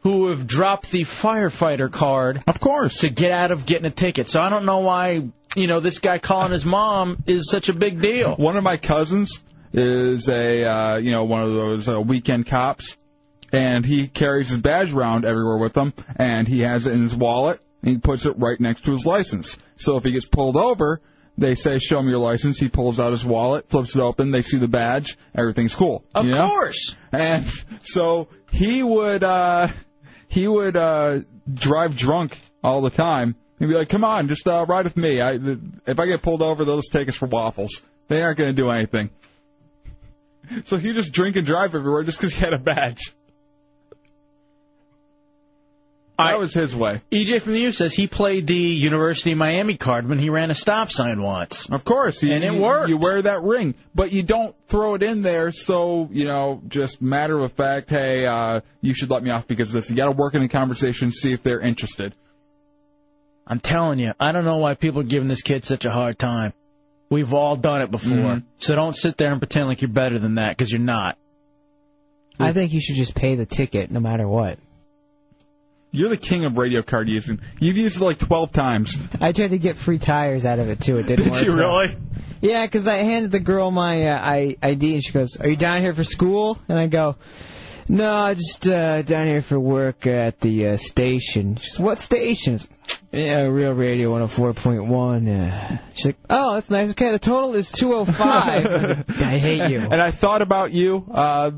Speaker 3: who have dropped the firefighter card,
Speaker 4: of course,
Speaker 3: to get out of getting a ticket. So I don't know why you know this guy calling his mom is such a big deal.
Speaker 4: One of my cousins is a uh, you know one of those uh, weekend cops, and he carries his badge around everywhere with him, and he has it in his wallet, and he puts it right next to his license. So if he gets pulled over, they say, "Show me your license." He pulls out his wallet, flips it open, they see the badge, everything's cool. Of
Speaker 3: course.
Speaker 4: And so he would uh, he would uh, drive drunk all the time. He'd be like, "Come on, just uh, ride with me. I, if I get pulled over, they'll just take us for waffles. They aren't going to do anything." So he just drink and drive everywhere just because he had a badge.
Speaker 3: I,
Speaker 4: was his way.
Speaker 3: EJ from the U says he played the University of Miami card when he ran a stop sign once.
Speaker 4: Of course, you-
Speaker 3: and it
Speaker 4: you-
Speaker 3: worked.
Speaker 4: You wear that ring, but you don't throw it in there. So you know, just matter of fact, hey, uh, you should let me off because of this. You got to work in a conversation, see if they're interested.
Speaker 3: I'm telling you, I don't know why people are giving this kid such a hard time. We've all done it before.
Speaker 4: Mm-hmm.
Speaker 7: Mhm.
Speaker 3: So don't sit there and pretend like you're better than that because you're not.
Speaker 7: I think you should just pay the ticket no matter what.
Speaker 4: You're the king of radio card using. You've used it like 12 times.
Speaker 7: I tried to get free tires out of it too. It didn't
Speaker 4: Did
Speaker 7: work.
Speaker 4: you
Speaker 7: though.
Speaker 4: really?
Speaker 7: Yeah, 'cause I handed the girl my uh, I, ID and she goes, "Are you down here for school?" And I go, "No, I just uh, down here for work at the uh, station." She says, "What station?" I said, Yeah, Real Radio 104.1. Uh, she's like, "Oh, that's nice. Okay, the total is 205." I hate you.
Speaker 4: And I thought about you uh,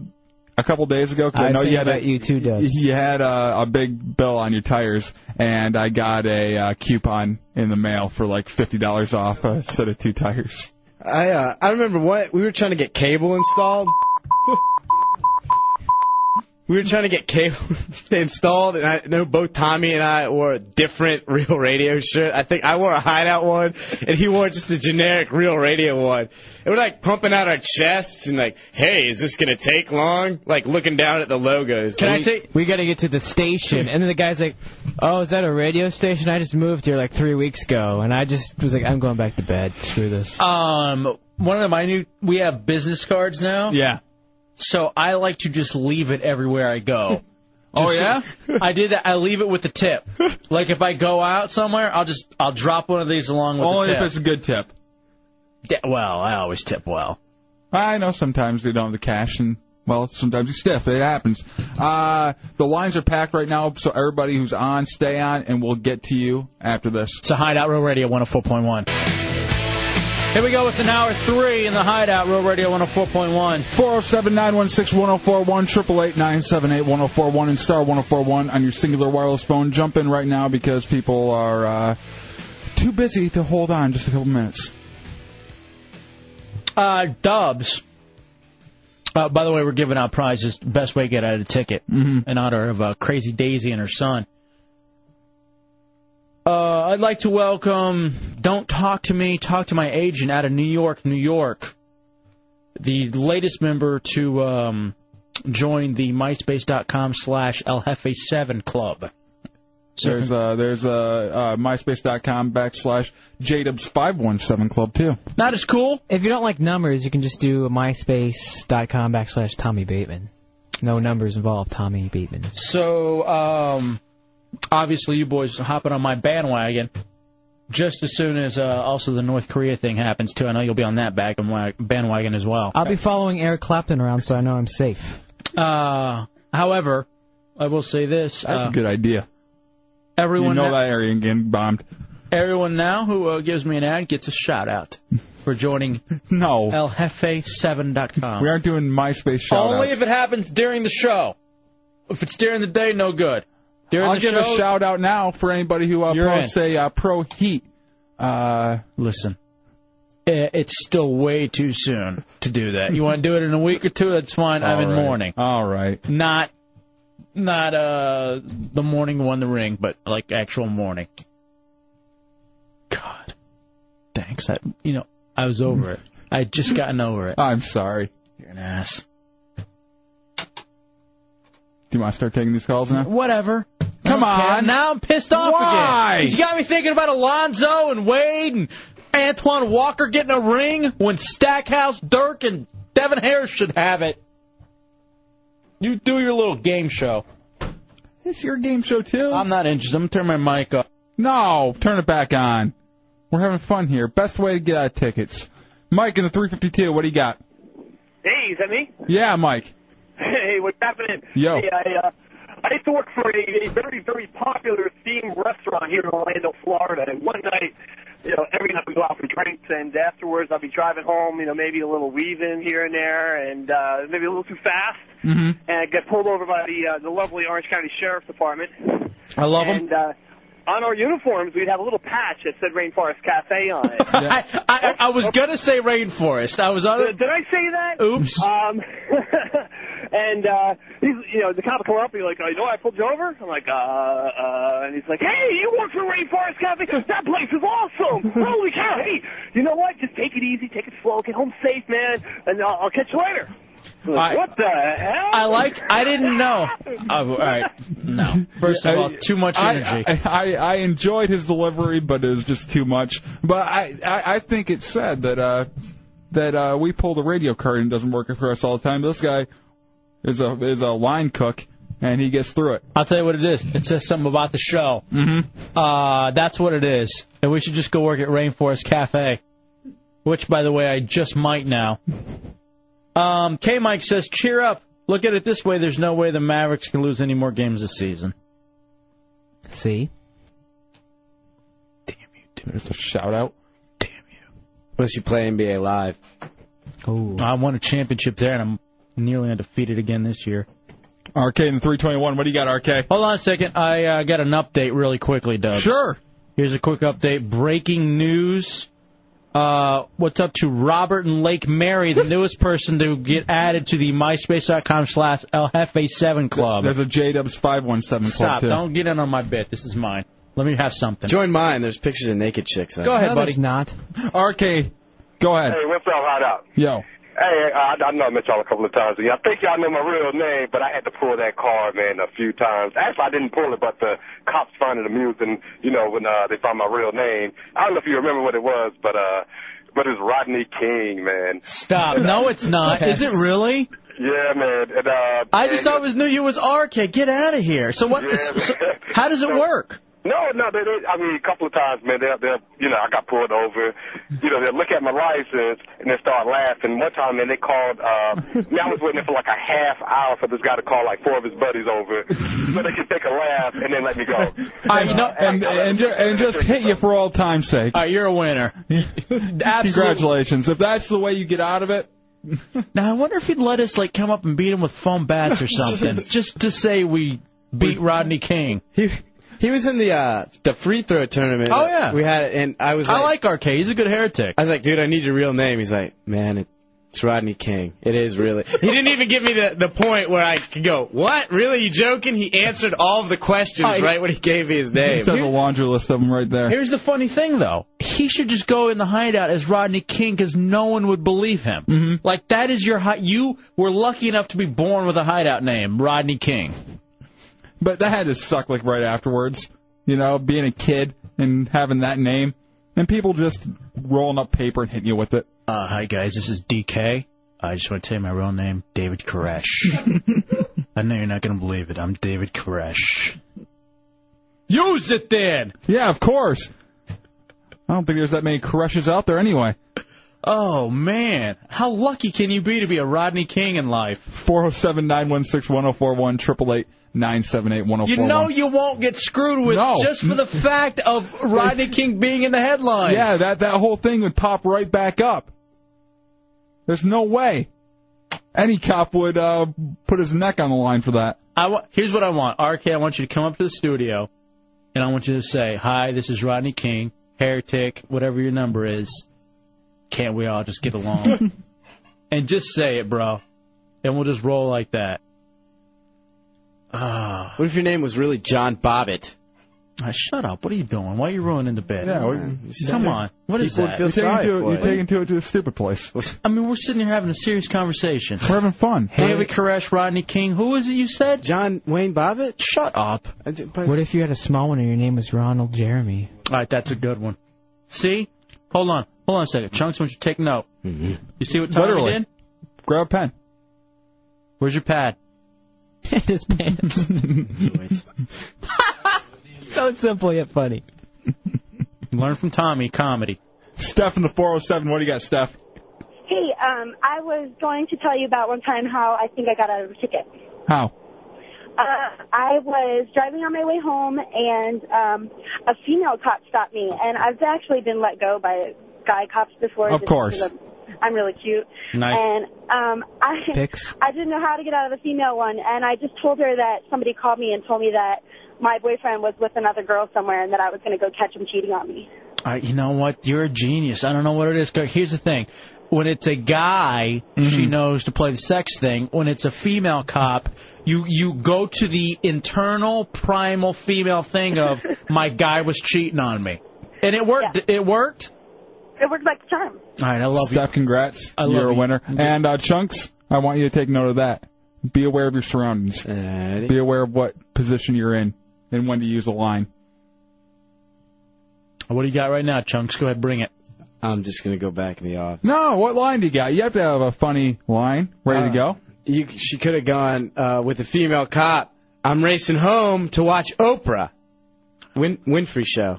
Speaker 4: a couple days ago because
Speaker 7: I
Speaker 4: I,
Speaker 7: was
Speaker 4: know you
Speaker 7: thinking
Speaker 4: had
Speaker 7: about
Speaker 4: a,
Speaker 7: you too, Dubs.
Speaker 4: You had a, a big bill on your tires, and I got a uh, coupon in the mail for like fifty dollars off a set of two tires.
Speaker 10: I uh, I remember what we were trying to get cable installed. we were trying to get cable installed, and I know both Tommy and I wore a different Real Radio shirt. I think I wore a hideout one, and he wore just a generic Real Radio one. And we're like pumping out our chests and like, hey, is this gonna take long? Like looking down at the logos. But we-
Speaker 7: We gotta get to the station, and then the guy's like, "Oh, is that a radio station? I just moved here like three weeks ago, and I just was like, I'm going back to bed. Screw this."
Speaker 3: Um, one of my new we have business cards now.
Speaker 4: Yeah.
Speaker 3: So I like to just leave it everywhere I go.
Speaker 4: Oh,
Speaker 3: yeah. I did that. I leave it with the tip. Like if I go out somewhere, I'll just I'll drop one of these along with
Speaker 4: Only
Speaker 3: the
Speaker 4: if
Speaker 3: tip.
Speaker 4: it's a good tip.
Speaker 3: Yeah, well, I always tip well.
Speaker 4: I know sometimes they don't have the cash, and well, sometimes you stiff. It happens. Uh, the lines are packed right now, so everybody who's on, stay on, and we'll get to you after this.
Speaker 3: It's a Hideout Row Radio 104.1. Here we go with an hour three in the Hideout Row Radio 104.1.
Speaker 4: 407 916 1041, 888 978 1041, and star 1041 on your singular wireless phone. Jump in right now because people are uh, too busy to hold on just a couple minutes.
Speaker 3: Uh, Dubs. Uh, by the way, we're giving out prizes. Best way to get out
Speaker 4: Mm-hmm.
Speaker 3: of a ticket in honor of uh, Crazy Daisy and her son. Uh, Uh, I'd like to welcome Don't Talk to Me, Talk to My Agent out of New York, New York. The latest member to um, join the MySpace.com slash El Jefe 7 club.
Speaker 4: There's uh, there's uh, uh, myspace.com backslash jdubs517 club too.
Speaker 3: Not as cool.
Speaker 7: If you don't like numbers, you can just do myspace.com backslash Tommy Bateman. No numbers involved, Tommy Bateman.
Speaker 3: So, um, obviously, you boys are hopping on my bandwagon just as soon as uh, also the North Korea thing happens, too. I know you'll be on that back um, bandwagon as well.
Speaker 7: I'll be following Eric Clapton around so I know I'm safe.
Speaker 3: Uh, however, I will say this.
Speaker 4: That's
Speaker 3: uh,
Speaker 4: a good idea.
Speaker 3: Everyone
Speaker 4: you know
Speaker 3: that-
Speaker 4: that area getting bombed.
Speaker 3: Everyone now who uh, gives me an ad gets a shout out for joining
Speaker 4: no
Speaker 3: ljefe7.com.
Speaker 4: We aren't doing MySpace shout
Speaker 3: Only if it happens during the show. If it's during the day, no good. During
Speaker 4: I'll
Speaker 3: the
Speaker 4: give
Speaker 3: show,
Speaker 4: a shout out now for anybody who uh,
Speaker 3: You're in.
Speaker 4: posts a uh, pro heat. Uh,
Speaker 3: Listen, eh, it's still way too soon to do that. You want to do it in a week or two? That's fine. I'm in
Speaker 4: All right.
Speaker 3: mourning.
Speaker 4: All right.
Speaker 3: Not, not uh the morning won the ring, but like actual morning. God, thanks. I, you know, I was over it. I had just gotten over it.
Speaker 4: I'm sorry.
Speaker 3: You're an ass.
Speaker 4: Do you want to start taking these calls now?
Speaker 3: Whatever.
Speaker 4: Come
Speaker 3: I don't
Speaker 4: on.
Speaker 3: care. Now I'm pissed off
Speaker 4: Why?
Speaker 3: again. You got me thinking about Alonzo and Wade and Antoine Walker getting a ring when Stackhouse, Dirk, and Devin Harris should have it. You do your little game show.
Speaker 4: It's your game show too.
Speaker 3: I'm not interested. I'm gonna turn my mic off.
Speaker 4: No, turn it back on. We're having fun here. Best way to get out of tickets. Mike in the 352. What do you got?
Speaker 2: Hey, is that me?
Speaker 4: Yeah, Mike.
Speaker 2: Hey, what's happening?
Speaker 4: Yo.
Speaker 2: Hey, I, uh, I used to work for a, a very, very popular themed restaurant here in Orlando, Florida. And one night, you know, every night we go out for drinks, and afterwards I'll be driving home, you know, maybe a little weaving here and there, and uh, maybe a little too fast.
Speaker 4: Mm-hmm.
Speaker 2: And I get pulled over by the, uh, the lovely Orange County Sheriff's Department.
Speaker 3: I love
Speaker 2: and, uh, on our uniforms, we'd have a little patch that said Rainforest Cafe on it.
Speaker 3: I, I was gonna say rainforest. I was on.
Speaker 2: Did, did I say that?
Speaker 3: Oops.
Speaker 2: Um, and uh, he's, you know, the cop will come up and be like, "Oh, you know, what I pulled you over." I'm like, "Uh, uh," and he's like, "Hey, you work for Rainforest Cafe? That place is awesome! Holy cow! Hey, you know what? Just take it easy, take it slow, get home safe, man, and I'll, I'll catch you later." I'm like,
Speaker 3: I-
Speaker 2: what the hell?
Speaker 3: I like. I didn't know. Oh, all right. No. First of all, too much
Speaker 4: I-
Speaker 3: energy.
Speaker 4: I, I, I enjoyed his delivery, but it was just too much. But I, I, I think it's sad that uh, that uh, we pull the radio curtain. Doesn't work for us all the time. This guy is a is a line cook, and he gets through it.
Speaker 3: I'll tell you what it is. It says something about the show. Mm-hmm. Uh, that's what it is. And we should just go work at Rainforest Cafe, which, by the way, I just might now. Um, K Mike says, "Cheer up! Look at it this way. There's no way the Mavericks can lose any more games this season."
Speaker 7: See?
Speaker 4: There's a shout out.
Speaker 10: Unless you play NBA Live.
Speaker 3: I won a championship there, and I'm nearly undefeated again this year.
Speaker 4: RK in 321. What do you got, RK?
Speaker 3: Hold on a second. I uh, got an update really quickly, Doug.
Speaker 4: Sure.
Speaker 3: Here's a quick update. Breaking news. Uh, what's up to Robert and Lake Mary, the newest person to get added to the MySpace.com slash LFA7 club.
Speaker 4: There's a J Dubs 517
Speaker 3: Stop.
Speaker 4: club too.
Speaker 3: Don't get in on my bit. This is mine. Let me have something.
Speaker 10: Join mine. There's pictures of naked chicks. on
Speaker 3: Go
Speaker 10: it.
Speaker 3: ahead, buddy.
Speaker 7: not.
Speaker 4: RK, go ahead.
Speaker 5: Hey, what's up, hot out?
Speaker 4: Yo.
Speaker 5: Hey, I, I know I met y'all a couple of times. and I think y'all know my real name, but I had to pull that card, man, a few times. Actually, I didn't pull it, but the cops found it amusing, you know, when uh, they found my real name. I don't know if you remember what it was, but uh, but it's Rodney King, man.
Speaker 3: Stop. No, it's not. Is it really?
Speaker 5: Yeah, man. And, uh,
Speaker 3: I just
Speaker 5: and-
Speaker 3: always knew you was RK. Get out of here. So what?
Speaker 5: Yeah,
Speaker 3: so-
Speaker 5: man.
Speaker 3: how does it work?
Speaker 5: No, no, they, they, I mean, a couple of times, man, they'll, they'll, you know, I got pulled over. You know, they'll look at my license and they start laughing. One time, man, they called, uh, man, I was waiting there for like a half hour for this guy to call like four of his buddies over so they could take a laugh and then let me go.
Speaker 4: I know, and, and, ju- and just hit you for all time's sake.
Speaker 3: All right, you're a winner.
Speaker 4: Congratulations. If that's the way you get out of it,
Speaker 3: Now I wonder if he'd let us like come up and beat him with foam bats or something, just to say we beat Rodney King.
Speaker 10: He he was in the uh, the free throw tournament.
Speaker 3: Oh, yeah.
Speaker 10: we had it, and I was.
Speaker 3: I
Speaker 10: Like,
Speaker 3: like RK. He's a good heretic.
Speaker 10: I was like, dude, I need your real name. He's like, man, it, It's Rodney King. It is really. He didn't even give me the, the point where I could go, what? Really? You joking? He answered all of the questions
Speaker 3: Oh, he-
Speaker 10: right when he gave me his name.
Speaker 4: Just have a laundry list of them right there.
Speaker 3: Here's the funny thing, though. He should just go in the hideout as Rodney King because no one would believe him. Mm-hmm. Like, that is your hi- You were lucky enough to be born with a hideout name, Rodney King.
Speaker 4: But that had to suck like right afterwards. You know, being a kid and having that name, and people just rolling up paper and hitting you with it.
Speaker 3: Uh, hi guys, this is DK. I just want to tell you my real name, David Koresh. I know you're not going to believe it. I'm David Koresh. Use it then.
Speaker 4: Yeah, of course. I don't think there's that many crushes out there anyway.
Speaker 3: Oh man, how lucky can you be to be a Rodney King in life?
Speaker 4: Four zero seven nine one six one zero four one triple eight nine seven eight one zero
Speaker 3: You
Speaker 4: four one.
Speaker 3: know you won't get screwed with
Speaker 4: No.
Speaker 3: just for the fact of Rodney King being in the headlines.
Speaker 4: Yeah, that that whole thing would pop right back up. There's no way any cop would uh, put his neck on the line for that.
Speaker 3: I wa- here's what I want. RK, I want you to come up to the studio, and I want you to say, "Hi, this is Rodney King, heretic, whatever your number is. Can't we all just get along?" and just say it, bro, and we'll just roll like that. Ah.
Speaker 10: What if your name was really John Bobbitt?
Speaker 3: Ah, shut up! What are you doing? Why are you ruining the bed?
Speaker 4: Yeah, we-
Speaker 3: come on. What is
Speaker 4: People
Speaker 3: that?
Speaker 4: would feel You're taking sorry to it- for you're it. taking to it to a stupid place.
Speaker 3: I mean, we're sitting here having a serious conversation.
Speaker 4: We're having fun.
Speaker 3: David Koresh, Rodney King. Who is it you said?
Speaker 10: John Wayne Bobbitt.
Speaker 3: Shut up.
Speaker 7: What if you had a small one and your name was Ronald Jeremy?
Speaker 3: All right, that's a good one. See? Hold on. Hold on a second. Chunks, why don't you take note? You see what Tommy
Speaker 4: Mm-hmm. Literally.
Speaker 3: did?
Speaker 4: Grab a pen.
Speaker 3: Where's your pad?
Speaker 7: His pants. so simple yet funny.
Speaker 3: Learn from Tommy comedy.
Speaker 4: Steph in the 407. What do you got, Steph?
Speaker 6: Hey, um, I was going to tell you about one time how I think I got out of a ticket.
Speaker 4: How?
Speaker 6: Uh, I was driving on my way home, and um, a female cop stopped me. And I've actually been let go by guy cops before.
Speaker 4: Of
Speaker 6: just
Speaker 4: course.
Speaker 6: because I'm- I'm really cute.
Speaker 4: Nice.
Speaker 6: And um, I
Speaker 4: Pics.
Speaker 6: I didn't know how to get out of a female one, and I just told her that somebody called me and told me that my boyfriend was with another girl somewhere, and that I was going to go catch him cheating on me.
Speaker 3: All right, you know what? You're a genius. I don't know what it is. 'cause Here's the thing. When it's a guy, she knows to play the sex thing. When it's a female cop, you you go to the internal primal female thing of my guy was cheating on me, and it worked. It worked.
Speaker 6: It worked like a charm.
Speaker 3: All right, I love
Speaker 4: Steph, congrats.
Speaker 3: I love
Speaker 4: You're a
Speaker 3: you.
Speaker 4: winner. And uh, Chunks, I want you to take note of that. Be aware of your surroundings. Be aware of what position you're in and when to use the line.
Speaker 3: What do you got right now, Chunks? Go ahead, bring it.
Speaker 10: I'm just gonna go back in the office.
Speaker 4: No, what line do you got? You have to have a funny line ready
Speaker 3: Uh.
Speaker 4: to go.
Speaker 10: Uh, You, she could have gone uh, with a female cop. I'm racing home to watch Oprah, Win- Winfrey show.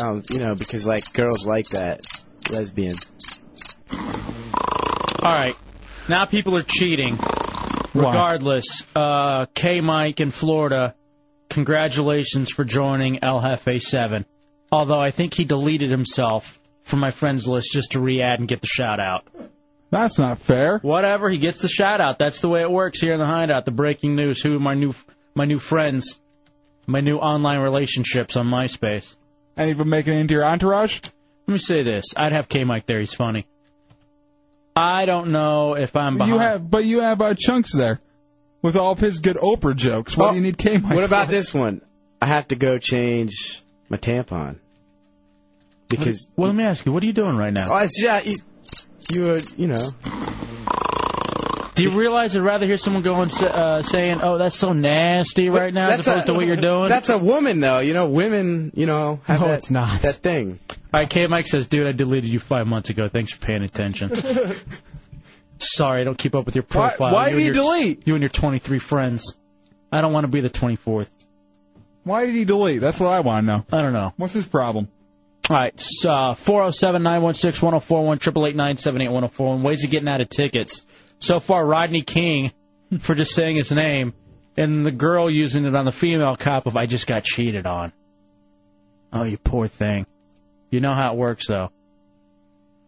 Speaker 10: Um, you know, because like girls like that, lesbian.
Speaker 3: All right. Now people are cheating. Regardless, uh, K Mike in Florida, congratulations for joining El Jefe 7. Although I think he deleted himself from my friends list just to re add and get the shout out.
Speaker 4: That's not fair.
Speaker 3: Whatever, he gets the shout out. That's the way it works here in the hideout. The breaking news, who my new my new friends, my new online relationships on MySpace.
Speaker 4: Any of them making it into your entourage?
Speaker 3: Let me say this. I'd have K Mike there, he's funny. I don't know if I'm behind
Speaker 4: You have, but you have uh, Chunks there with all of his good Oprah jokes. What do you need K Mike?
Speaker 10: Oh, What about this one? I have to go change my tampon because
Speaker 3: Well, let me ask you, what are you doing right now?
Speaker 10: Oh, it's, yeah, you, you were, you know.
Speaker 3: Do you realize I'd rather hear someone going sa- uh, saying, "Oh, that's so nasty" right now, as
Speaker 10: That's
Speaker 3: opposed
Speaker 10: a-
Speaker 3: to what you're doing?
Speaker 10: That's a woman, though. You know, women, you know, have that, that thing.
Speaker 3: All right, K Mike says, "Dude, I deleted you five months ago. Thanks for paying attention. Sorry, I don't keep up with your
Speaker 4: Why-
Speaker 3: profile.
Speaker 4: why
Speaker 3: and
Speaker 4: did he
Speaker 3: your- you and your 23 friends? I don't want to be the 24th.
Speaker 4: Why did he delete? That's what I want to know.
Speaker 3: I don't know.
Speaker 4: What's his problem?
Speaker 3: All right, uh, four zero seven nine one six one zero four one triple eight nine seven eight one zero four one. Ways of getting out of tickets. So far, Rodney King for just saying his name, and the girl using it on the female cop of I just got cheated on. Oh, you poor thing. You know how it works, though.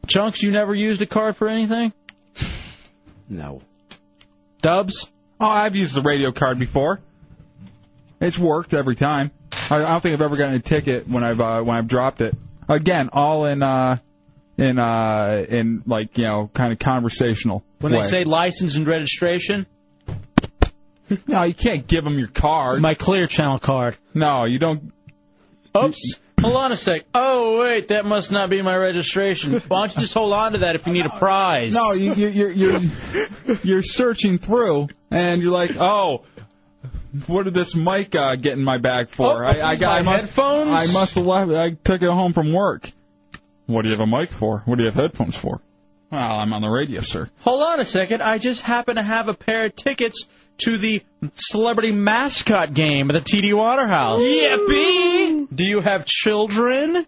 Speaker 3: Chunks, you never used a card for anything.
Speaker 10: No.
Speaker 3: Dubs?
Speaker 4: Oh, I've used the radio card before. It's worked every time. I I don't think I've ever gotten a ticket when I've uh, when I've dropped it. Again, all in uh, in uh in like you know kind of conversational.
Speaker 3: When
Speaker 4: way.
Speaker 3: they say license and registration,
Speaker 4: no, you can't give them your card.
Speaker 3: My Clear Channel card.
Speaker 4: No, you don't.
Speaker 3: Oops. Hold on a sec. Oh wait, that must not be my registration. Why don't you just hold on to that if you need a prize?
Speaker 4: No, you, you, you're you're you're searching through, and you're like, oh, what did this mic uh, get in my bag for?
Speaker 3: Oh, my headphones?
Speaker 4: I must have left. I took it home from work. What do you have a mic for? What do you have headphones for? Well, I'm on the radio, sir.
Speaker 3: Hold on a second. I just happen to have a pair of tickets to the celebrity mascot game at the TD Waterhouse. Yippee! Do you have children?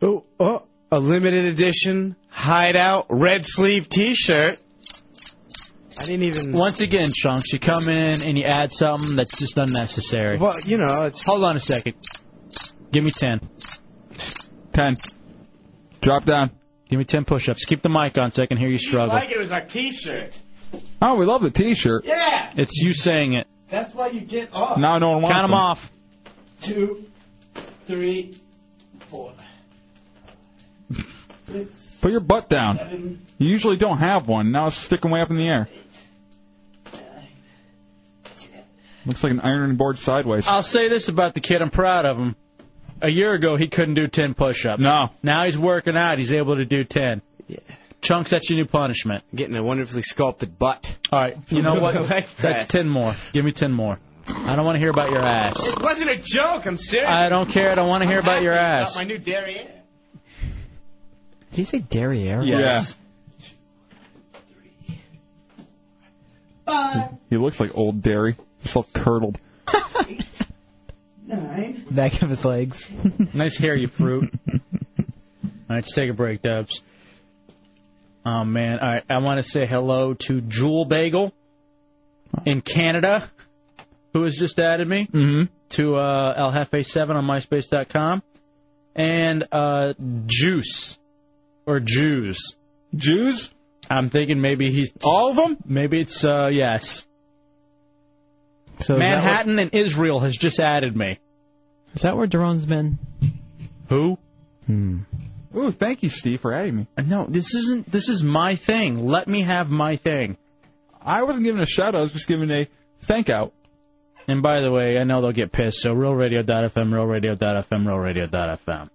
Speaker 10: Oh, oh, a limited edition hideout red sleeve T-shirt. I didn't even.
Speaker 3: Once again, Chunks, you come in and you add something that's just unnecessary.
Speaker 10: Well, you know, it's.
Speaker 3: Hold on a second. Give me ten.
Speaker 4: Ten. Drop down.
Speaker 3: Give me ten push-ups. Keep the mic on so I can hear you struggle.
Speaker 8: Like it was a T-shirt.
Speaker 4: Oh, we love the T-shirt.
Speaker 8: Yeah.
Speaker 3: It's you saying it.
Speaker 8: That's why you get off.
Speaker 4: Now no one wants
Speaker 3: Count them
Speaker 4: them.
Speaker 3: off.
Speaker 8: Two, three, four, six,
Speaker 4: Put your butt down.
Speaker 8: seven,
Speaker 4: You usually don't have one. Now it's sticking way up in the air. Looks like an iron board sideways.
Speaker 3: I'll say this about the kid. I'm proud of him. A year ago, he couldn't do 10 push ups.
Speaker 4: No.
Speaker 3: Now he's working out. He's able to do 10. Chunks, that's your new punishment.
Speaker 10: Getting a wonderfully sculpted butt.
Speaker 3: All right. You know what?
Speaker 10: Like that.
Speaker 3: that's 10 more. Give me 10 more. I don't want to hear about your ass.
Speaker 8: It wasn't a joke. I'm serious.
Speaker 3: I don't care. I don't want to hear
Speaker 8: I'm
Speaker 3: about your
Speaker 8: happy
Speaker 3: ass.
Speaker 8: my new derriere.
Speaker 7: Did you say derriere?
Speaker 3: Yes.
Speaker 8: Five,
Speaker 4: He looks like old Derry. He's all curdled.
Speaker 8: nine.
Speaker 7: Back of his legs.
Speaker 3: Nice hair, you fruit. All right, let's take a break, Dubs. Oh man, all right. I want to say hello to Jewel Bagel in Canada, who has just added me to uh, El Jefe Seven on MySpace.com, and uh, Juice or Jews.
Speaker 4: Jews?
Speaker 3: I'm thinking maybe he's
Speaker 4: all of them.
Speaker 3: Maybe it's uh, yes.
Speaker 7: So is that what-
Speaker 3: Manhattan and Israel has just added me.
Speaker 7: Is that where Daron's been?
Speaker 3: Who?
Speaker 7: Hmm.
Speaker 4: Ooh, thank you, Steve, for adding me.
Speaker 3: No, this isn't. This is my thing. Let me have my thing.
Speaker 4: I wasn't giving a shout out. I was just giving a thank out.
Speaker 3: And by the way, I know they'll get pissed. So realradio.fm, realradio.fm, realradio.fm.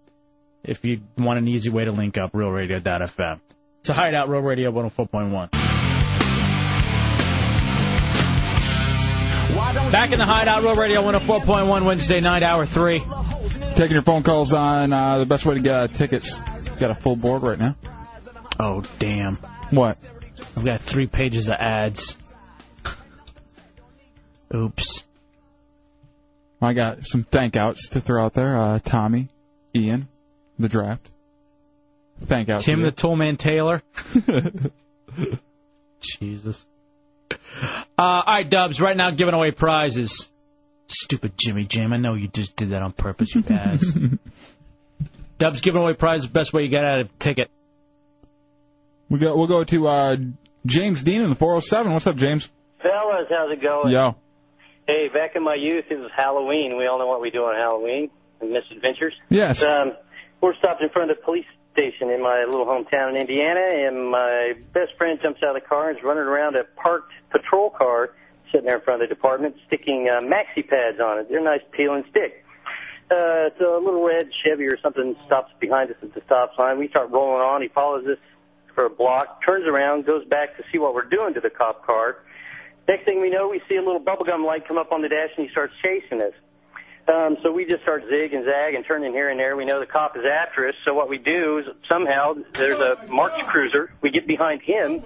Speaker 3: If you want an easy way to link up, realradio.fm. It's a hideout, Real Radio 104.1. Back in the hideout, Real Radio 104.1, Wednesday night, hour three.
Speaker 4: Taking your phone calls on uh, the best way to get uh, tickets. Got a full board right now.
Speaker 3: Oh, damn.
Speaker 4: What?
Speaker 3: I've got three pages of ads. Oops.
Speaker 4: I got some thank outs to throw out there. Uh, Tommy, Ian, the draft. Thank out.
Speaker 3: Tim
Speaker 4: to
Speaker 3: the
Speaker 4: you.
Speaker 3: Toolman Taylor. Jesus. Uh, all right, Dubs. Right now, giving away prizes. Stupid Jimmy Jam. I know you just did that on purpose, you ass. Dubs giving away prizes. Best way you get out of ticket.
Speaker 4: we go. We'll go to uh, James Dean in the 407. What's up, James?
Speaker 11: Fellas, how's it going?
Speaker 4: Yo.
Speaker 11: Hey, back in my youth, it was Halloween. We all know what we do on Halloween and misadventures.
Speaker 4: Yes.
Speaker 11: Um, we're stopped in front of the police station in my little hometown in Indiana, and my best friend jumps out of the car and is running around a parked patrol car sitting there in front of the department, sticking uh, maxi pads on it. They're nice peeling stick. Uh, it's a little red Chevy or something stops behind us at the stop sign. We start rolling on. He follows us for a block, turns around, goes back to see what we're doing to the cop car. Next thing we know, we see a little bubblegum light come up on the dash, and he starts chasing us. Um, so we just start zig and zag and turning here and there. We know the cop is after us, so what we do is somehow there's a marked cruiser. We get behind him.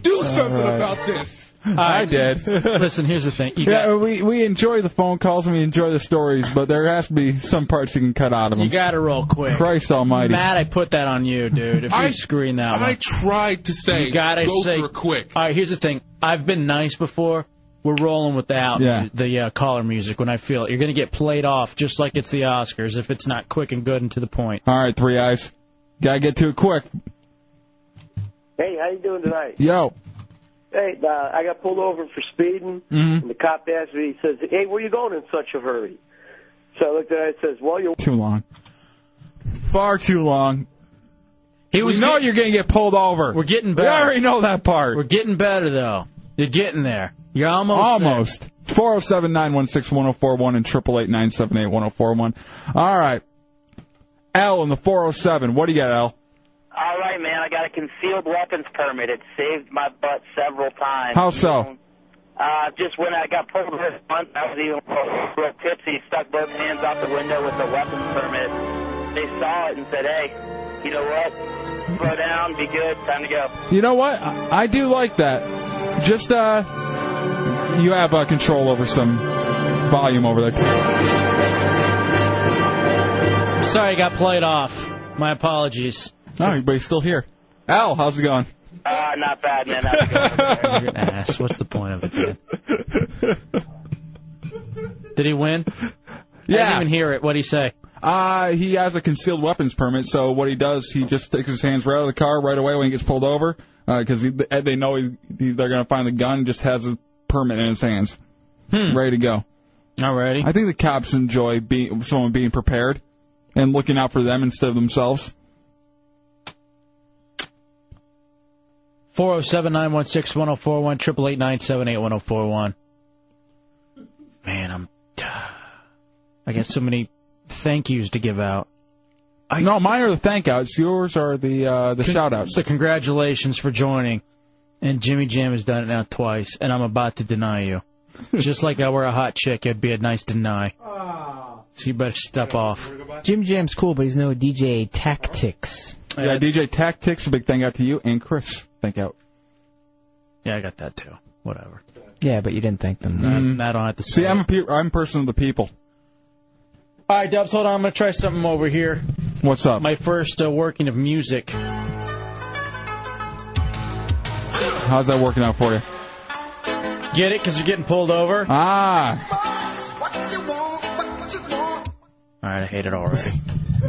Speaker 12: Do something about this.
Speaker 4: I did.
Speaker 3: Listen, here's the thing. You
Speaker 4: yeah, we we enjoy the phone calls and we enjoy the stories, but there has to be some parts you can cut out of them.
Speaker 3: You got to roll quick.
Speaker 4: Christ Almighty.
Speaker 3: Matt, I put that on you, dude. If you're
Speaker 12: I-
Speaker 3: screwing that
Speaker 12: I
Speaker 3: one.
Speaker 12: tried to say,
Speaker 3: you gotta
Speaker 12: go
Speaker 3: say
Speaker 12: for it quick.
Speaker 3: All right, here's the thing. I've been nice before. We're rolling without
Speaker 12: Yeah.
Speaker 3: the uh, caller music when I feel it. You're gonna get played off just like it's the Oscars if it's not quick and good and to the point.
Speaker 4: All right, three eyes. Gotta get to it quick.
Speaker 11: Hey, how you doing tonight?
Speaker 4: Yo.
Speaker 11: Hey, uh, I got pulled over for speeding.
Speaker 4: Mhm.
Speaker 11: And the cop asked me, he says, hey, where you going in such a hurry? So I looked at it and says, well, you're
Speaker 4: Too long. far too long.
Speaker 3: He was
Speaker 4: we know you're going to get pulled over. We're
Speaker 3: getting better.
Speaker 4: We already know that part. We're
Speaker 3: getting better, though. You're getting there. You're almost there.
Speaker 4: Almost. 407 916 1041 and 888 978 1041. All right. L in the 407. What do you got, L?
Speaker 14: All right, man. I got a concealed weapons permit. It saved my butt several times.
Speaker 4: How so?
Speaker 14: Uh, just when I got pulled this month, I was even real tipsy, stuck both hands out the window with the weapons permit. They saw it and said, "Hey, you know what? Slow down, be good, time to go."
Speaker 4: You know what? I I do like that. Just, uh, you have uh, control over some volume over there.
Speaker 3: I'm sorry I got played off. My apologies.
Speaker 4: Oh, but he's still here. Al, how's it going?
Speaker 14: Uh, not bad, man.
Speaker 3: You're an ass. What's the point of it, man? Did he win? I
Speaker 4: Yeah.
Speaker 3: didn't even hear it. What'd he say?
Speaker 4: Uh, he has a concealed weapons permit, so what he does, he just takes his hands right out of the car right away when he gets pulled over, because they know he, he, they're going to find the gun, just has a permit in his hands. Ready to go.
Speaker 3: Hmm. Alrighty.
Speaker 4: I think the cops enjoy being, someone being prepared and looking out for them instead of themselves.
Speaker 3: 407 916 1041, 888 978 1041. Man, I'm. I got so many thank yous to give out.
Speaker 4: no, mine are the thank outs. Yours are the uh, the shout outs.
Speaker 3: So, congratulations for joining. And Jimmy Jam has done it now twice, and I'm about to deny you. Just like I were a hot chick, it'd be a nice deny. So, you better step off.
Speaker 7: Jim Jam's cool, but he's no DJ Tactics.
Speaker 4: Yeah, DJ Tactics, a big thank out to you and Chris. Thank out.
Speaker 3: Yeah, I got that too. Whatever.
Speaker 7: Yeah, but you didn't thank them.
Speaker 3: I, don't have
Speaker 4: Mm-hmm.
Speaker 3: to
Speaker 4: See, I'm a pe- I'm a person of the people.
Speaker 3: All right, Dubs, hold on. I'm going to try something over here.
Speaker 4: What's up?
Speaker 3: My first uh, working of music.
Speaker 4: How's that working out for you?
Speaker 3: Get it? Because you're getting pulled over?
Speaker 4: Ah.
Speaker 3: All right, I hate it already.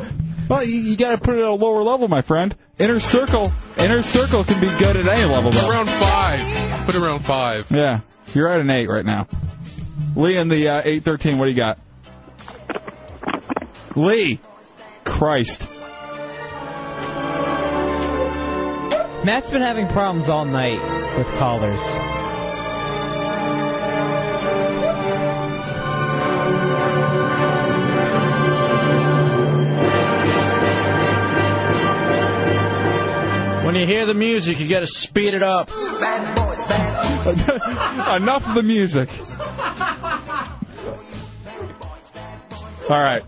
Speaker 4: Well, you, you got to put it at a lower level, my friend. Inner circle, inner circle can be good at any level, though.
Speaker 12: Around five. Put it around five.
Speaker 4: Yeah, you're at an eight right now. Lee in the uh, eight thirteen. What do you got? Lee, Christ.
Speaker 7: Matt's been having problems all night with callers.
Speaker 3: When you hear the music, you got to speed it up.
Speaker 4: Enough of the music. All right,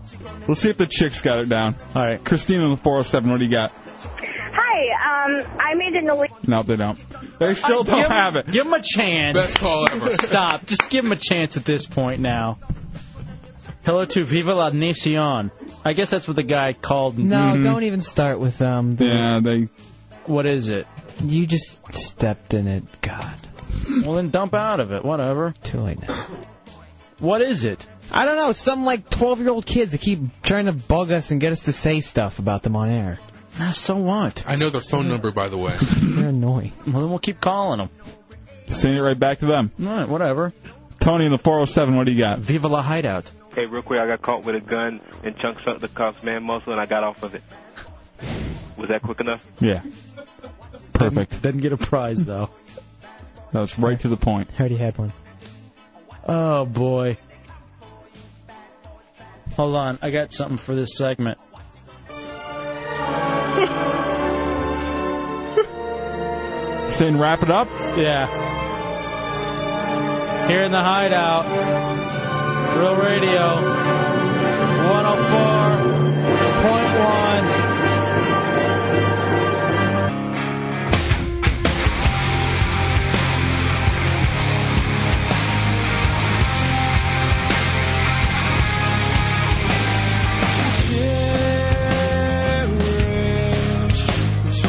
Speaker 4: let's see if the chicks got it down. All right, Christina in the four hundred seven. What do you got?
Speaker 15: Hi, um, I made an illegal.
Speaker 4: No, they don't. They still don't
Speaker 3: give,
Speaker 4: have it.
Speaker 3: Give him a chance.
Speaker 4: Best call ever.
Speaker 3: Stop. Just give him a chance at this point now. Hello to Viva la Nacion. I guess that's what the guy called. Mm-hmm.
Speaker 7: No, don't e- even start with them.
Speaker 4: Mm-hmm. Yeah, they.
Speaker 3: What is it?
Speaker 7: You just stepped in it. God.
Speaker 3: Well, then dump out of it. Whatever.
Speaker 7: Too late now.
Speaker 3: What is it?
Speaker 7: I don't know. Some like 12 year old kids that keep trying to bug us and get us to say stuff about them on air.
Speaker 3: so what?
Speaker 12: I know their phone number, by the way.
Speaker 7: They're annoying.
Speaker 3: Well, then we'll keep calling them.
Speaker 4: Send it right back to them.
Speaker 3: All right, whatever.
Speaker 4: Tony in the 407, what do you got?
Speaker 3: Viva la hideout.
Speaker 23: Hey, real quick, I got caught with a gun and chunks up the cop's man muscle, and I got off of it. Was that quick enough?
Speaker 4: Yeah. Perfect.
Speaker 3: Didn't get a prize, though.
Speaker 4: That was right to the point.
Speaker 7: I already had one.
Speaker 3: Oh boy. Hold on, I got something for this segment.
Speaker 4: Saying wrap it up?
Speaker 3: Yeah. Here in the hideout, Real Radio 104.1.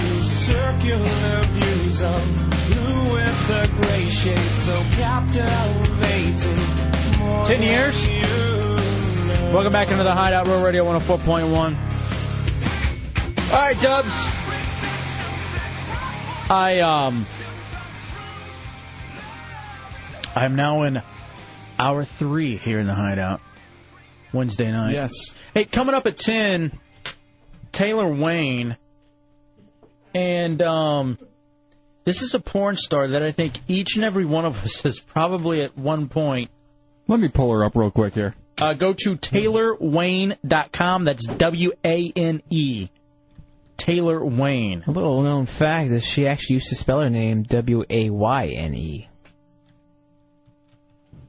Speaker 24: circular views of blue with a gray shade, so captivating.
Speaker 3: Ten years. Welcome back into the hideout, Real Radio 104.1. All right, Dubs. I um, I'm now in hour three here in the hideout. Wednesday night.
Speaker 4: Yes.
Speaker 3: Hey, coming up at ten, Taylor Wayne, and um, this is a porn star that I think each and every one of us has probably at one point.
Speaker 4: Let me pull her up real quick here.
Speaker 3: Uh, go to TaylorWayne.com. That's W A N E. Taylor Wayne.
Speaker 7: A little known fact is she actually used to spell her name W A Y N E.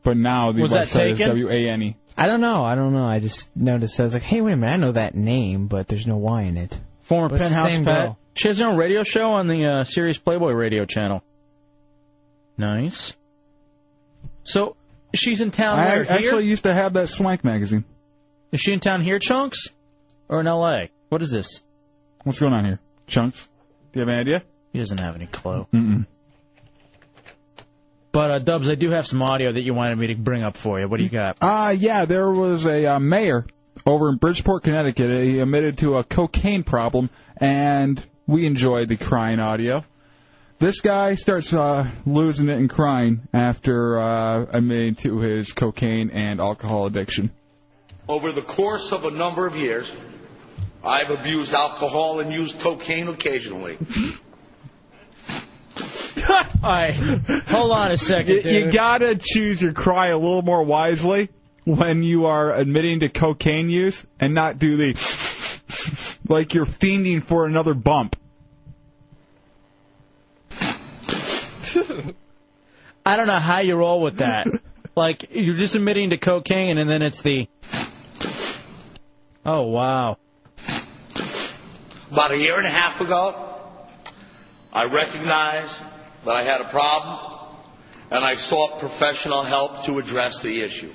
Speaker 4: But now the
Speaker 7: Was that
Speaker 4: website is
Speaker 7: taken?
Speaker 4: W A N E.
Speaker 7: I don't know. I don't know. I just noticed. I was like, hey, wait a minute. I know that name, but there's no Y in it.
Speaker 3: Former
Speaker 7: But it's the
Speaker 3: Penthouse
Speaker 7: same
Speaker 3: Pet.
Speaker 7: girl.
Speaker 3: She has her own radio show on the uh, Sirius Playboy radio channel. Nice. So she's in town.
Speaker 4: I
Speaker 3: where,
Speaker 4: actually
Speaker 3: here?
Speaker 4: used to have that Swank magazine.
Speaker 3: Is she in town here, Chunks? Or in L.A.? What is this?
Speaker 4: What's going on here, Chunks? Do you have any idea?
Speaker 3: He doesn't have any clue.
Speaker 4: Mm-mm.
Speaker 3: But, uh, Dubs, I do have some audio that you wanted me to bring up for you. What do you got?
Speaker 4: Uh, yeah, there was a uh, mayor over in Bridgeport, Connecticut. He admitted to a cocaine problem, and we enjoyed the crying audio. This guy starts uh, losing it and crying after uh, admitting to his cocaine and alcohol addiction.
Speaker 19: Over the course of a number of years, I've abused alcohol and used cocaine occasionally.
Speaker 3: All right, hold on a second.
Speaker 4: You, you
Speaker 3: dude.
Speaker 4: gotta choose your cry a little more wisely when you are admitting to cocaine use, and not do the like you're fiending for another bump.
Speaker 3: I don't know how you roll with that. like you're just admitting to cocaine, and then it's the. Oh wow!
Speaker 19: About a year and a half ago, I recognized that I had a problem and I sought professional help to address the issue.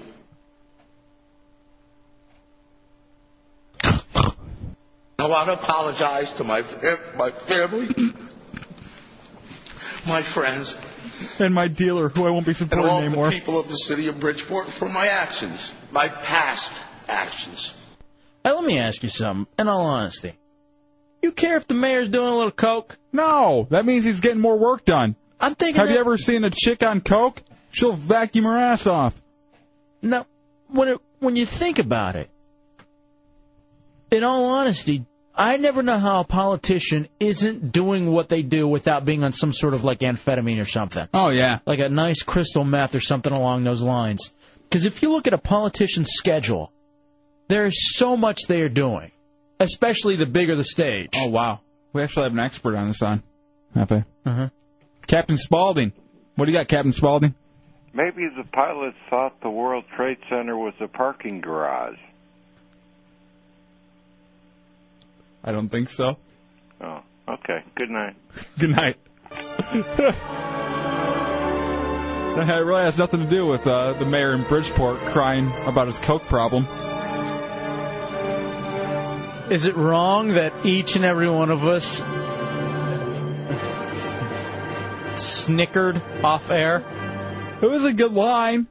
Speaker 19: I want to apologize to my, fa- my family, my friends,
Speaker 4: And my dealer, who I won't be
Speaker 19: and
Speaker 4: supporting
Speaker 19: all
Speaker 4: anymore.
Speaker 19: the people of the city of Bridgeport for my actions, my past actions.
Speaker 3: Hey, let me ask you something. In all honesty, you care if the mayor's doing a little coke?
Speaker 4: No, that means he's getting more work done.
Speaker 3: I'm thinking.
Speaker 4: Have
Speaker 3: that-
Speaker 4: you ever seen a chick on coke? She'll vacuum her ass off.
Speaker 3: No, when it, when you think about it, in all honesty, I never know how a politician isn't doing what they do without being on some sort of like amphetamine or something.
Speaker 4: Oh yeah,
Speaker 3: like a nice crystal meth or something along those lines. Because if you look at a politician's schedule, there is so much they are doing, especially the bigger the stage. Oh
Speaker 4: wow, we actually have an expert on this on. Happy.
Speaker 3: Uh-huh.
Speaker 4: Captain Spaulding. What do you got, Captain Spaulding?
Speaker 17: Maybe the pilots thought the World Trade Center was a parking garage.
Speaker 4: I don't think so.
Speaker 17: Oh, okay. Good night.
Speaker 4: Good night. That really has nothing to do with uh, the mayor in Bridgeport crying about his coke problem.
Speaker 3: Is it wrong that each and every one of us snickered off air?
Speaker 4: It was a good line.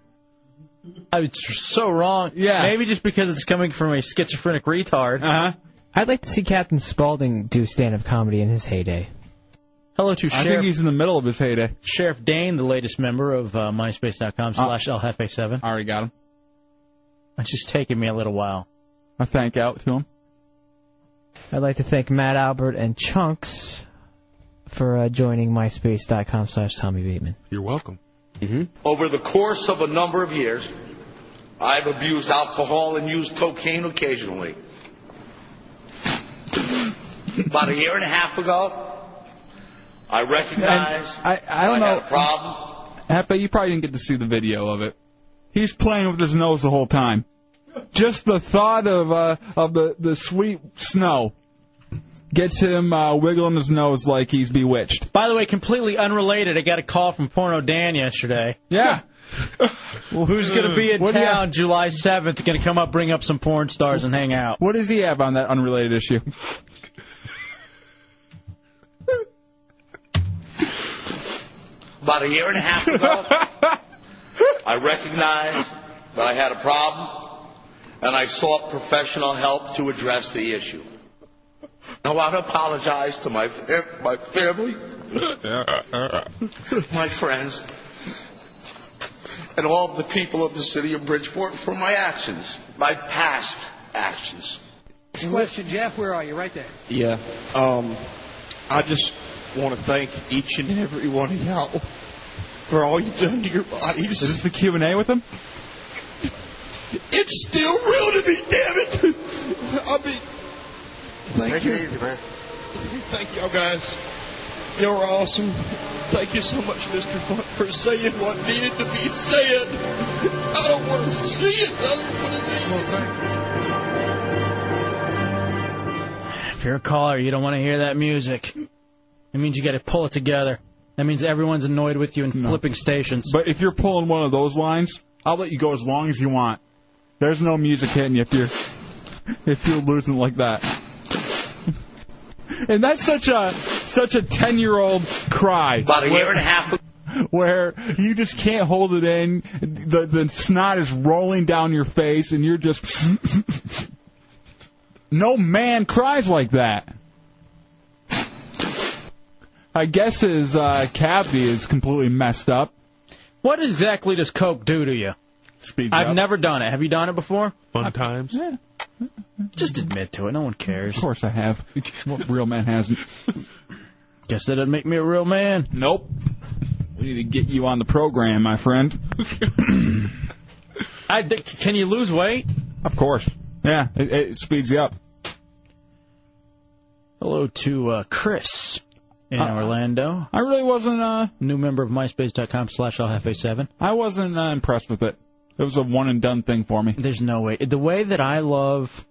Speaker 3: I mean, it's so wrong. Yeah. Maybe just because it's coming from a schizophrenic retard.
Speaker 4: Uh huh.
Speaker 7: I'd like to see Captain Spaulding do stand-up comedy in his heyday.
Speaker 3: Hello to
Speaker 7: I
Speaker 3: Sheriff.
Speaker 7: think he's
Speaker 4: in the middle of his heyday.
Speaker 3: Sheriff Dane, the latest member of uh, MySpace.com slash LHFA7.
Speaker 4: Already got him.
Speaker 3: It's just taking me a little while.
Speaker 4: I thank out to him.
Speaker 7: I'd like to thank Matt Albert and Chunks for uh, joining MySpace.com slash Tommy Bateman.
Speaker 25: You're welcome.
Speaker 19: Over the course of a number of years, I've abused alcohol and used cocaine occasionally. About a year and a half ago, I recognized
Speaker 4: I, I don't
Speaker 19: that I
Speaker 4: know.
Speaker 19: had a problem.
Speaker 4: Hefe, you probably didn't get to see the video of it. He's playing with his nose the whole time. Just the thought of uh, of the, the sweet snow gets him uh, wiggling his nose like he's bewitched.
Speaker 3: By the way, completely unrelated, I got a call from Porno Dan yesterday.
Speaker 4: Yeah.
Speaker 3: Who's going to be in
Speaker 4: What do you-
Speaker 3: town July 7th? Going to come up, bring up some porn stars, and hang out.
Speaker 4: What does he have on that unrelated issue?
Speaker 19: About a year and a half ago, I recognized that I had a problem, and I sought professional help to address the issue. I want to apologize to my fa- my family, my friends, and all the people of the city of Bridgeport for my actions, my past actions.
Speaker 16: Question, Jeff, where are you? Right there.
Speaker 18: Yeah. Um, I just want to thank each and every one of y'all for all you've done to your bodies.
Speaker 4: Is this the Q and A with him?
Speaker 18: It's still real to me, damn it! I mean, thank
Speaker 9: Take
Speaker 18: you.
Speaker 9: it easy, man.
Speaker 18: Thank y'all guys. Y'all are awesome. Thank you so much, Mr. Funk, for saying what needed to be said. I don't want to see it. I don't want to
Speaker 3: If you're a caller, you don't want to hear that music. It means you got to pull it together. That means everyone's annoyed with you and flipping stations.
Speaker 4: But if you're pulling one of those lines, I'll let you go as long as you want. There's no music hitting you if you're if you're losing like that. And that's such a such a ten year old cry.
Speaker 9: About a year and a
Speaker 18: half.
Speaker 4: Where you just can't hold it in, the the snot is rolling down your face, and you're just. no man cries like that. I guess his uh, cavity is completely messed up.
Speaker 3: What exactly does Coke do to you?
Speaker 4: Speeds
Speaker 3: I've
Speaker 4: up.
Speaker 3: never done it. Have you done it before?
Speaker 12: Fun times.
Speaker 4: Yeah.
Speaker 3: Just admit to it. No one cares. Of
Speaker 4: course I have. What real man hasn't?
Speaker 3: Guess that doesn't make me a real man.
Speaker 4: Nope. We need to get you on the program, my friend.
Speaker 3: I d- can you lose weight?
Speaker 4: Of course. Yeah, it, it speeds you up.
Speaker 3: Hello to uh, Chris in
Speaker 4: Uh,
Speaker 3: Orlando.
Speaker 4: I really wasn't uh
Speaker 3: new member of MySpace.com slash LHFA7.
Speaker 4: I wasn't uh, impressed with it. It was a one and done thing for me.
Speaker 3: There's no way. The way that I love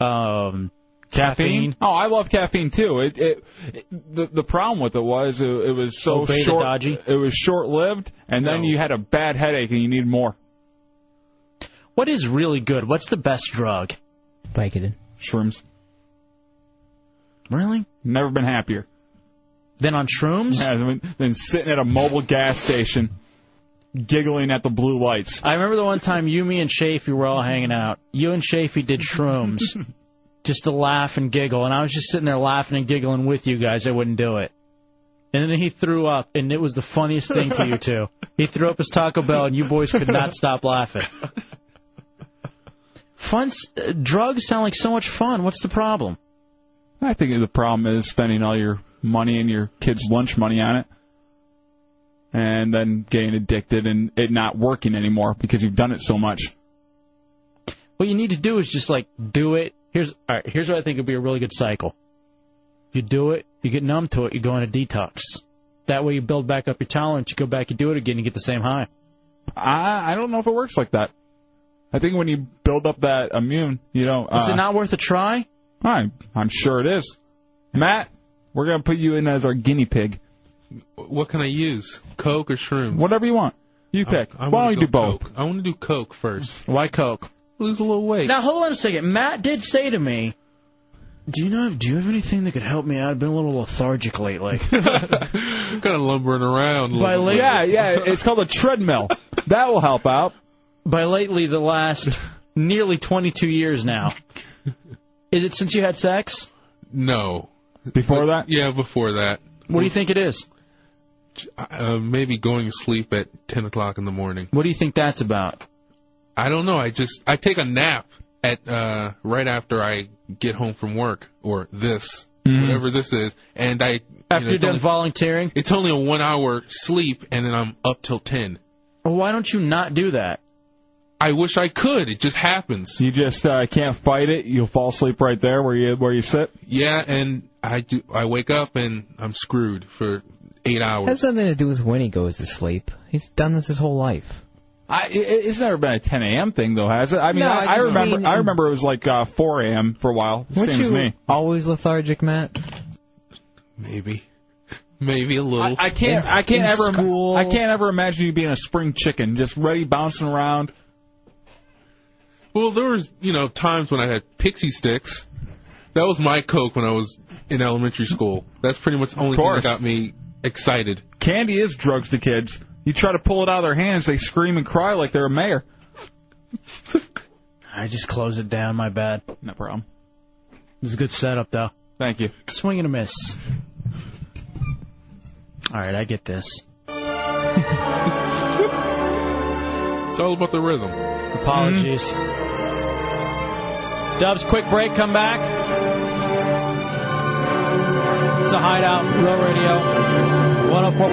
Speaker 3: um, caffeine.
Speaker 4: Oh, I love caffeine too. It, it, it the the problem with it was it, it was so
Speaker 3: Oh, beta
Speaker 4: short.
Speaker 3: dodgy?
Speaker 4: It was short lived, and then
Speaker 3: No.
Speaker 4: you had a bad headache, and you need more.
Speaker 3: What is really good? What's the best drug?
Speaker 7: Vicodin.
Speaker 4: Shrooms.
Speaker 3: Really?
Speaker 4: Never been happier.
Speaker 3: Then on shrooms?
Speaker 4: Yeah, than, than sitting at a mobile gas station, giggling at the blue lights.
Speaker 3: I remember the one time you, me, and Chafee were all hanging out. You and Chafee did shrooms just to laugh and giggle, and I was just sitting there laughing and giggling with you guys. I wouldn't do it. And then he threw up, and it was the funniest thing to you two. He threw up his Taco Bell, and you boys could not stop laughing. Fun s- uh, drugs sound like so much fun. What's the problem?
Speaker 4: I think the problem is spending all your money and your kids' lunch money on it, and then getting addicted and it not working anymore because you've done it so much.
Speaker 3: What you need to do is just like do it. Here's all right. Here's what I think would be a really good cycle. You do it, you get numb to it, you go into detox. That way you build back up your tolerance. You go back, you do it again, you get the same high.
Speaker 4: I I don't know if it works like that. I think when you build up that immune, you know. Uh,
Speaker 3: Is it not worth a try?
Speaker 4: I I'm sure it is. Matt, we're gonna put you in as our guinea pig.
Speaker 12: What can I use? Coke or shrooms?
Speaker 4: Whatever you want, you pick.
Speaker 12: I
Speaker 4: Why
Speaker 12: wanna
Speaker 4: don't you do
Speaker 12: go
Speaker 4: both?
Speaker 12: Coke. I want to do Coke first.
Speaker 3: Why Coke?
Speaker 12: Lose a little weight.
Speaker 3: Now hold on a second. Matt did say to me, "Do you know? Do you have anything that could help me out? I've been a little lethargic lately."
Speaker 12: kind of lumbering around. a
Speaker 3: By
Speaker 12: little
Speaker 3: late-
Speaker 12: bit.
Speaker 3: Yeah,
Speaker 4: yeah, it's called a treadmill. That will help out.
Speaker 3: By lately, the last nearly 22 years now. Is it since you had sex?
Speaker 12: No.
Speaker 4: Before that?
Speaker 12: Yeah, before that.
Speaker 3: What do you think it is?
Speaker 12: Uh, maybe going to sleep at 10 o'clock in the morning.
Speaker 3: What do you think that's about?
Speaker 12: I don't know. I just, I take a nap at, uh, right after I get home from work or this,
Speaker 3: Mhm.
Speaker 12: whatever this is. And I, you know,
Speaker 3: After you're
Speaker 12: it's,
Speaker 3: done
Speaker 12: only,
Speaker 3: volunteering,
Speaker 12: it's only a one hour sleep and then I'm up till 10.
Speaker 3: well, why don't you not do that?
Speaker 12: I wish I could. It just happens.
Speaker 4: You just uh, can't fight it. You'll fall asleep right there where you where you sit.
Speaker 12: Yeah. And I do, I wake up and I'm screwed for eight
Speaker 7: It
Speaker 12: hours.
Speaker 7: has something to do with when he goes to sleep. He's done this his whole life.
Speaker 4: I, it- it's never been a 10 a.m. thing though, has it? I mean,
Speaker 7: No,
Speaker 4: I,
Speaker 7: I
Speaker 4: I
Speaker 7: just
Speaker 4: remember,
Speaker 7: mean-
Speaker 4: I remember it was like uh, 4 a.m. for a while,
Speaker 7: Weren't
Speaker 4: same
Speaker 7: you
Speaker 4: as me.
Speaker 7: always lethargic, Matt?
Speaker 12: Maybe. Maybe a little.
Speaker 4: I can't,
Speaker 12: In-
Speaker 4: I can't
Speaker 12: in
Speaker 4: ever,
Speaker 12: school.
Speaker 4: I can't ever imagine you being a spring chicken, just ready bouncing around.
Speaker 12: Well, there was, you know, times when I had pixie sticks. That was my coke when I was in elementary school. That's pretty much the only thing that
Speaker 4: course.
Speaker 12: got me excited.
Speaker 4: Candy is drugs to kids. You try to pull it out of their hands, they scream and cry like they're a mayor.
Speaker 3: I just close it down. My bad.
Speaker 4: No problem.
Speaker 3: It was a good setup, though.
Speaker 4: Thank you.
Speaker 3: Swing and a miss. All right, I get this.
Speaker 12: It's all about the rhythm.
Speaker 3: Apologies.
Speaker 4: Mm-hmm.
Speaker 3: Dubs, quick break, come back. It's a hideout, Real Radio, 104.1.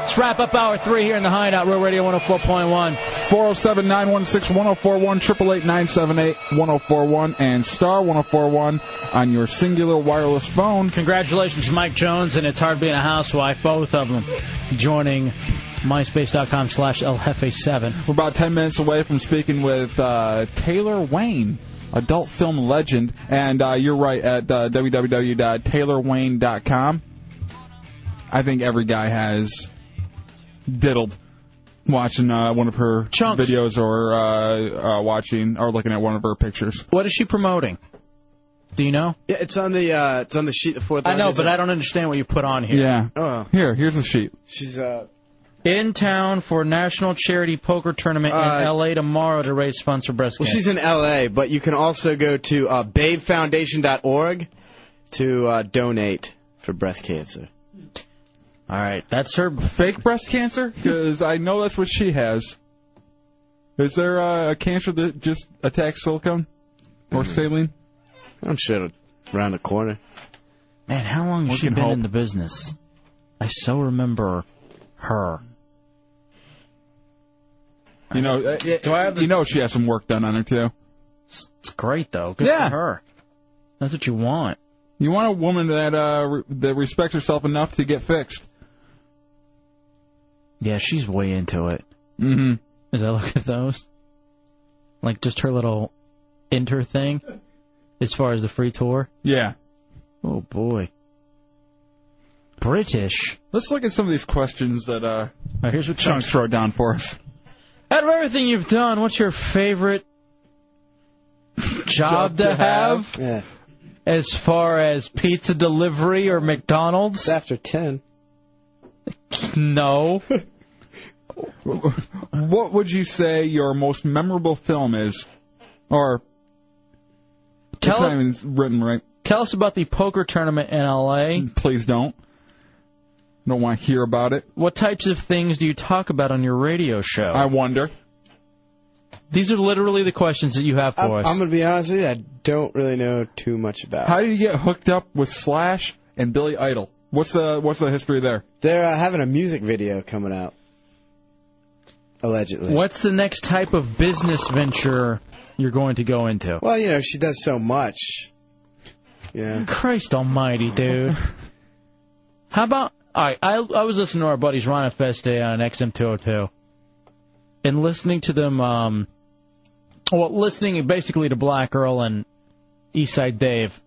Speaker 3: Let's wrap up hour three here in the Hideout, Real Radio 104.1.
Speaker 4: 407 916 1041, 888 978 1041, and star 1041 on your singular wireless phone.
Speaker 3: Congratulations to Mike Jones and It's Hard Being a Housewife, both of them joining myspace.com slash LFA7.
Speaker 4: We're about 10 minutes away from speaking with uh, Taylor Wayne, adult film legend. And uh, you're right at uh, www.taylorwayne.com. I think every guy has diddled watching uh, one of her videos or uh, uh, watching or looking at one of her pictures.
Speaker 3: What is she promoting? Do you know?
Speaker 10: Yeah, it's on the uh, it's on the sheet. The fourth.
Speaker 3: I know,
Speaker 10: line is-
Speaker 3: but I don't understand what you put on here.
Speaker 4: Yeah.
Speaker 10: Oh.
Speaker 4: Here, here's a sheet.
Speaker 10: She's uh.
Speaker 3: In town for National Charity Poker Tournament in
Speaker 10: Uh,
Speaker 3: L.A. tomorrow to raise funds for breast
Speaker 10: Well,
Speaker 3: cancer.
Speaker 10: she's in L.A., but you can also go to uh, babefoundation.org to uh, donate for breast cancer.
Speaker 3: All right, that's her
Speaker 4: fake breast cancer because I know that's what she has. Is there uh, a cancer that just attacks silicone or
Speaker 3: Hmm.
Speaker 4: saline?
Speaker 10: I'm sure it'll around the corner.
Speaker 3: Man, how long has
Speaker 10: One
Speaker 3: she
Speaker 10: can
Speaker 3: been in the business? I so remember her.
Speaker 4: You know, uh, you know she has some work done on her too.
Speaker 3: It's great though. Good
Speaker 4: yeah.
Speaker 3: for her. That's what you want.
Speaker 4: You want a woman that uh, re- that respects herself enough to get fixed.
Speaker 3: Yeah, she's way into it.
Speaker 4: Mm-hmm.
Speaker 3: As I look at those, like just her little enter thing, as far as the free tour.
Speaker 4: Yeah.
Speaker 3: Oh boy. British.
Speaker 4: Let's look at some of these questions that uh,
Speaker 3: here's what
Speaker 4: Chunks
Speaker 3: Chunks
Speaker 4: wrote down for us.
Speaker 3: Out of everything you've done, what's your favorite job, to, have?
Speaker 10: Yeah.
Speaker 3: As far as pizza delivery or McDonald's?
Speaker 10: after 10.
Speaker 3: No.
Speaker 4: What would you say your most memorable film is? Or it's
Speaker 3: Tell-
Speaker 4: not even written right.
Speaker 3: Tell us about the poker tournament in LA.
Speaker 4: Please don't. Don't want to hear about it.
Speaker 3: What types of things do you talk about on your radio show?
Speaker 4: I wonder.
Speaker 3: These are literally the questions that you have for
Speaker 10: I'm,
Speaker 3: us.
Speaker 10: I'm gonna be honest with you. I don't really know too much about.
Speaker 4: How did you get hooked up with Slash and Billy Idol? What's the what's the history there?
Speaker 10: They're uh, having a music video coming out, allegedly.
Speaker 3: What's the next type of business venture you're going to go into?
Speaker 10: Well, you know, she does so much. Yeah.
Speaker 3: Christ almighty, dude. How about all right, I I was listening to our buddies Ron and Fest today on XM202, and listening to them, um, well, listening basically to Black Earl and Eastside Dave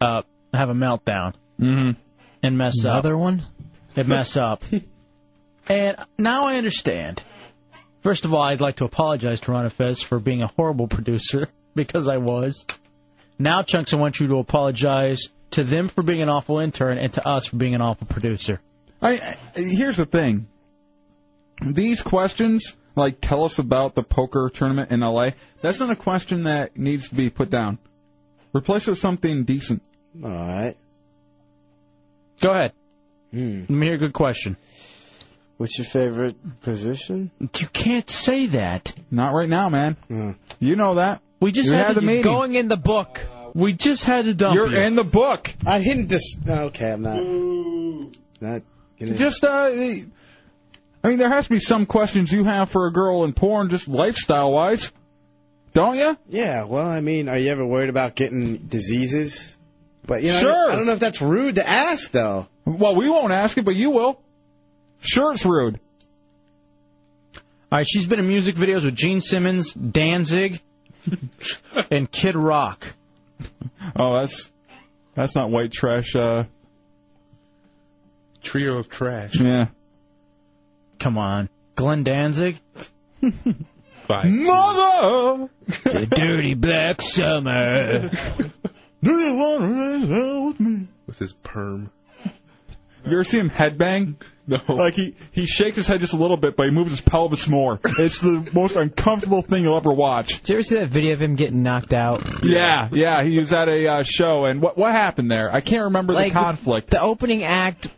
Speaker 3: uh, have a meltdown
Speaker 4: mm-hmm.
Speaker 3: and mess up.
Speaker 7: Another one?
Speaker 3: and mess up. and now I understand. First of all, I'd like to apologize to Ron and Fez for being a horrible producer because I was. Now, Chunks, I want you to apologize to them for being an awful intern and to us for being an awful producer.
Speaker 4: I, I here's the thing. These questions, like tell us about the poker tournament in LA, that's not a question that needs to be put down. Replace it with something decent.
Speaker 10: All right.
Speaker 3: Go ahead.
Speaker 10: Hmm.
Speaker 3: Let me hear a good question.
Speaker 10: What's your favorite position?
Speaker 3: You can't say that.
Speaker 4: Not right now, man.
Speaker 10: Mm.
Speaker 4: You know that.
Speaker 3: We just
Speaker 4: you
Speaker 3: had,
Speaker 4: the
Speaker 3: to-
Speaker 4: meeting.
Speaker 3: going in the book. We just had to dump
Speaker 4: You're
Speaker 3: you.
Speaker 4: in the book.
Speaker 10: I didn't dis. oh, Okay, I'm not. Not. Gonna...
Speaker 4: Just uh, the- I mean, there has to be some questions you have for a girl in porn, just lifestyle wise, don't you?
Speaker 10: Yeah. Well, I mean, are you ever worried about getting diseases? But you know,
Speaker 4: Sure.
Speaker 10: I don't know if that's rude to ask though.
Speaker 4: Well, we won't ask it, but you will. Sure, it's rude.
Speaker 3: All right, she's been in music videos with Gene Simmons, Danzig, and Kid Rock.
Speaker 4: Oh, that's that's not white trash. Uh,
Speaker 12: Trio of trash.
Speaker 4: yeah.
Speaker 3: Come on, Glenn Danzig.
Speaker 4: Mother.
Speaker 3: The dirty black summer.
Speaker 4: Do you want to raise hell with me?
Speaker 12: With his perm.
Speaker 4: You ever see him headbang? No. Like he he shakes his head just a little bit, but he moves his pelvis more. It's the most uncomfortable thing you'll ever watch.
Speaker 7: Did you ever see that video of him getting knocked out?
Speaker 4: Yeah, yeah. He was at a uh, show, and what what happened there? I can't remember the conflict.
Speaker 7: The opening act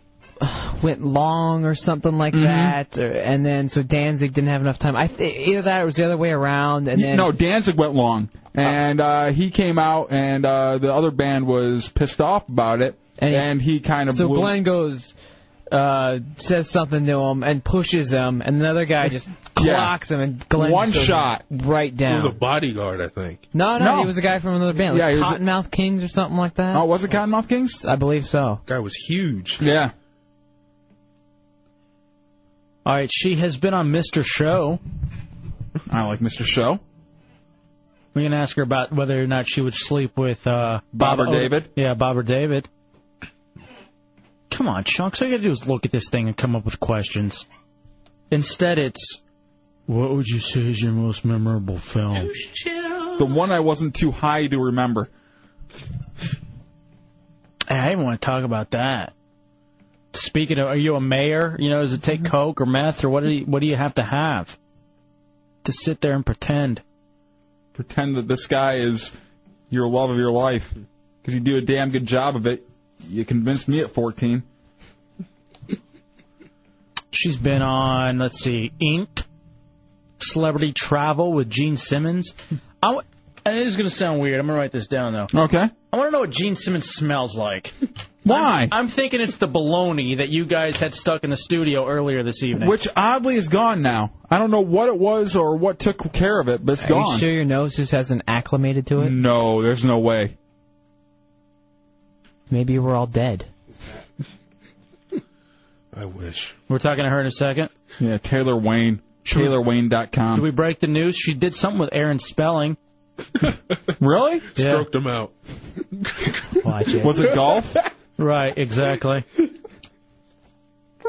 Speaker 7: went long or something
Speaker 4: Mm-hmm.
Speaker 7: like that, or, and then so Danzig didn't have enough time. I th- either that or it was the other way around, and then
Speaker 4: no, Danzig went long, and uh, he came out, and uh, the other band was pissed off about it, and, he kind of
Speaker 7: so
Speaker 4: blew.
Speaker 7: Glenn goes, uh, says something to him and pushes him, and another guy just
Speaker 4: Yeah.
Speaker 7: clocks him, and Glenn
Speaker 4: One
Speaker 7: just goes
Speaker 4: shot.
Speaker 7: right
Speaker 21: He was
Speaker 7: down.
Speaker 21: a bodyguard, I think.
Speaker 7: No, no,
Speaker 4: No.
Speaker 7: he was a guy from another band,
Speaker 4: Yeah,
Speaker 7: like
Speaker 4: he was a-
Speaker 7: Cottonmouth Kings or something like that.
Speaker 4: Oh, was it Cottonmouth Kings?
Speaker 7: I believe so.
Speaker 21: Guy was huge.
Speaker 4: Yeah.
Speaker 3: All right, she has been on Mr. Show.
Speaker 4: I like Mr. Show.
Speaker 3: We can ask her about whether or not she would sleep with uh,
Speaker 4: Bob or
Speaker 3: Od-
Speaker 4: David?
Speaker 3: Yeah, Bob or David. Come on, Chunks. All you got to do is look at this thing and come up with questions. Instead, it's what would you say is your most memorable film?
Speaker 4: The one I wasn't too high to remember.
Speaker 3: Hey, I didn't want to talk about that. Speaking of, are you a mayor? You know, does it take coke or meth or what do you, what do you have to have to sit there and pretend?
Speaker 4: Pretend that this guy is your love of your life. 'Cause you do a damn good job of it. You convinced me at 14.
Speaker 3: She's been on, let's see, Inked, Celebrity Travel with Gene Simmons. I w- and it is going to sound weird. I'm going to write this down, though.
Speaker 4: Okay.
Speaker 3: I want to know what Gene Simmons smells like.
Speaker 4: Why?
Speaker 3: I'm, I'm thinking it's the baloney that you guys had stuck in the studio earlier this evening.
Speaker 4: Which oddly is gone now. I don't know what it was or what took care of it, but it's
Speaker 7: Are
Speaker 4: gone. Mm.
Speaker 7: you sure your nose just hasn't acclimated to it?
Speaker 4: No, there's no way.
Speaker 7: Maybe we're all dead.
Speaker 21: I wish.
Speaker 3: We're talking to her in a second.
Speaker 4: Yeah, Taylor Wayne. TaylorWayne.com.
Speaker 3: Did we break the news? She did something with Aaron Spelling.
Speaker 4: really?
Speaker 21: Stroked him out.
Speaker 3: Watch it.
Speaker 21: Was it golf?
Speaker 3: Right, exactly.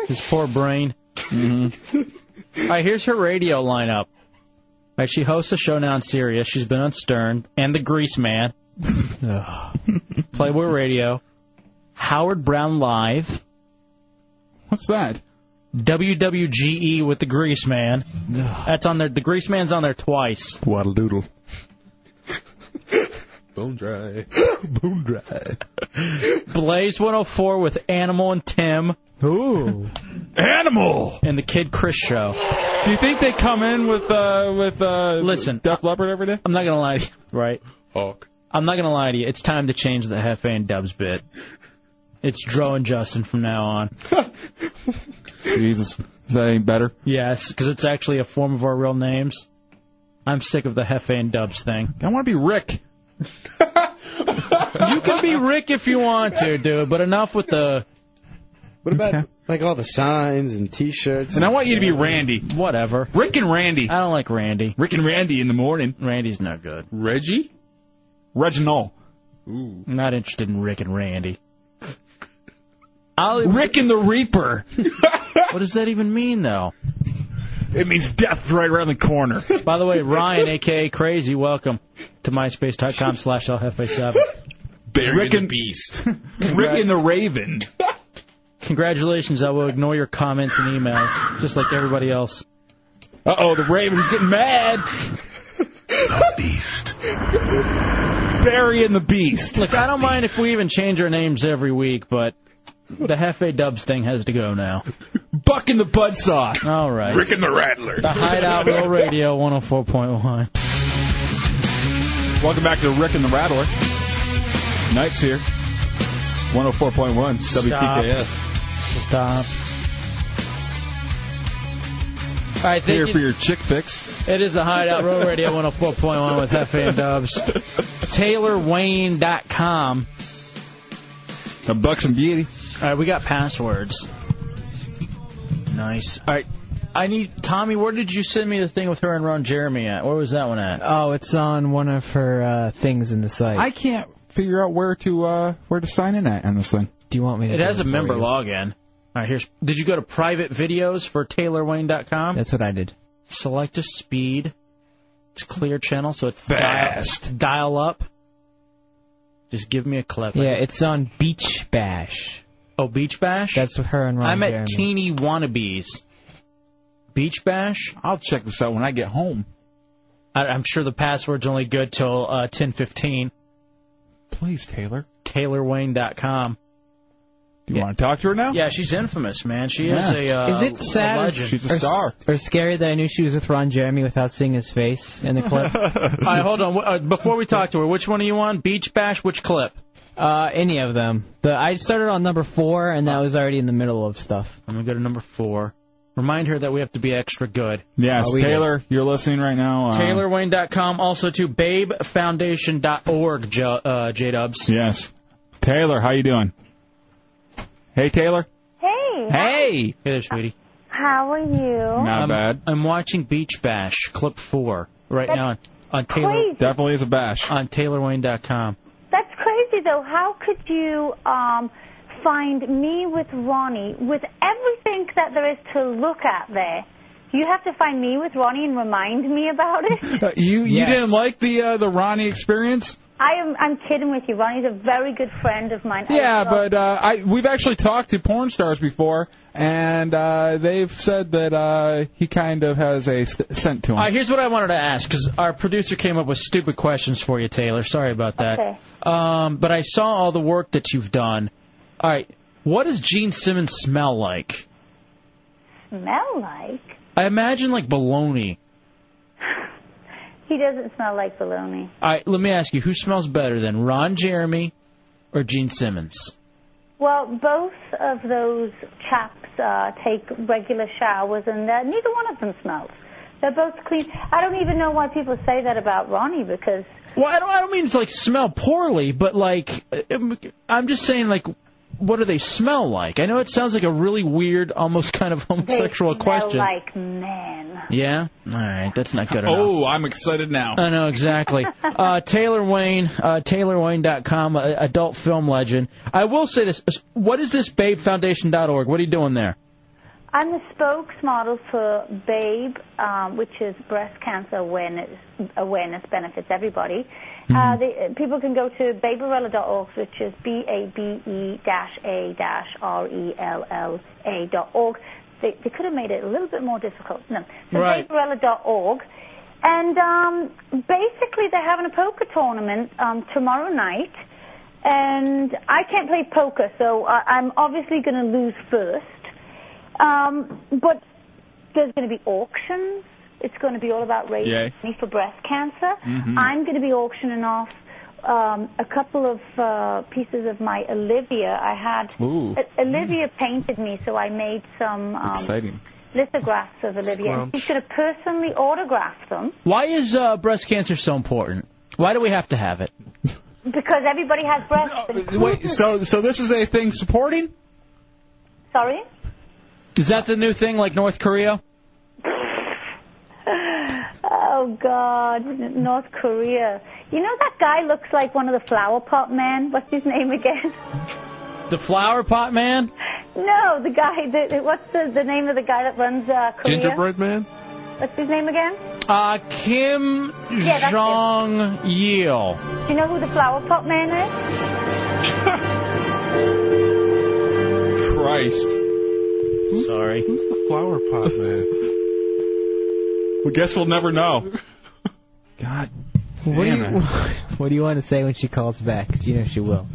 Speaker 3: His poor brain.
Speaker 4: Mm-hmm.
Speaker 3: All right, here's her radio lineup. All right, she hosts a show now on Sirius. She's been on Stern and The Grease Man, Playboy Radio, Howard Brown Live.
Speaker 4: What's that?
Speaker 3: WWGE E with The Grease Man. That's on there. The Grease Man's on there twice.
Speaker 21: Waddle doodle. Bone dry. Bone dry.
Speaker 3: Blaze 104 with Animal and Tim. Ooh. Animal! And the Kid Chris show.
Speaker 4: Do you think they come in with uh with uh
Speaker 3: Listen,
Speaker 4: Def Leppard every day?
Speaker 3: I'm not gonna lie to you, right?
Speaker 21: Hawk.
Speaker 3: I'm not gonna lie to you. It's time to change the Hefe and Dubs bit. It's Dro and Justin from now on.
Speaker 4: Jesus, is that any better?
Speaker 3: Yes, because it's actually a form of our real names. I'm sick of the Hefe and Dubs thing.
Speaker 4: I want to be Rick.
Speaker 3: you can be Rick if you want to, dude. But enough with the.
Speaker 10: What about like all the signs and T-shirts?
Speaker 3: And I want
Speaker 4: you to be Randy.
Speaker 3: Whatever.
Speaker 4: Rick and Randy.
Speaker 3: I don't like Randy.
Speaker 4: Rick and Randy in the morning.
Speaker 3: Randy's no good.
Speaker 21: Reggie?
Speaker 4: Reginald.
Speaker 21: Ooh.
Speaker 3: I'm not interested in Rick and Randy. I'll,
Speaker 4: Rick and the Reaper.
Speaker 3: what does that even mean, though?
Speaker 4: It means death right around the corner.
Speaker 3: By the way, Ryan, aka Crazy, welcome to myspace.com slash lhefe7.
Speaker 21: Bearing
Speaker 4: Rick
Speaker 21: the
Speaker 4: and-
Speaker 21: Beast.
Speaker 4: Rick and the Raven.
Speaker 3: Congratulations, I will ignore your comments and emails, just like everybody else.
Speaker 4: Uh oh, the Raven's getting mad. Barry and the Beast.
Speaker 3: Look, I don't mind if we even change our names every week, but the Hefe Dubs thing has to go now.
Speaker 4: Buck and the Budsaw.
Speaker 3: All right.
Speaker 21: Rick and the Rattler.
Speaker 3: The Hideout Real Radio 104.1.
Speaker 4: Welcome back to Rick and the Rattler. Night's here. 104.1 WTKS.
Speaker 3: Stop. All right, thank
Speaker 4: Here
Speaker 3: you-
Speaker 4: for your chick fix.
Speaker 3: It is the Hideout Road Radio 104.1 with Hefe and Dubs. TaylorWayne.com.
Speaker 4: A bucks and beauty.
Speaker 3: All right, we got passwords. Nice. All right, I need Tommy. Where did you send me the thing with her and Ron Jeremy at? Where was that one at?
Speaker 7: Oh, it's on one of her uh, things in the site.
Speaker 4: I can't figure out where to uh where to sign in at on this thing.
Speaker 7: Do you want me to?
Speaker 3: It
Speaker 7: do
Speaker 3: has a
Speaker 7: for
Speaker 3: member
Speaker 7: you?
Speaker 3: login. All right, here's. Did you go to private videos for TaylorWayne.com?
Speaker 7: That's what I did.
Speaker 3: Select a speed. It's clear channel, so it's
Speaker 4: Fast.
Speaker 3: Dial, dial up. Just give me a clip.
Speaker 7: Yeah, it's on Beach Bash.
Speaker 3: Oh, Beach Bash.
Speaker 7: That's what her and Ron
Speaker 3: I'm at
Speaker 7: Jeremy.
Speaker 3: Teeny Wannabes. Beach Bash.
Speaker 4: I'll check this out when I get home.
Speaker 3: I, I'm sure the password's only good till uh, 10:15.
Speaker 4: Please, Taylor.
Speaker 3: TaylorWayne.com.
Speaker 4: Do you want to talk to her now?
Speaker 3: Yeah, she's infamous, man. She is a.
Speaker 4: Yeah.
Speaker 3: Uh,
Speaker 7: Is it sad
Speaker 3: A
Speaker 7: or-
Speaker 3: legend.
Speaker 7: or, or scary that I knew she was with Ron Jeremy without seeing his face in the clip?
Speaker 3: All right, hold on. Uh, before we talk to her, which one are you on? Beach Bash? Which clip?
Speaker 7: Uh, any of them. The I started on number four, and that was already in the middle of stuff.
Speaker 3: Uh, I'm gonna go to number four. Remind her that we have to be extra good.
Speaker 4: Yes,
Speaker 3: Uh, we-
Speaker 4: Taylor, you're listening right now. uh,
Speaker 3: TaylorWayne.com, also to BabeFoundation.org, J, uh, J Dubs.
Speaker 4: Yes. Taylor, how you doing? Hey, Taylor.
Speaker 15: Hey.
Speaker 3: Hey there, sweetie.
Speaker 15: How are you?
Speaker 3: I'm, bad. I'm watching Beach Bash, clip four, right now on, on Taylor.
Speaker 15: crazy.
Speaker 4: Definitely is a bash.
Speaker 3: On TaylorWayne.com.
Speaker 15: That's crazy though. How could you um find me with Ronnie with everything that there is to look at there? You have to find me with Ronnie and remind me about it.
Speaker 4: Uh, you you didn't like the uh, the Ronnie experience?
Speaker 15: I am I'm kidding with you. Ronnie's a very good friend of mine. I
Speaker 4: Yeah,
Speaker 15: love-
Speaker 4: but uh, I we've actually talked to porn stars before, and uh, they've said that uh, he kind of has a st- scent to him.
Speaker 3: All right, Uh, here's what I wanted to ask because our producer came up with stupid questions for you, Taylor. Sorry about that.
Speaker 15: Okay.
Speaker 3: Um, but I saw all the work that you've done. All right, what does Gene Simmons smell like?
Speaker 15: smell like
Speaker 3: I imagine like baloney.
Speaker 15: he doesn't smell like baloney.
Speaker 3: All right, let me ask you, who smells better than Ron Jeremy or Gene Simmons?
Speaker 15: Well, both of those chaps uh, take regular showers, and uh, neither one of them smells. They're both clean. I don't even know why people say that about Ronnie because
Speaker 3: Well, I don't, I don't mean to like smell poorly, but like I'm just saying like. What do they smell like? I know it sounds like a really weird, almost kind of
Speaker 15: they
Speaker 3: homosexual
Speaker 15: smell
Speaker 3: question.
Speaker 15: like men.
Speaker 3: Yeah? All right, that's not good enough.
Speaker 4: Oh, I'm excited now.
Speaker 3: I know exactly. Uh, Taylor Wayne, uh, TaylorWayne.com, uh, adult film legend. I will say this: What is this BabeFoundation.org? What are you doing there?
Speaker 15: I'm the spokesmodel for BABE, um, which is Breast Cancer Awareness, Awareness Benefits Everybody. Uh, the, people can go to baberella.org, which is E B-A-B-E-A-R-E-L-L-A dot org. They, they could have made it a little bit more difficult. No, so
Speaker 3: Right.
Speaker 15: baberella.org. And um, basically, they're having a poker tournament um, tomorrow night. And I can't play poker, so I, I'm obviously going to lose first. Um, but there's going to be auctions. It's going to be all about raising
Speaker 1: Yay.
Speaker 15: money for breast cancer.
Speaker 1: Mhm.
Speaker 15: I'm going to be auctioning off um, a couple of uh, pieces of my Olivia. I had
Speaker 1: Ooh.
Speaker 15: O- Olivia painted me, so I made some um,
Speaker 4: Exciting.
Speaker 15: lithographs of Olivia. And she's going to personally autograph them
Speaker 3: Why is uh, breast cancer so important? Why do we have to have it?
Speaker 15: because everybody has breasts.
Speaker 4: Wait, so so this is a thing supporting?
Speaker 15: Sorry.
Speaker 3: Is that the new thing, like North Korea?
Speaker 15: Oh God, N- North Korea. You know that guy looks like one of the flower pot men. What's his name again?
Speaker 3: The flower pot man?
Speaker 15: No, the guy. The, what's the, the name of the guy that runs uh, Korea?
Speaker 3: man?
Speaker 15: What's his name again?
Speaker 3: Uh, Kim
Speaker 15: Yeah, that's
Speaker 3: Jong Il.
Speaker 15: Do you know who the flower pot man is?
Speaker 4: Christ.
Speaker 3: Sorry.
Speaker 4: Who's the flower pot man? we guess we'll never know. God.
Speaker 7: What do, you,
Speaker 4: Damn
Speaker 7: what do you want to say when she calls back? 'Cause you know she will.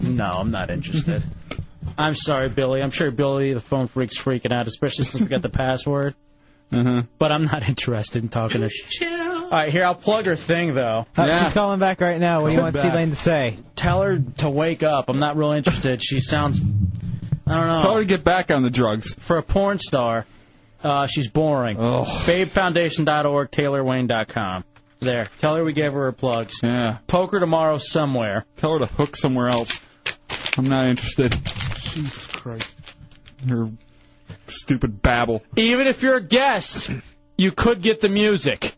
Speaker 3: No, I'm not interested. I'm sorry, Billy. I'm sure Billy, the phone freak's freaking out, especially since we got the password.
Speaker 4: Uh-huh.
Speaker 3: But I'm not interested in talking to. All right, here I'll plug her thing though.
Speaker 7: Uh, She's calling back right now. What do you want
Speaker 3: Calling
Speaker 7: C-Lane to say?
Speaker 3: Tell her to wake up. I'm not real interested. She sounds, I don't know.
Speaker 4: Tell her to get back on the drugs.
Speaker 3: For a porn star, uh, she's boring. BabeFoundation.org, TaylorWayne.com. There. Tell her we gave her her plugs.
Speaker 4: Yeah.
Speaker 3: Poker tomorrow somewhere.
Speaker 4: Tell her to hook somewhere else. I'm not interested.
Speaker 3: Jesus Christ.
Speaker 4: Her stupid babble.
Speaker 3: Even if you're a guest, you could get the music.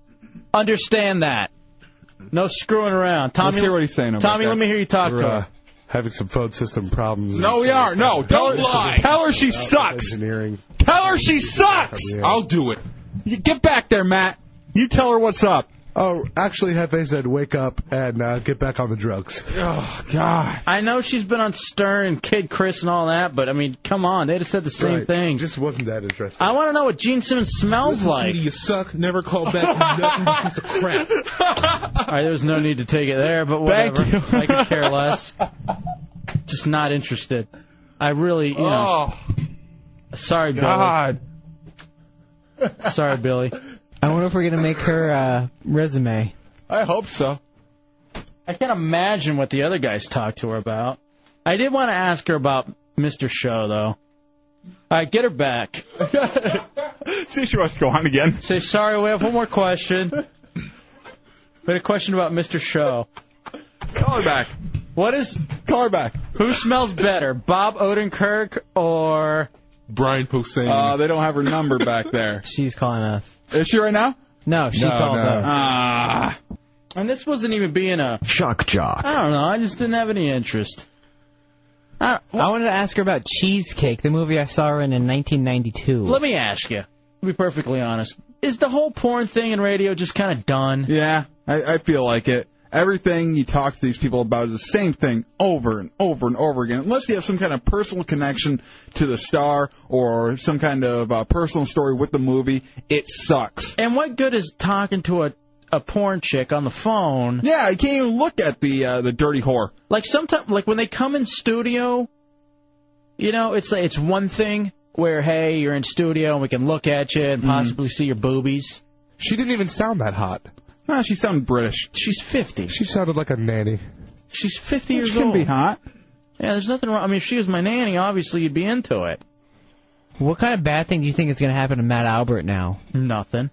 Speaker 3: Understand that. No screwing around. Tommy,
Speaker 12: Let's hear what he's saying about
Speaker 3: Tommy,
Speaker 12: that.
Speaker 3: let me hear you talk to
Speaker 12: We're,
Speaker 3: her.
Speaker 12: uh, having some phone system problems.
Speaker 4: No, we are. No, don't lie. Tell her she sucks.
Speaker 12: Engineering.
Speaker 4: Tell her she sucks.
Speaker 12: I'll do it.
Speaker 4: You get back there, Matt. You tell her what's up.
Speaker 19: Oh, actually, Hefe said wake up and uh, get back on the drugs.
Speaker 4: Oh God.
Speaker 3: I know she's been on Stern, Kid Chris, and all that, but I mean, come on, they'd have said the same
Speaker 19: Right.
Speaker 3: thing.
Speaker 19: Just wasn't that interesting.
Speaker 3: I want to know what Gene Simmons smells like.
Speaker 12: you suck. Never call back. crap.
Speaker 3: All right, there was no need to take it there, but whatever.
Speaker 12: Thank you.
Speaker 3: I could care less. Just not interested. I really, you
Speaker 4: Oh.
Speaker 3: know. Sorry, Billy.
Speaker 7: God.
Speaker 3: Sorry, Billy.
Speaker 7: I wonder if we're gonna make her uh, resume.
Speaker 3: I hope so. I can't imagine what the other guys talked to her about. I did want to ask her about Mr. Show, though. All right, get her back. See if she wants to go on again. Say, sorry, we have one more question. We had a question about Mr. Show. Call her back. What is. Call her back. Who smells better, Bob Odenkirk or.
Speaker 12: Brian Posehn.
Speaker 4: Uh, they don't have her number back there.
Speaker 7: She's calling us.
Speaker 4: Is she right now?
Speaker 7: No, she
Speaker 4: no,
Speaker 7: called
Speaker 4: no.
Speaker 7: us.
Speaker 4: Ah.
Speaker 3: And this wasn't even being a.
Speaker 7: Shock jock.
Speaker 3: I don't know. I just didn't have any interest. I,
Speaker 7: wanted to ask her about Cheesecake, the movie I saw her in in 1992.
Speaker 3: Let me ask you. To be perfectly honest, is the whole porn thing in radio just kind of done?
Speaker 4: Yeah, I, I feel like it. Everything you talk to these people about is the same thing over and over and over again, unless you have some kind of personal connection to the star or some kind of uh, personal story with the movie. It sucks.
Speaker 3: And what good is talking to a a porn chick on the phone?
Speaker 4: Yeah, I can't even look at the uh, the dirty whore.
Speaker 3: Like sometimes, like when they come in studio, you know, it's like it's one thing where hey, you're in studio and we can look at you and possibly see your boobies.
Speaker 12: Mm-hmm. She didn't even sound that hot.
Speaker 4: No, she sounded British.
Speaker 3: She's 50.
Speaker 19: She sounded like a nanny.
Speaker 3: She's 50
Speaker 19: She
Speaker 3: years
Speaker 19: can
Speaker 3: old.
Speaker 19: be
Speaker 4: hot.
Speaker 3: Yeah, there's nothing wrong. I mean, if she was my nanny, obviously you'd be into it.
Speaker 7: What kind of bad thing do you think is going to happen to Matt Albert now?
Speaker 3: Nothing.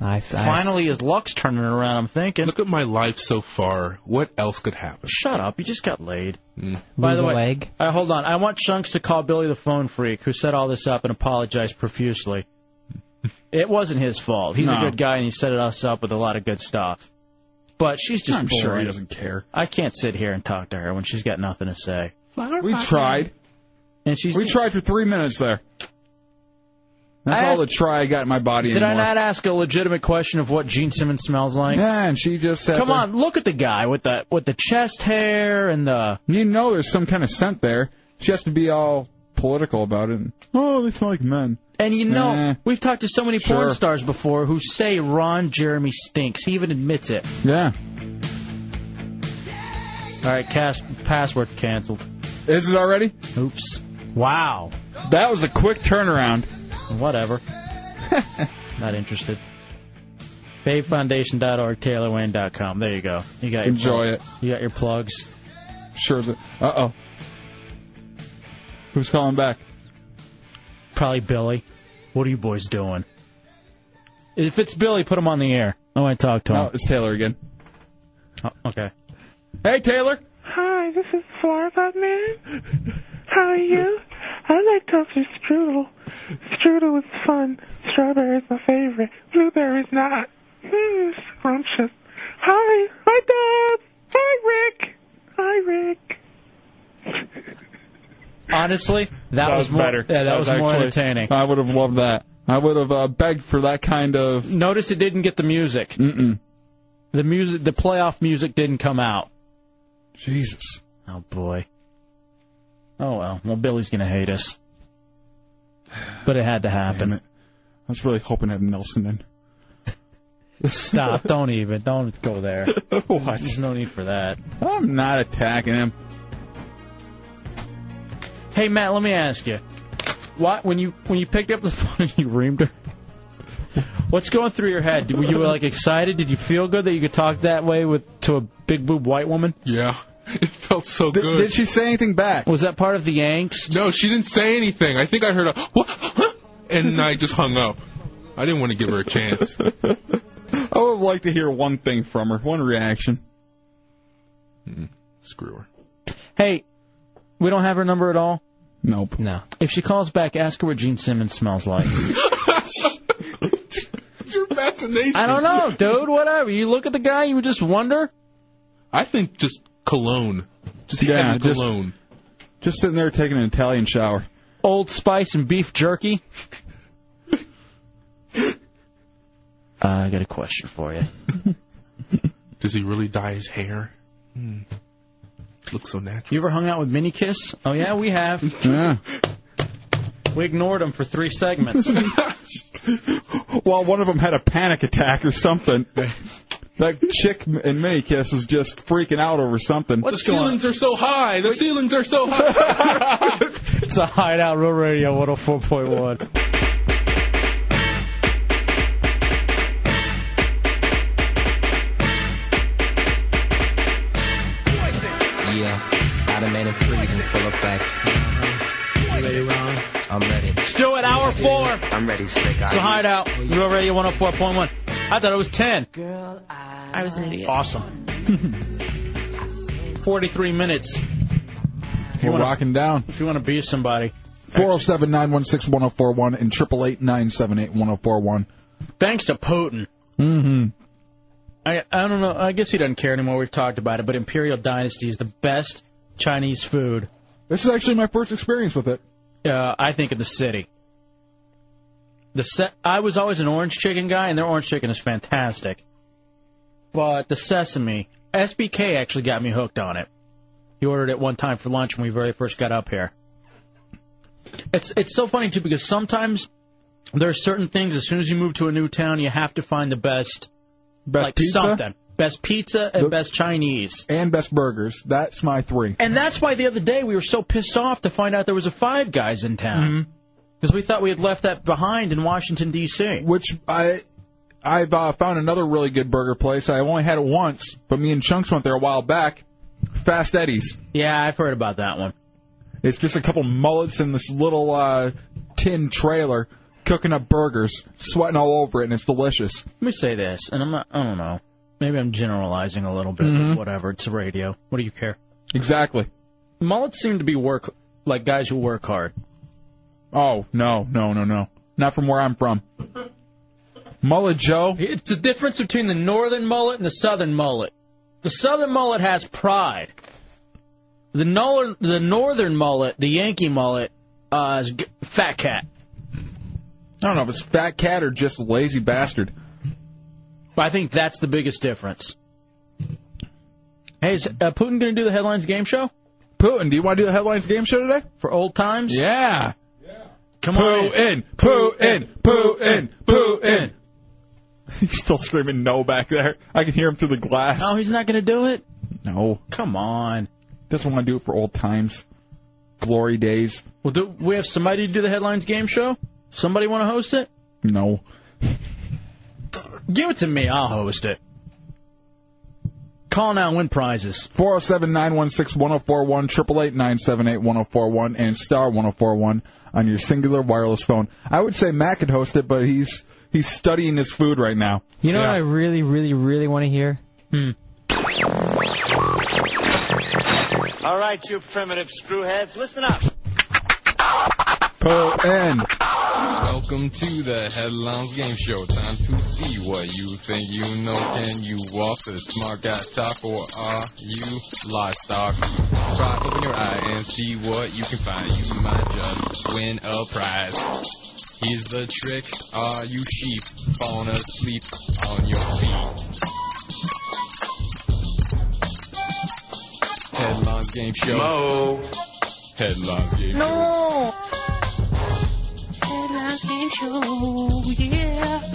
Speaker 7: I, I
Speaker 3: Finally, his luck's turning around. I'm thinking.
Speaker 12: Look at my life so far. What else could happen?
Speaker 3: Shut up. You just got laid. By the way, I- hold on. I want Chunks to call Billy the phone freak who set all this up and apologize profusely. It wasn't his fault. He's
Speaker 4: No.
Speaker 3: a good guy and he set us up with a lot of good stuff. But she's just
Speaker 4: I'm
Speaker 3: boring.
Speaker 4: sure he doesn't care.
Speaker 3: I can't sit here and talk to her when she's got nothing to say.
Speaker 4: We tried.
Speaker 3: And she's
Speaker 4: we tried for three minutes there. That's
Speaker 3: I
Speaker 4: all
Speaker 3: asked-
Speaker 4: the try I got in my body
Speaker 3: Did I
Speaker 4: anymore.
Speaker 3: not ask a legitimate question of what Gene Simmons smells like?
Speaker 4: Yeah, and she just said,
Speaker 3: Come on, look at the guy with the with the chest hair and the.
Speaker 4: You know, there's some kind of scent there. She has to be all political about it. Oh, they smell like men.
Speaker 3: And you know,
Speaker 4: Eh.
Speaker 3: we've talked to so many porn
Speaker 4: Sure.
Speaker 3: stars before who say Ron Jeremy stinks. He even admits it.
Speaker 4: Yeah.
Speaker 3: All right, cast, password canceled.
Speaker 4: Is it already?
Speaker 3: Oops. Wow.
Speaker 4: That was a quick turnaround.
Speaker 3: Whatever. Not interested. BabeFoundation.org, TaylorWayne.com. There you go. You got your
Speaker 4: Enjoy
Speaker 3: it. You got your plugs.
Speaker 4: Sure. Uh oh. Who's calling back?
Speaker 3: Probably Billy. What are you boys doing? If it's Billy, put him on the air. I want to talk to him.
Speaker 4: No, it's Taylor again.
Speaker 3: Oh, okay.
Speaker 4: Hey, Taylor.
Speaker 1: Hi, this is Florida Man. How are you? I like toasted strudel. Strudel is fun. Strawberry is my favorite. Blueberry is not. Hmm, scrumptious. Hi, hi, Dad. Hi, Rick. Hi, Rick.
Speaker 3: Honestly, that, was, more,
Speaker 4: better.
Speaker 3: Yeah, that, was, more
Speaker 4: actually-
Speaker 3: entertaining.
Speaker 4: I would have loved that. I would have uh, begged for that kind of.
Speaker 3: Notice it didn't get the music.
Speaker 4: Mm-mm.
Speaker 3: The music, the playoff music didn't come out.
Speaker 4: Jesus.
Speaker 3: Oh boy. Oh well. Well, Billy's gonna hate us. But it had to happen.
Speaker 4: I was really hoping to have Nelson in.
Speaker 3: Stop. Don't even. Don't go there.
Speaker 4: What?
Speaker 3: There's no need for that.
Speaker 4: I'm not attacking him.
Speaker 3: Hey Matt, let me ask you. What when you when you picked up the phone and you reamed her? What's going through your head? Were you like excited? Did you feel good that you could talk that way with to a big boob white woman?
Speaker 12: Yeah. It felt so good.
Speaker 4: Did she say anything back?
Speaker 3: Was that part of the angst?
Speaker 12: No, she didn't say anything. I think I heard a "What?" Huh?" and I just hung up. I didn't want to give her a chance.
Speaker 4: I would have liked to hear one thing from her, one reaction.
Speaker 12: Hmm. Screw her.
Speaker 3: Hey, we don't have her number at all.
Speaker 4: Nope.
Speaker 3: No. If she calls back, ask her what Gene Simmons smells like.
Speaker 12: It's your fascination.
Speaker 3: I don't know, dude. Whatever. You look at the guy, you just wonder.
Speaker 12: I think just cologne. Just
Speaker 4: Yeah,
Speaker 12: yeah,
Speaker 4: just-
Speaker 12: cologne.
Speaker 4: Just sitting there taking an Italian shower.
Speaker 3: Old Spice and beef jerky. uh, I got a question for you.
Speaker 12: Does he really dye his hair? Hmm. Looks so natural.
Speaker 3: You ever hung out with Mini Kiss? Oh yeah, we have.
Speaker 4: Yeah.
Speaker 3: We ignored him for three segments.
Speaker 4: Well, one of them had a panic attack or something. that chick in Mini Kiss was just freaking out over something.
Speaker 12: the ceilings are so high. The ceilings are so high.
Speaker 2: It's a hideout, Real Radio 104.1.
Speaker 17: Yeah, automatic freeze in full effect. You ready, Ron? I'm ready.
Speaker 3: Stu at hour four.
Speaker 17: I'm ready, slick.
Speaker 3: It's a hideout, Real Radio 104.1. I thought it was 10.
Speaker 20: I was an idiot.
Speaker 3: Awesome. 43 minutes. If
Speaker 4: We're rocking down.
Speaker 3: If you want to be somebody.
Speaker 4: 407 916 1041 and 888 978 1041.
Speaker 3: Thanks to Putin.
Speaker 4: Mm-hmm.
Speaker 3: I I don't know. I guess he doesn't care anymore. We've talked about it, but Imperial Dynasty is the best Chinese food.
Speaker 4: This is actually my first experience with it.
Speaker 3: Uh, I think in the city. The se- I was always an orange chicken guy, and their orange chicken is fantastic. But the sesame, SBK actually got me hooked on it. He ordered it one time for lunch when we very first got up here. It's it's so funny too because sometimes there are certain things. As soon as you move to a new town, you have to find the best,
Speaker 4: Best
Speaker 3: like
Speaker 4: pizza?
Speaker 3: something, best pizza and best Chinese
Speaker 4: and best burgers. That's my three.
Speaker 3: And that's why the other day we were so pissed off to find out there was a Five Guys
Speaker 4: Mm-hmm.
Speaker 3: in town because we thought we had left that behind in Washington D.C.
Speaker 4: Which I I've uh, found another really good burger place. I only had it once, but me and Chunks went there a while back. Fast Eddie's.
Speaker 3: Yeah, I've heard about that one.
Speaker 4: It's just a couple mullets in this little uh, tin trailer cooking up burgers, sweating all over it, and it's delicious.
Speaker 3: Let me say this, and I'm not, I don't know. Maybe I'm generalizing a little bit, but whatever. It's radio. What do you care?
Speaker 4: Mm-hmm. Exactly.
Speaker 3: Mullets seem to be work like guys who work hard.
Speaker 4: Oh no, no, no, no! Not from where I'm from. Mullet Joe.
Speaker 3: It's the difference between the northern mullet and the southern mullet. The southern mullet has pride. The northern, the northern mullet, the Yankee mullet, uh, is g- fat cat.
Speaker 4: I don't know if it's fat cat or just lazy bastard.
Speaker 3: But I think that's the biggest difference. Hey, is uh, Putin going to do the headlines game show?
Speaker 4: Putin, do you want to do the headlines game show today?
Speaker 3: For old times?
Speaker 4: Yeah.
Speaker 3: Come on.
Speaker 4: in, poo in, poo in, poo in. He's still screaming no back there. I can hear him through the glass.
Speaker 3: No, he's not going to do it.
Speaker 4: No.
Speaker 3: Come on.
Speaker 4: Doesn't want to do it for old times, glory days.
Speaker 3: Well, do we have somebody to do the headlines game show? Somebody want to host it?
Speaker 4: No.
Speaker 3: Give it to me. I'll host it. Call now, and win prizes.
Speaker 4: 407 916 1041, 888 978 1041, and star 1041 on your singular wireless phone. I would say Matt could host it, but he's he's studying his food right now.
Speaker 7: You know what I really, really, really want to hear?
Speaker 3: Hmm.
Speaker 22: All right, you primitive screwheads, listen up.
Speaker 4: Pull in.
Speaker 26: Welcome to the Headlines Game Show. Time to see what you think you know. Can you walk the smart guy talk or are you livestock? Try open your eye and see what you can find. You might just win a prize. Here's the trick. Are you sheep falling asleep on your feet? Headlines Game Show.
Speaker 22: Mo.
Speaker 26: Headlines Game Show.
Speaker 20: No. Headlines game show, yeah.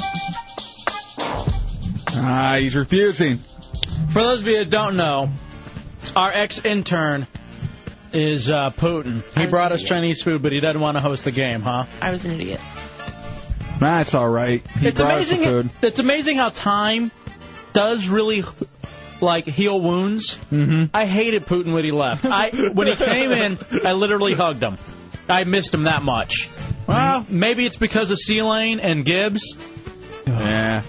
Speaker 4: Ah, he's refusing.
Speaker 3: For those of you that don't know, our ex intern is uh, Putin. He brought us Chinese food, but he doesn't want to host the game, huh?
Speaker 20: I was an idiot.
Speaker 4: That's all right. He
Speaker 3: it's
Speaker 4: brought us
Speaker 3: amazing.
Speaker 4: the food.
Speaker 3: It's amazing how time does really like heal wounds.
Speaker 4: Mm-hmm.
Speaker 3: I hated Putin when he left. I when he came in, I literally hugged him. I missed him that much. Well, maybe it's because of Lane and Gibbs.
Speaker 4: Yeah.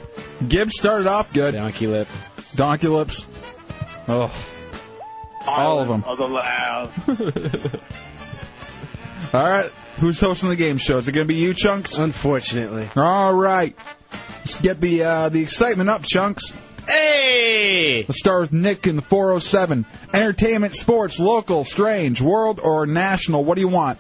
Speaker 4: Gibbs started off good. Donkey lip. Donkey lips. Oh. All of them. All right. Who's hosting the game show? Is it going to be you, Chunks?
Speaker 10: Unfortunately.
Speaker 4: All right. Let's get the uh, the excitement up, Chunks.
Speaker 3: Hey!
Speaker 4: Let's start with Nick in the 407. Entertainment, sports, local, strange, world, or national. What do you want?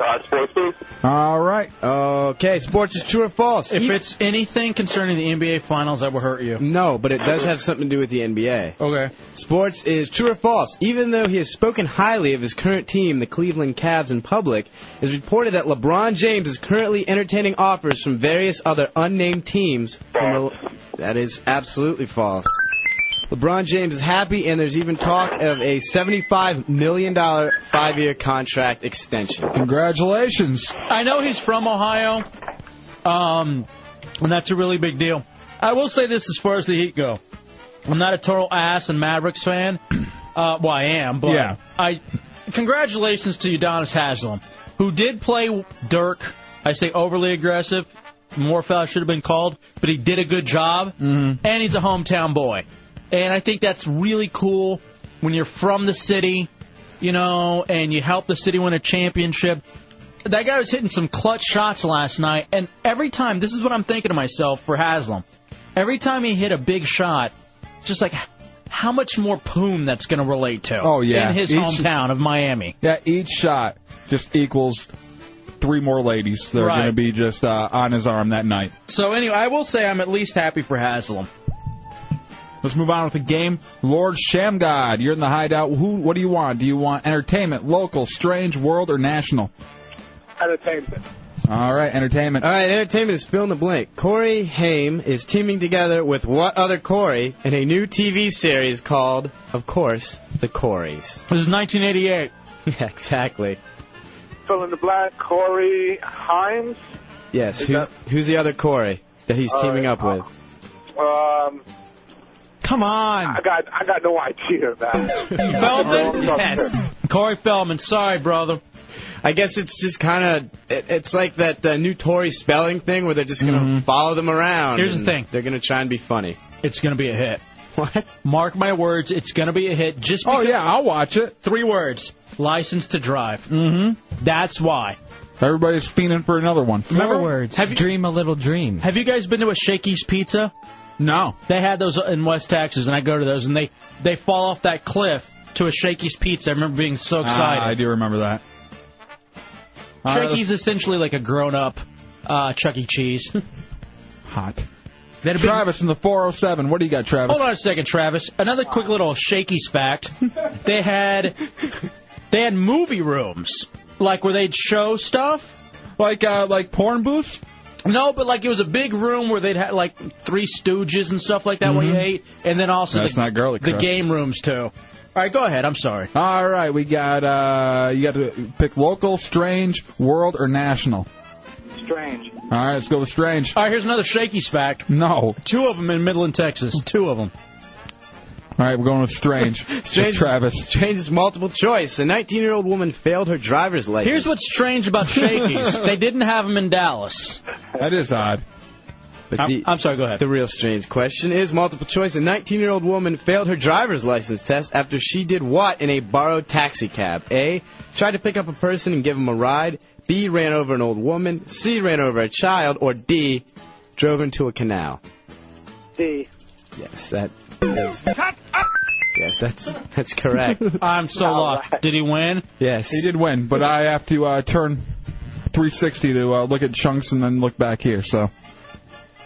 Speaker 22: Uh, sports, please.
Speaker 4: All right.
Speaker 10: Okay, sports is true or false.
Speaker 3: If it's anything concerning the NBA Finals, that will hurt you.
Speaker 10: No, but it does have something to do with the NBA.
Speaker 3: Okay.
Speaker 10: Sports is true or false. Even though he has spoken highly of his current team, the Cleveland Cavs, in public, it is reported that LeBron James is currently entertaining offers from various other unnamed teams. From the, that is absolutely false. LeBron James is happy, and there's even talk of a $75 million five year contract extension.
Speaker 4: Congratulations.
Speaker 3: I know he's from Ohio, um, and that's a really big deal. I will say this as far as the Heat go. I'm not a total ass and Mavericks fan. Uh, well, I am, but
Speaker 4: Yeah.
Speaker 3: I congratulations to Udonis Haslam, who did play Dirk. I say overly aggressive. More foul should have been called, but he did a good job,
Speaker 4: Mm-hmm.
Speaker 3: and he's a hometown boy. And I think that's really cool when you're from the city, you know, and you help the city win a championship that guy was hitting some clutch shots last night, and every time, this is what I'm thinking to myself for Haslam. Every time he hit a big shot, just like how much more poom that's going to relate to.
Speaker 4: Oh, yeah.
Speaker 3: in his
Speaker 4: Each-
Speaker 3: hometown of Miami.
Speaker 4: Yeah, each shot just equals three more ladies that are
Speaker 3: Right.
Speaker 4: going to be just uh, on his arm that night.
Speaker 3: So anyway, I will say I'm at least happy for Haslam.
Speaker 4: Let's move on with the game. Lord Shamgod, you're in the hideout. Who? What do you want? Do you want entertainment, local, strange, world, or national?
Speaker 5: Entertainment.
Speaker 4: All right, entertainment.
Speaker 10: All right, entertainment is fill in the blank. Corey Haim is teaming together with what other Corey in a new TV series called, of course, The Coreys.
Speaker 3: This is 1988.
Speaker 10: Yeah, exactly.
Speaker 5: Fill in the blank, Corey Himes.
Speaker 10: Yes.
Speaker 5: Is
Speaker 10: Who's, who's the other Corey that he's
Speaker 5: All
Speaker 10: teaming
Speaker 5: right,
Speaker 10: up with?
Speaker 5: Um,
Speaker 3: Come on.
Speaker 5: I got I got no idea, man.
Speaker 3: Feldman? Yes. Corey Feldman. Sorry, brother.
Speaker 10: I guess it's just kind of it, it's like that uh, new Tory spelling thing where they're just gonna follow them around.
Speaker 3: Mm-hmm. Here's the
Speaker 10: and
Speaker 3: thing.
Speaker 10: they're gonna try and be funny.
Speaker 3: It's going to be a hit.
Speaker 10: What?
Speaker 3: Mark my words, it's going to be a hit. Just because, oh yeah,
Speaker 4: I'll watch it.
Speaker 3: Three words: license to drive.
Speaker 4: Mm-hmm.
Speaker 3: That's why.
Speaker 4: Everybody's fiending for another one.
Speaker 3: Remember- words. Have you-
Speaker 4: dream a little dream.
Speaker 3: Have you guys been to a Shakey's Pizza?
Speaker 4: No.
Speaker 3: They had those in West Texas, and I go to those, and they they fall off that cliff to a Shakey's Pizza. I remember being
Speaker 4: Ah,
Speaker 3: so
Speaker 4: I
Speaker 3: excited.
Speaker 4: do remember that. All right,
Speaker 3: Shakey's essentially like a grown up uh, Chuck E. Cheese.
Speaker 4: Hot.
Speaker 3: That'd be-
Speaker 4: Travis in the 407. What do you got, Travis?
Speaker 3: Hold on a second, Travis. Another quick little Shakey's fact. They had they had movie rooms, like where they'd show stuff.
Speaker 4: Like uh, like porn booths?
Speaker 3: No, but like it was a big room where they'd had like three stooges and stuff like that What you ate, and then also
Speaker 4: Mm-hmm. That's
Speaker 3: the,
Speaker 4: not garlic
Speaker 3: the
Speaker 4: crust.
Speaker 3: game rooms too. All right, go ahead. I'm sorry.
Speaker 4: All right, we got uh, you got to pick local, strange, world, or national.
Speaker 5: Strange.
Speaker 4: All right, let's go with strange.
Speaker 3: All right, here's another Shakey's fact.
Speaker 4: No.
Speaker 3: Two of them in Midland, Texas. Two of them.
Speaker 4: All right, we're going with strange.
Speaker 10: Strange,
Speaker 4: With Travis.
Speaker 10: Strange is multiple choice. A 19-year-old woman failed her driver's license.
Speaker 3: Here's what's strange about Shakey's. they didn't have them in Dallas.
Speaker 4: That is odd.
Speaker 10: But the,
Speaker 3: I'm sorry, go ahead.
Speaker 10: The real strange question is multiple choice. A 19 year old woman failed her driver's license test after she did what in a borrowed taxi cab? A. Tried to pick up a person and give him a ride. B. Ran over an old woman. C. Ran over a child. Or D. Drove into a canal.
Speaker 5: D.
Speaker 10: Yes, that is. Yes, that's that's correct.
Speaker 3: I'm so lost. Did he win?
Speaker 10: Yes.
Speaker 4: He did win, but I have to uh, turn 360 to uh, look at chunks and then look back here. So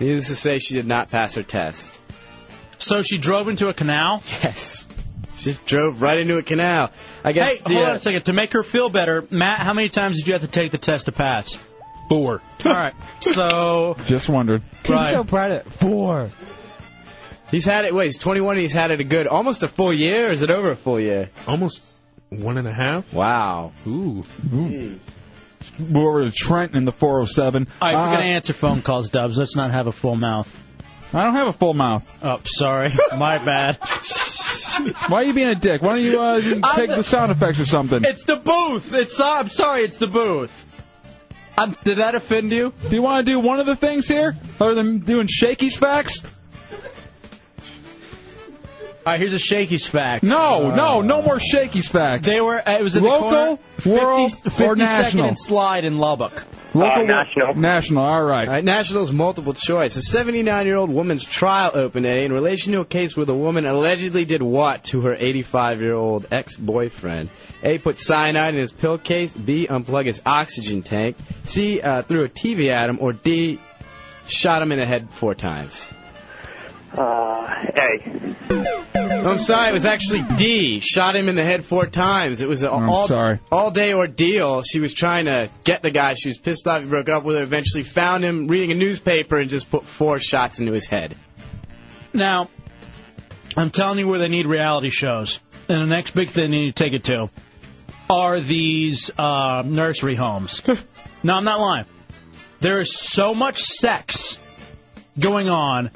Speaker 10: Needless to say, she did not pass her test.
Speaker 3: So she drove into a canal.
Speaker 10: Yes. She just drove right into a canal. I guess.
Speaker 3: hey, hold
Speaker 10: the,
Speaker 3: on
Speaker 10: uh,
Speaker 3: a second. To make her feel better, Matt, how many times did you have to take the test to pass? Four. All right. So
Speaker 4: just wondered.
Speaker 3: right.
Speaker 10: proud of it. Four. He's had it. Wait, he's 21. And he's had it a good, almost a full year. Or is it over a full year? Almost one and a half. Wow.
Speaker 4: Ooh. Hmm. We're over to Trent in the 407.
Speaker 3: All right, we're
Speaker 4: Uh,
Speaker 3: gonna answer phone calls, Dubs. Let's not have a full mouth.
Speaker 4: I don't have a full mouth.
Speaker 3: Oh, sorry, my bad.
Speaker 4: Why are you being a dick? Why don't you uh, take the sound effects or something?
Speaker 3: It's the booth. It's uh, I'm sorry, it's the booth. I'm, did that offend you?
Speaker 4: Do you want to do one of the things here, other than doing shaky facts?
Speaker 3: All right, here's a Shakey's fact.
Speaker 4: No, no, no more shaky facts.
Speaker 3: They were. uh, It was in
Speaker 4: Local,
Speaker 3: the corner,
Speaker 4: world,
Speaker 3: 50,
Speaker 4: or
Speaker 3: 52nd
Speaker 4: national?
Speaker 3: and slide in Lubbock.
Speaker 4: Local, national. National. All right.
Speaker 10: All right, nationals multiple choice. A 79-year-old woman's trial opened today in relation to a case where the woman allegedly did what to her 85-year-old ex-boyfriend? A. Put cyanide in his pill case. B. Unplug his oxygen tank. C. Uh, threw a TV at him. Or D. Shot him in the head four times.
Speaker 5: Uh, A.
Speaker 10: No, I'm sorry. It was actually D. Shot him in the head four times. It was an all
Speaker 4: sorry.
Speaker 10: all day ordeal. She was trying to get the guy. She was pissed off. He broke up with her. Eventually found him reading a newspaper and just put four shots into his head.
Speaker 3: Now, I'm telling you where they need reality shows. And the next big thing they need to take it to are these uh, nursery homes. no, I'm not lying. There is so much sex going on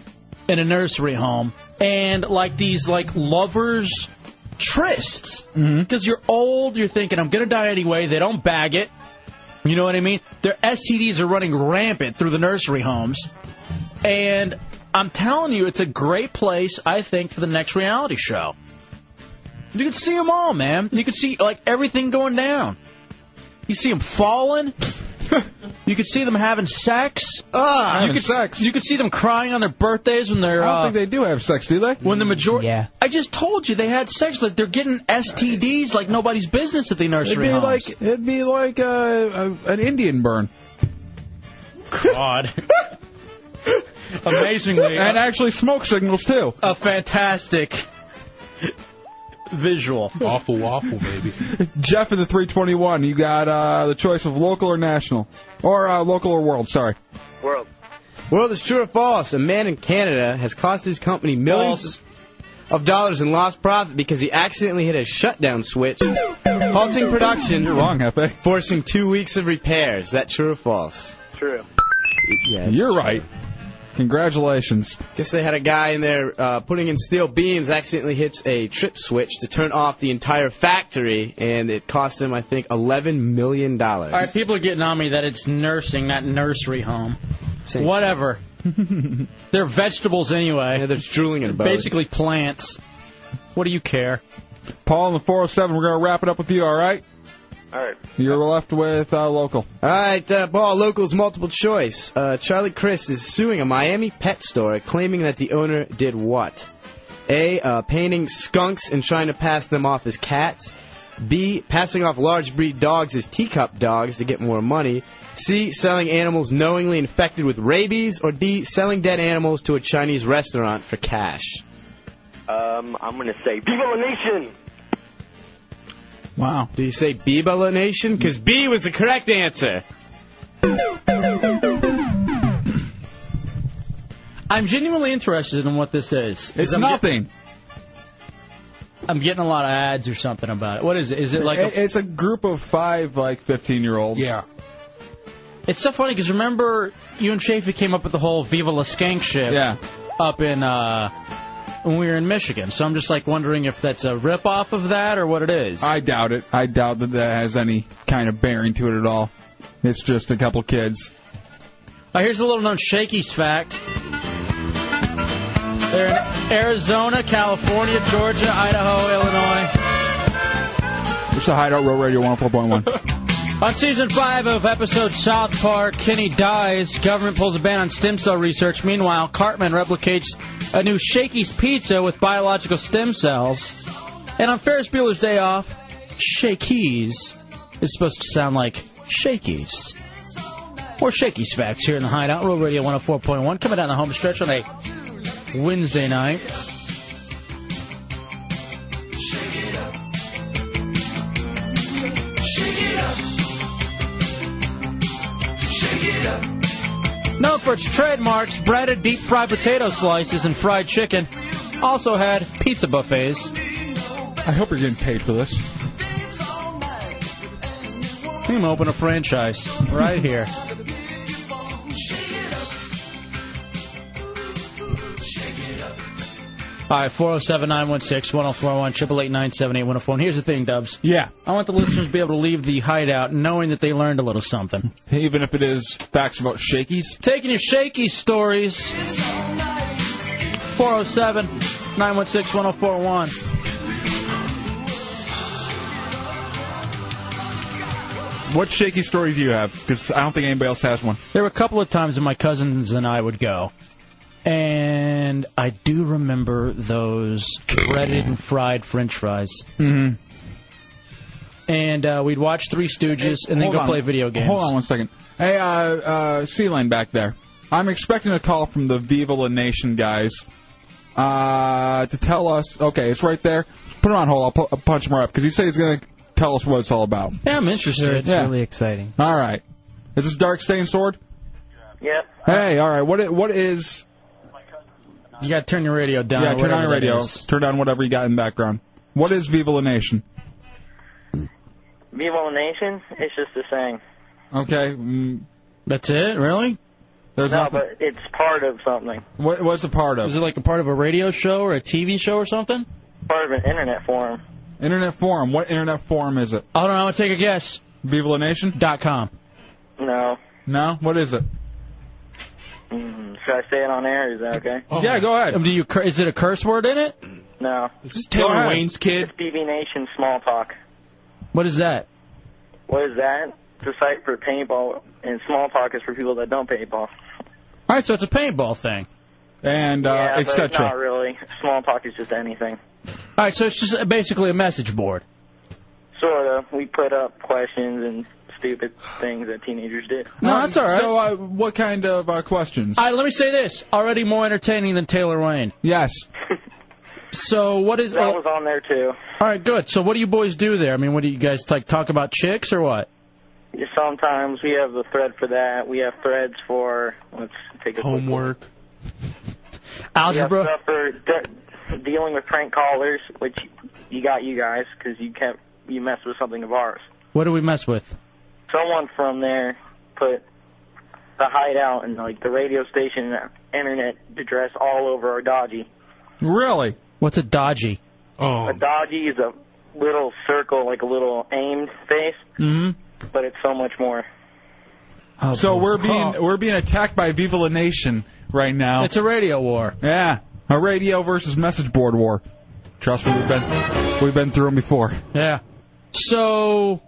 Speaker 3: in a nursery home and like these like lovers trysts because you're old you're thinking i'm gonna die anyway they don't bag it you know what i mean their stds are running rampant through the nursery homes and i'm telling you it's a great place i think for the next reality show you can see them all man you can see like everything going down you see them falling you could see them having sex.
Speaker 4: Ah,
Speaker 3: you
Speaker 4: having
Speaker 3: could sex. You could see them crying on their birthdays when they're.
Speaker 4: I don't
Speaker 3: uh,
Speaker 4: think they do have sex, do they?
Speaker 3: When the majority. Yeah. I just told you they had sex. Like they're getting STDs like nobody's business at the
Speaker 4: It'd
Speaker 3: nursery
Speaker 4: be
Speaker 3: homes.
Speaker 4: like it'd be like uh, uh, an Indian burn.
Speaker 3: God. Amazingly.
Speaker 4: And actually, smoke signals too.
Speaker 3: A fantastic visual.
Speaker 4: Awful waffle, baby. Jeff in the 321. You got uh, the choice of local or national, or uh, local or world. Sorry.
Speaker 10: World. World is true or false. A man in Canada has cost his company millions of dollars in lost profit because he accidentally hit a shutdown switch, halting production.
Speaker 4: You're wrong, Hefe.
Speaker 10: Forcing two weeks of repairs. Is that true or false?
Speaker 22: True.
Speaker 4: You're right. Congratulations.
Speaker 10: Guess they had a guy in there uh, putting in steel beams, accidentally hits a trip switch to turn off the entire factory, and it cost him, I think, eleven million dollars.
Speaker 3: All right, people are getting on me that it's nursing, not nursery home. Whatever. they're vegetables anyway.
Speaker 10: they're drooling in a boat.
Speaker 3: Basically plants. What do you care?
Speaker 4: Paul in the 407. We're gonna wrap it up with you. All right.
Speaker 22: All right.
Speaker 4: You're left with uh, local.
Speaker 10: All right, uh, Paul, locals multiple choice. Uh, Charlie Chris is suing a Miami pet store claiming that the owner did what? A. Uh, painting skunks and trying to pass them off as cats. B. Passing off large breed dogs as teacup dogs to get more money. C. Selling animals knowingly infected with rabies. Or D. Selling dead animals to a Chinese restaurant for cash.
Speaker 22: Um, I'm going to say Devo Nation.
Speaker 4: Wow.
Speaker 10: Did you say Bebola Nation? Because B was the correct answer.
Speaker 3: I'm genuinely interested in what this is.
Speaker 4: It's
Speaker 3: I'm get-
Speaker 4: nothing.
Speaker 3: I'm getting a lot of ads or something about it. What is it? Is it like a,
Speaker 4: It- it's a group of five like 15 year olds? Yeah.
Speaker 3: It's so funny because remember you and Chafee came up with the whole "Viva La Skank" shit
Speaker 4: yeah.
Speaker 3: up in uh, when we were in Michigan. So I'm just like wondering if that's a rip off of that or what it is.
Speaker 4: I doubt it. I doubt that that has any kind of bearing to it at all. It's just a couple kids.
Speaker 3: Uh, here's a little known Shakey's fact. They're in Arizona, California, Georgia, Idaho, Illinois.
Speaker 4: It's the Hideout Row Radio 104.1.
Speaker 3: On season five of episode South Park, Kenny dies. Government pulls a ban on stem cell research. Meanwhile, Cartman replicates a new Shakey's pizza with biological stem cells. And on Ferris Bueller's Day Off, Shakey's is supposed to sound like Shakey's. Or Shakey's Facts here in the Hideout. Real Radio 104.1 coming down the home stretch on a Wednesday night. Known for its trademarks, breaded deep fried potato slices and fried chicken, also had pizza buffets.
Speaker 4: I hope you're getting paid for this.
Speaker 3: I'm gonna open a franchise right here. All right, 407 916 1041 888 oh Here's the thing, Dubs.
Speaker 4: Yeah.
Speaker 3: I want the listeners to be able to leave the hideout knowing that they learned a little something.
Speaker 4: Even if it is facts about shakies.
Speaker 3: Taking your shaky stories. 407 916 1041.
Speaker 4: What shaky story do you have? Because I don't think anybody else has one.
Speaker 3: There were a couple of times when my cousins and I would go, and I do remember those breaded and fried French fries.
Speaker 4: Mm-hmm.
Speaker 3: And uh, we'd watch Three Stooges and then
Speaker 4: Hold
Speaker 3: go
Speaker 4: on.
Speaker 3: play video games.
Speaker 4: Hold on one second. Hey, uh, uh, C Lane back there. I'm expecting a call from the Viva La Nation guys uh, to tell us. Okay, it's right there. Put it on hold. I'll, pu- I'll punch him right up because he said he's going to tell us what it's all about.
Speaker 3: Yeah, I'm interested.
Speaker 7: It's
Speaker 4: Yeah.
Speaker 7: really exciting.
Speaker 4: All right. Is this Dark Stain Sword?
Speaker 22: Yep.
Speaker 4: Hey, all right. What i- what is
Speaker 3: You got to turn your radio down.
Speaker 4: yeah,
Speaker 3: or
Speaker 4: turn
Speaker 3: whatever
Speaker 4: on your
Speaker 3: that
Speaker 4: radio.
Speaker 3: is.
Speaker 4: Turn on whatever you got in the background. What is Viva La Nation?
Speaker 6: Viva La Nation, it's just a saying.
Speaker 4: Okay.
Speaker 3: That's it, really?
Speaker 4: There's
Speaker 6: no,
Speaker 4: nothing.
Speaker 6: but it's part of something.
Speaker 4: What, what's a part of?
Speaker 3: Is it like a part of a radio show or a TV show or something?
Speaker 6: Part of an internet forum.
Speaker 4: Internet forum. What internet forum is it?
Speaker 3: I don't know. I'm gonna take a guess.
Speaker 4: Viva La Nation.
Speaker 3: Dot com.
Speaker 6: No.
Speaker 4: No. What is it?
Speaker 6: Mm, should I say it on air? Is that okay?
Speaker 4: Oh.
Speaker 3: Oh.
Speaker 4: yeah, go ahead.
Speaker 3: Um, Do you? cur- Is it a curse word in it?
Speaker 6: No.
Speaker 3: This is Taylor Go ahead. Wayne's kid.
Speaker 6: It's BB Nation Small Talk.
Speaker 3: What is that?
Speaker 6: What is that? It's a site for paintball, and Small Talk is for people that don't paintball.
Speaker 3: All right, so it's a paintball thing.
Speaker 4: And uh,
Speaker 6: yeah, but not really. Small Talk is just anything.
Speaker 3: All right, so it's just basically a message board.
Speaker 6: Sort of. We put up questions and stupid things that teenagers do.
Speaker 3: No, that's all right.
Speaker 4: So, uh, what kind of uh, questions?
Speaker 3: All right, let me say this. Already more entertaining than Taylor Wayne.
Speaker 4: Yes.
Speaker 3: So what is?
Speaker 6: That was on there too.
Speaker 3: All right, good. So what do you boys do there? I mean, what do you guys like talk about chicks or what?
Speaker 6: Sometimes we have the thread for that. We have threads for let's take a quick look.
Speaker 3: Algebra.
Speaker 6: We have stuff for de- dealing with prank callers, which you got you guys because you kept you messed with something of ours.
Speaker 3: What do we mess with?
Speaker 6: Someone from there put the hideout and like the radio station and internet address all over our dodgy.
Speaker 4: Really? Oh.
Speaker 3: What's a dodgy? Oh.
Speaker 6: A dodgy is a little circle, like a little aimed face,
Speaker 3: hmm
Speaker 6: but it's so much more.
Speaker 4: so we're being we're being attacked by Viva La Nation right now. It's
Speaker 3: a radio war.
Speaker 4: Yeah, a radio versus message board war. Trust me, we've been we've been through them before.
Speaker 3: Yeah. So, all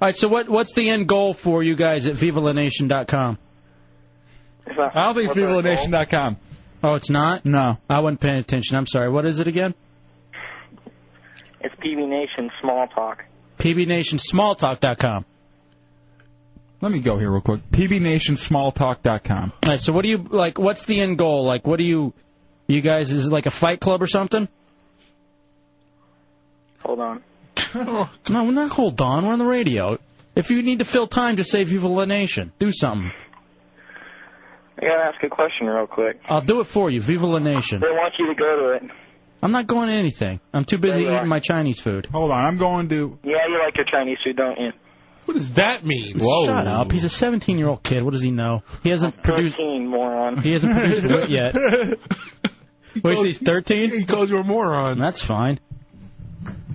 Speaker 3: right. So what what's the end goal for you guys at VivaLaNation.com?
Speaker 4: I don't think it's VivaLaNation.com.
Speaker 3: Oh, it's not.
Speaker 4: No,
Speaker 3: I wasn't paying attention. I'm sorry. What is it again?
Speaker 6: It's PB Nation Small Talk.
Speaker 3: PBNationSmallTalk.com.
Speaker 4: Let me go here real quick. PBNationSmallTalk.com.
Speaker 3: All right. So what do you like? What's the end goal? Like, what do you? You guys is it like a fight club or something?
Speaker 6: Hold on.
Speaker 3: no, not hold on. We're on the radio. If you need to fill time to save Viva La Nation, do something.
Speaker 6: I gotta ask a question real quick.
Speaker 3: I'll do it for you. Viva La Nation.
Speaker 6: They want you to go to it.
Speaker 3: I'm not going to anything. I'm too busy eating my Chinese food.
Speaker 4: Hold on. I'm going to.
Speaker 6: Yeah, you like your Chinese food, don't you?
Speaker 3: What does that mean? Shut up. He's a 17 year old kid. What does he know? He hasn't produced.
Speaker 6: Teen moron.
Speaker 3: He hasn't produced wit yet. Wait, he's 13? He calls you a moron. That's fine.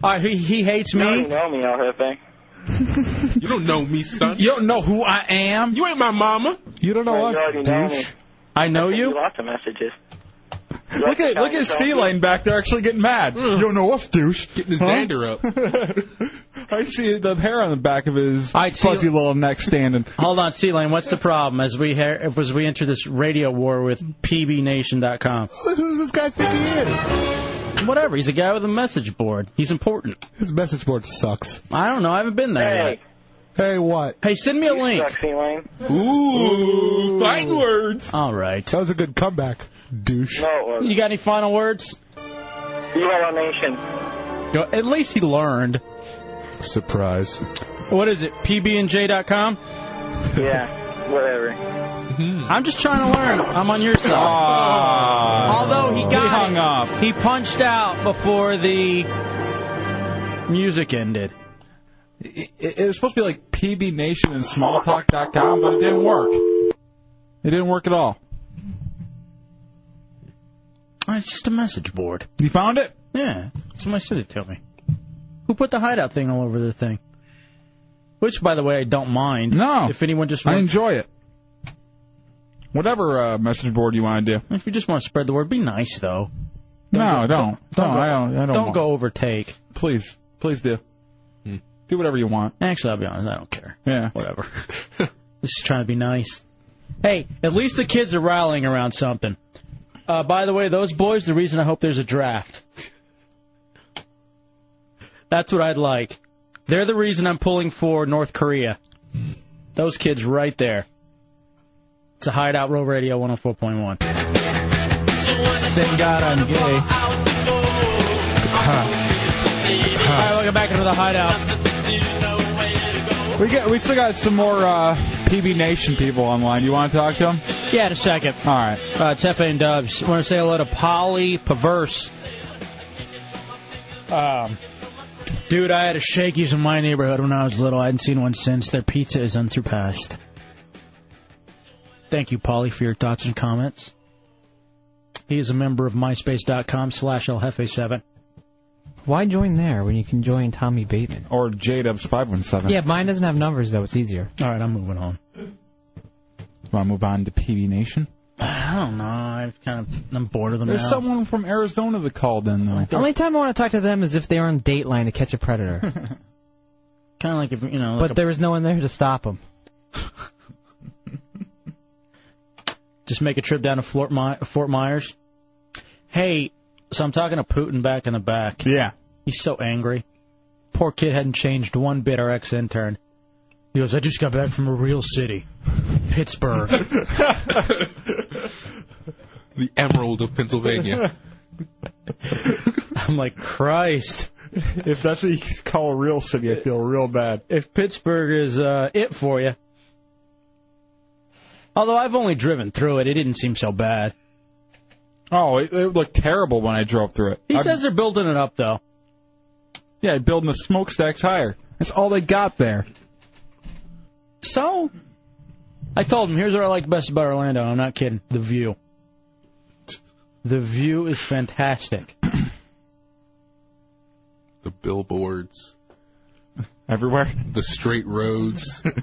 Speaker 3: Uh, he, he hates me.
Speaker 6: You know me, El Jefe.
Speaker 12: You don't know me, son.
Speaker 3: You don't know who I am.
Speaker 12: You ain't my mama.
Speaker 3: You don't
Speaker 6: Yeah, you already know me.
Speaker 3: I know
Speaker 6: you. Lots of messages.
Speaker 4: Look at look at C Lane back there actually getting mad. You don't know us, douche. Getting
Speaker 12: his dander up.
Speaker 4: I see the hair on the back of his
Speaker 3: see-
Speaker 4: fuzzy little neck standing.
Speaker 3: Hold on, C Lane. What's the problem as we hear, as we enter this radio war with PBNation.com?
Speaker 19: Who does this guy think he is?
Speaker 3: Whatever. He's a guy with a message board. He's important.
Speaker 19: His message board sucks.
Speaker 3: I don't know. I haven't been there
Speaker 6: yet.
Speaker 19: Hey, what?
Speaker 3: Hey, send me a link.
Speaker 12: Ooh, fine words.
Speaker 3: All right.
Speaker 19: That was a good comeback, douche.
Speaker 6: No,
Speaker 3: You got any final words?
Speaker 6: Viva La Nation.
Speaker 3: Go- At least he learned.
Speaker 19: Surprise.
Speaker 3: What is it? PBNJ.com?
Speaker 6: Yeah, whatever.
Speaker 3: Hmm. I'm just trying to learn. I'm on your side. Although he got
Speaker 6: He hung
Speaker 3: it.
Speaker 4: up.
Speaker 3: He punched out before the music ended.
Speaker 4: It, it was supposed to be like PB Nation and Smalltalk.com, but it didn't work. It didn't work at all.
Speaker 3: Oh, It's just a message board.
Speaker 4: You found it?
Speaker 3: Yeah. Somebody said it to me. Who put the hideout thing all over the thing? Which, by the way, I don't mind.
Speaker 4: No.
Speaker 3: If anyone just
Speaker 4: I
Speaker 3: wants,
Speaker 4: enjoy it. Whatever uh, message board you want to do.
Speaker 3: if you just want to spread the word, be nice though.
Speaker 4: no, don't.
Speaker 3: go- don't-
Speaker 4: Don't.
Speaker 3: don't go-
Speaker 4: I don't. I don't.
Speaker 3: don't
Speaker 4: want-
Speaker 3: go overtake.
Speaker 4: Please, please do. Do whatever you want.
Speaker 3: Actually, I'll be honest. I don't care.
Speaker 4: Yeah.
Speaker 3: Whatever. Just trying to be nice. Hey, at least the kids are rallying around something. Uh, by the way, those boys, the reason I hope there's a draft. That's what I'd like. They're the reason I'm pulling for North Korea. Those kids right there. It's a hideout, Row Radio 104.1. Thank God I'm gay. All right, welcome back into the hideout.
Speaker 4: We got we still got some more uh, PB Nation people online. You want to talk to them?
Speaker 3: Yeah, in a second.
Speaker 4: All right.
Speaker 3: Uh, it's F and Dubs. want to say hello to Polly Perverse. Um, dude, I had a Shakey's in my neighborhood when I was little. I hadn't seen one since. Their pizza is unsurpassed. Thank you, Polly, for your thoughts and comments. He is a member of MySpace.com slash El Jefe 7.
Speaker 8: Why join there when you can join Tommy Bateman?
Speaker 4: Or JDubs five one seven.
Speaker 8: Yeah, mine doesn't have numbers though. It's easier.
Speaker 3: All right, I'm moving on.
Speaker 4: Want to move on to PB Nation?
Speaker 3: I don't know. I've kind of I'm bored of them
Speaker 4: There's
Speaker 3: now.
Speaker 4: someone from Arizona that called in though.
Speaker 8: The only time I want to talk to them is if they were on Dateline to catch a predator.
Speaker 3: kind of like if you know.
Speaker 8: but there was no one there to stop them.
Speaker 3: just make a trip down to Fort, My- Fort Myers. Hey, so I'm talking to Putin back in the back.
Speaker 4: Yeah.
Speaker 3: He's so angry. Poor kid hadn't changed one bit, our ex intern. He goes, I just got back from a real city, Pittsburgh.
Speaker 12: The Emerald of Pennsylvania.
Speaker 3: I'm like, Christ.
Speaker 4: If that's what you call a real city, I feel real bad.
Speaker 3: If Pittsburgh is uh, it for you. Although I've only driven through it, it didn't seem so bad.
Speaker 4: Oh, it, it looked terrible when I drove through it.
Speaker 3: He
Speaker 4: I-
Speaker 3: says they're building it up, though.
Speaker 4: Yeah, building the smokestacks higher. That's all they got there.
Speaker 3: So, I told him, here's what I like best about Orlando. I'm not kidding. The view. The view is fantastic.
Speaker 12: the billboards.
Speaker 4: Everywhere?
Speaker 12: The straight roads.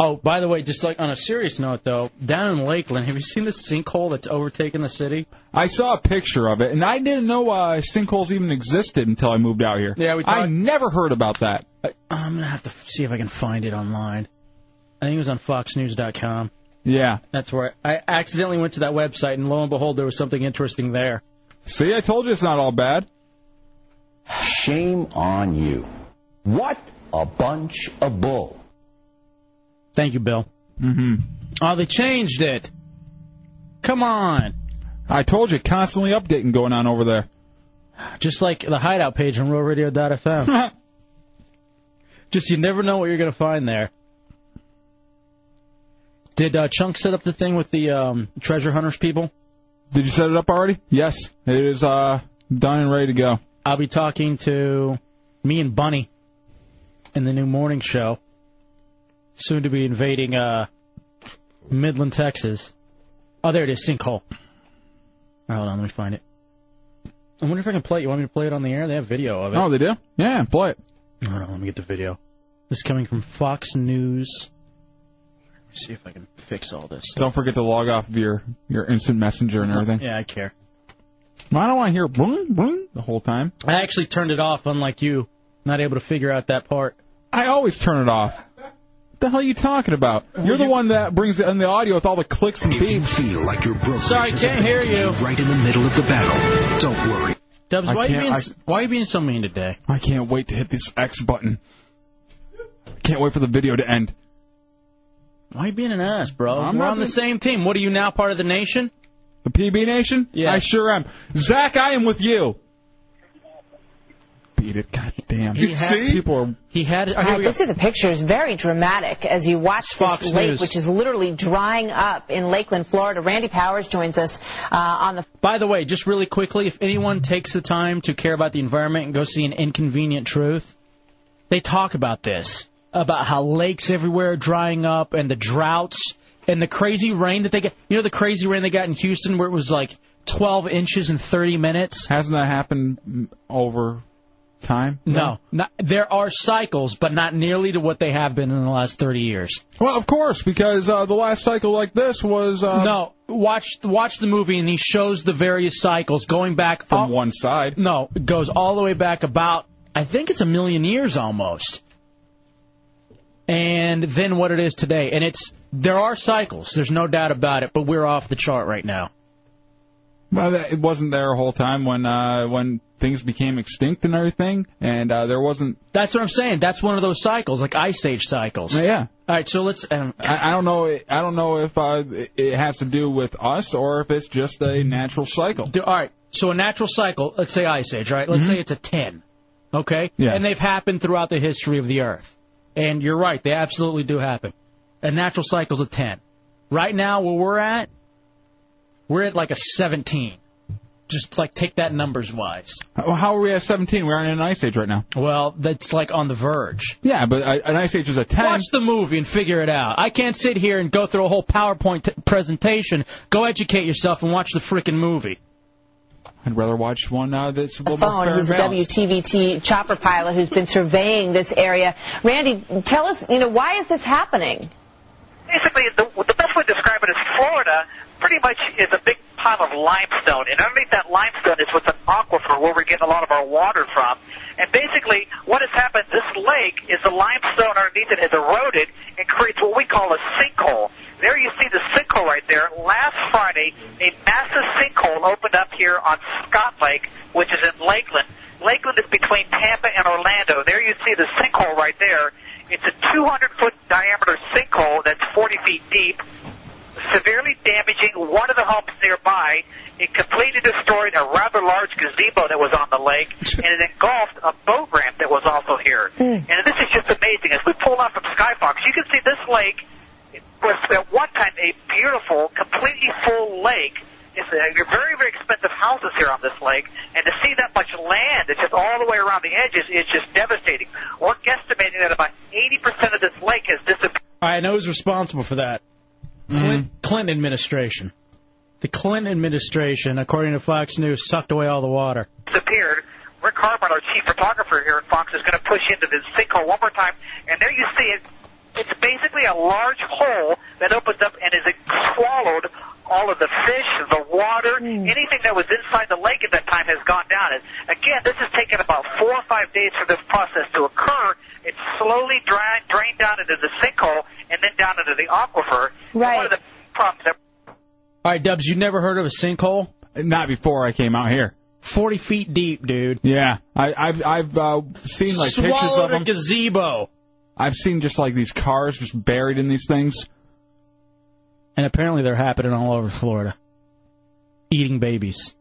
Speaker 3: Oh, by the way, just like on a serious note, though, down in Lakeland, have you seen the sinkhole that's overtaken the city?
Speaker 4: I saw a picture of it, and I didn't know uh, sinkholes even existed until I moved out here.
Speaker 3: Yeah, we
Speaker 4: I
Speaker 3: talked-
Speaker 4: never heard about that.
Speaker 3: I'm gonna have to f- see if I can find it online. I think it was on FoxNews.com.
Speaker 4: Yeah.
Speaker 3: That's where I accidentally went to that website, and lo and behold, there was something interesting there.
Speaker 4: See, I told you it's not all bad.
Speaker 11: Shame on you. What a bunch of bull.
Speaker 3: Thank you, Bill.
Speaker 4: Mm-hmm.
Speaker 3: Oh, they changed it. Come on.
Speaker 4: I told you, constantly updating going on over there.
Speaker 3: Just like the hideout page on RealRadio.fm. Just you never know what you're gonna find there. Did uh, Chunk set up the thing with the um, treasure hunters people?
Speaker 4: Did you set it up already? Yes, it is uh, done and ready to go.
Speaker 3: I'll be talking to me and Bunny in the new morning show. Soon to be invading uh, Midland, Texas. Oh, there it is, sinkhole. Oh, hold on, let me find it. I wonder if I can play it. You want me to play it on the air? They have video of it.
Speaker 4: Oh, they do? Yeah, play it.
Speaker 3: Hold on, let me get the video. This is coming from Fox News. Let's see if I can fix all this.
Speaker 4: Don't forget to log off of your, your instant messenger and everything.
Speaker 3: Yeah, I care.
Speaker 4: I don't want to hear boom, boom the whole time.
Speaker 3: I actually turned it off, unlike you, not able to figure out that part.
Speaker 4: I always turn it off. What the hell are you talking about? You're the one that brings in the audio with all the clicks and beeps.
Speaker 14: feel like you're broken.
Speaker 3: Sorry, can't hear you.
Speaker 14: Right in the middle of the battle. Don't worry.
Speaker 3: Dubs,
Speaker 4: I
Speaker 3: why are, you
Speaker 4: can't-
Speaker 3: being,
Speaker 4: I-
Speaker 3: why are you being so mean today?
Speaker 4: I can't wait to hit this X button. Can't wait for the video to end.
Speaker 3: Why you being an ass, bro?
Speaker 4: I'm
Speaker 3: We're
Speaker 4: not
Speaker 3: Oh, on the
Speaker 4: being-
Speaker 3: same team. What are you now, part of the nation?
Speaker 4: The PB Nation?
Speaker 3: Yeah.
Speaker 4: I sure am. Zach, I am with you. Beat it, goddamn.
Speaker 3: He had-
Speaker 4: See? People are.
Speaker 3: He had.
Speaker 4: Uh,
Speaker 23: All right, Uh, this is the picture is very dramatic as you watch
Speaker 4: Fox
Speaker 23: this lake,
Speaker 4: News.
Speaker 23: which is literally drying up in Lakeland, Florida. Randy Powers joins us uh, on the.
Speaker 3: By the way, just really quickly, if anyone takes the time to care about the environment and go see an inconvenient truth, they talk about this about how lakes everywhere are drying up and the droughts and the crazy rain that they get. You know the crazy rain they got in Houston where it was like 12 inches in 30 minutes.
Speaker 4: Hasn't that happened mm, over time?
Speaker 3: No, not, there are cycles, but not nearly to what they have been in the last 30 years.
Speaker 4: Well, of course, because uh, the last cycle like this was. Uh,
Speaker 3: No, watch watch the movie and he shows the various cycles going back from
Speaker 4: one side.
Speaker 3: No, it goes all the way back about I think it's a million years almost. And then what it is today, and it's there are cycles. There's no doubt about it, but we're off the chart right now.
Speaker 4: Well, that- it wasn't there a whole time when uh, when things became extinct and everything, and uh, there wasn't.
Speaker 3: That's what I'm saying. That's one of those cycles, like ice age cycles.
Speaker 4: Yeah.
Speaker 3: All right, so let's. Um,
Speaker 4: I, I don't know. I don't know if uh, it- it has to do with us or if it's just a natural cycle.
Speaker 3: Do- all right. So a natural cycle, let's say ice age, right? Let's say it's a 10. Okay?
Speaker 4: Yeah.
Speaker 3: And they've happened throughout the history of the earth. And you're right, they absolutely do happen. A natural cycle's a 10. Right now, where we're at, we're at like a 17. Just like take that numbers wise.
Speaker 4: How how are we at 17? We're on an ice age right now.
Speaker 3: Well, that's like on the verge.
Speaker 4: Yeah, but I- an ice age is a 10.
Speaker 3: Watch the movie and figure it out. I can't sit here and go through a whole PowerPoint t- presentation. Go educate yourself and watch the freaking movie.
Speaker 4: I'd rather watch one uh, that's a little more
Speaker 23: phone
Speaker 4: fair
Speaker 23: who's
Speaker 4: and
Speaker 23: a
Speaker 4: balanced.
Speaker 23: WTVT chopper pilot who's been surveying this area. Randy, tell us, you know, why is this happening?
Speaker 9: basically the, the best way to describe it is Florida pretty much is a big pile of limestone, and underneath that limestone is what's an aquifer where we're getting a lot of our water from. And basically, what has happened? This lake is the limestone underneath it has eroded and creates what we call a sinkhole. There you see the sinkhole right there. Last Friday, a massive sinkhole opened up here on Scott Lake, which is in Lakeland. Lakeland is between Tampa and Orlando. There you see the sinkhole right there. It's a 200 foot diameter sinkhole that's 40 feet deep, severely damaging one of the homes nearby. It completely destroyed a rather large gazebo that was on the lake, and it engulfed a boat ramp that was also here. And this is just amazing. As we pull out from Skyfox, you can see this lake was at one time a beautiful, completely full lake. It's a, very, very expensive houses here on this lake, and to see that much land that's just all the way around the edges is just devastating. We're guesstimating that about 80% of this lake has disappeared.
Speaker 3: All right, I know who's responsible for that. Clint, Clinton administration. The Clinton administration, according to Fox News, sucked away all the water.
Speaker 9: disappeared. Rick Harbin, our chief photographer here at Fox, is going to push into this sinkhole one more time, and there you see it. It's basically a large hole that opens up and has swallowed all of the fish, the water, anything that was inside the lake at that time has gone down. And again, this has taken about four or five days for this process to occur. It's slowly dra- drained down into the sinkhole and then down into the aquifer. Right. One of the problems that
Speaker 3: All right, Dubs, you never heard of a sinkhole?
Speaker 4: Not before I came out here.
Speaker 3: 40 feet deep, dude.
Speaker 4: Yeah, I, I've I've uh, seen like pictures of
Speaker 3: Swallowed
Speaker 4: them.
Speaker 3: a gazebo.
Speaker 4: I've seen just like these cars just buried in these things.
Speaker 3: And apparently they're happening all over Florida. Eating babies.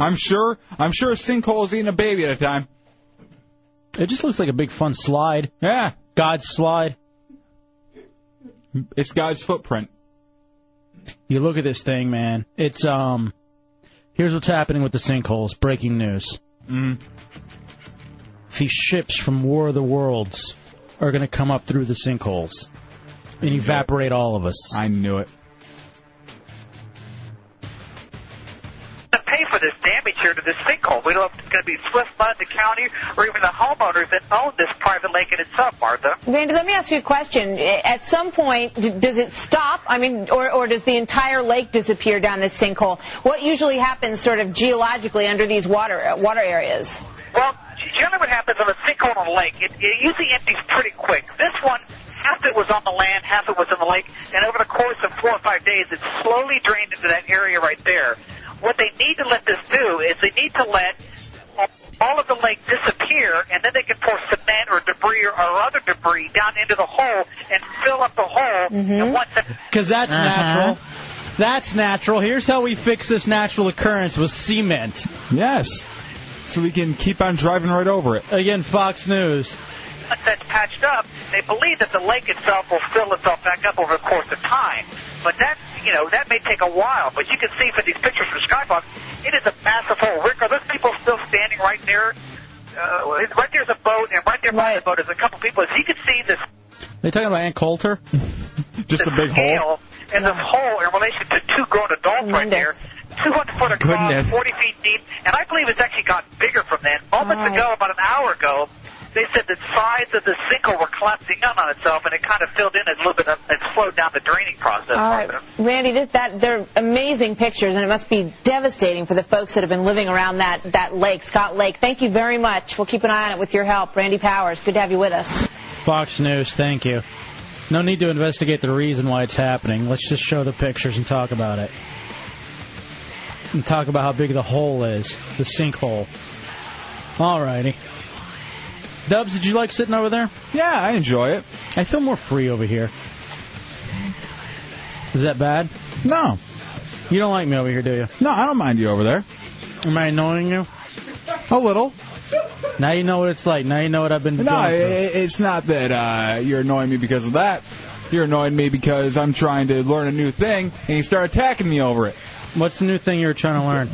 Speaker 4: I'm sure. I'm sure a sinkhole is eating a baby at a time.
Speaker 3: It just looks like a big fun slide.
Speaker 4: Yeah.
Speaker 3: God's slide.
Speaker 4: It's God's footprint.
Speaker 3: You look at this thing, man. It's um. Here's what's happening with the sinkholes. Breaking news.
Speaker 4: Mm.
Speaker 3: These ships from War of the Worlds are going to come up through the sinkholes and evaporate all of us.
Speaker 4: I knew it.
Speaker 9: to pay for this damage here to this sinkhole. We don't know if it's going to be Swift Mud, the county, or even the homeowners that own this private lake in itself, Martha.
Speaker 23: Randy, let me ask you a question. At some point, d- does it stop? I mean, or, or does the entire lake disappear down this sinkhole? What usually happens sort of geologically under these water, water areas?
Speaker 9: Well, generally what happens on a sinkhole on a lake, it, it usually empties pretty quick. This one, half it was on the land, half it was in the lake, and over the course of four or five days, it slowly drained into that area right there. What they need to let this do is they need to let all of the lake disappear, and then they can pour cement or debris or, or other debris down into the hole and fill up the hole. And once that
Speaker 3: Because that's
Speaker 9: Uh-huh.
Speaker 3: natural. That's natural. Here's how we fix this natural occurrence with cement.
Speaker 4: Yes. So we can keep on driving right over it.
Speaker 3: Again, Fox News.
Speaker 9: once that's patched up, they believe that the lake itself will fill itself back up over the course of time. But that, you know, that may take a while. But you can see from these pictures from Skybox, it is a massive hole. Rick, are those people still standing right there? Uh, right there's a boat, and right there by the boat is a couple people. As you can see this
Speaker 3: They talking about Ann Coulter?
Speaker 4: Just a big
Speaker 9: scale and this hole in relation to two grown adults right there. 200 foot across,
Speaker 3: Goodness.
Speaker 9: 40 feet deep, and I believe it's actually gotten bigger from then. Moments ago, about an hour ago, they said the sides of the sinkhole were collapsing in on itself, and it kind of filled in a little bit. It slowed down the draining process.
Speaker 23: All right, Uh, Randy, this, that they're amazing pictures, and it must be devastating for the folks that have been living around that that lake, Scott Lake. Thank you very much. We'll keep an eye on it with your help, Randy Powers. Good to have you with us.
Speaker 3: Fox News, thank you. No need to investigate the reason why it's happening. Let's just show the pictures and talk about it. And talk about how big the hole is, the sinkhole. Alrighty. Dubs, did you like sitting over there?
Speaker 4: Yeah, I enjoy it.
Speaker 3: I feel more free over here. Is that bad?
Speaker 4: No.
Speaker 3: You don't like me over here, do you?
Speaker 4: No, I don't mind you over there.
Speaker 3: Am I annoying you?
Speaker 4: A little.
Speaker 3: Now you know what it's like. Now you know what I've been
Speaker 4: No,
Speaker 3: doing.
Speaker 4: i- i- it's not that uh, you're annoying me because of that. You're annoying me because I'm trying to learn a new thing, and you start attacking me over it.
Speaker 3: What's the new thing you're trying to learn?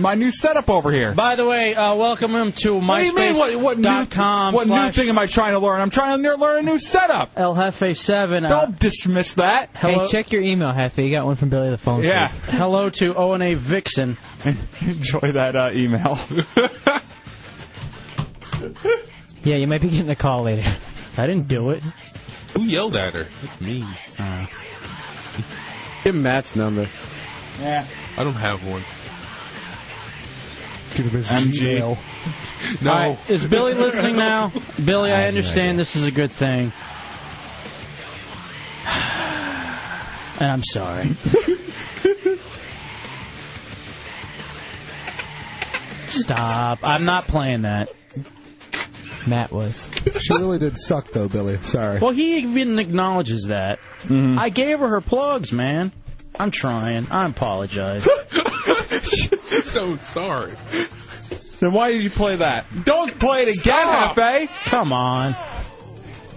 Speaker 4: My new setup over here.
Speaker 3: By the way, uh, welcome him to
Speaker 4: What do you mean? What, what, new,
Speaker 3: myspace.com.
Speaker 4: what new
Speaker 3: slash-
Speaker 4: thing am I trying to learn? I'm trying to learn a new setup.
Speaker 3: El Jefe 7.
Speaker 4: Don't dismiss that.
Speaker 7: Hey, check your email, Hefe. You got one from Billy the Phone.
Speaker 4: Yeah.
Speaker 7: Freak.
Speaker 3: Hello to O&A Vixen.
Speaker 4: Enjoy that uh, email.
Speaker 7: Yeah, you might be getting a call later.
Speaker 3: I didn't do it.
Speaker 12: Who yelled at her? It's me.
Speaker 3: Uh,
Speaker 10: Give him Matt's number.
Speaker 4: Yeah.
Speaker 12: I don't have one.
Speaker 4: MG.
Speaker 12: No.
Speaker 3: All right, Is Billy listening now? Billy, I understand this is a good thing. And I'm sorry. Stop. I'm not playing that. Matt was.
Speaker 27: She really did suck, though, Billy. Sorry.
Speaker 3: Well, he even acknowledges that.
Speaker 4: Mm-hmm.
Speaker 3: I gave her her plugs, man. I'm trying. I apologize.
Speaker 12: so sorry.
Speaker 4: Then why did you play that? Don't play it again, Hefe.
Speaker 3: Come on.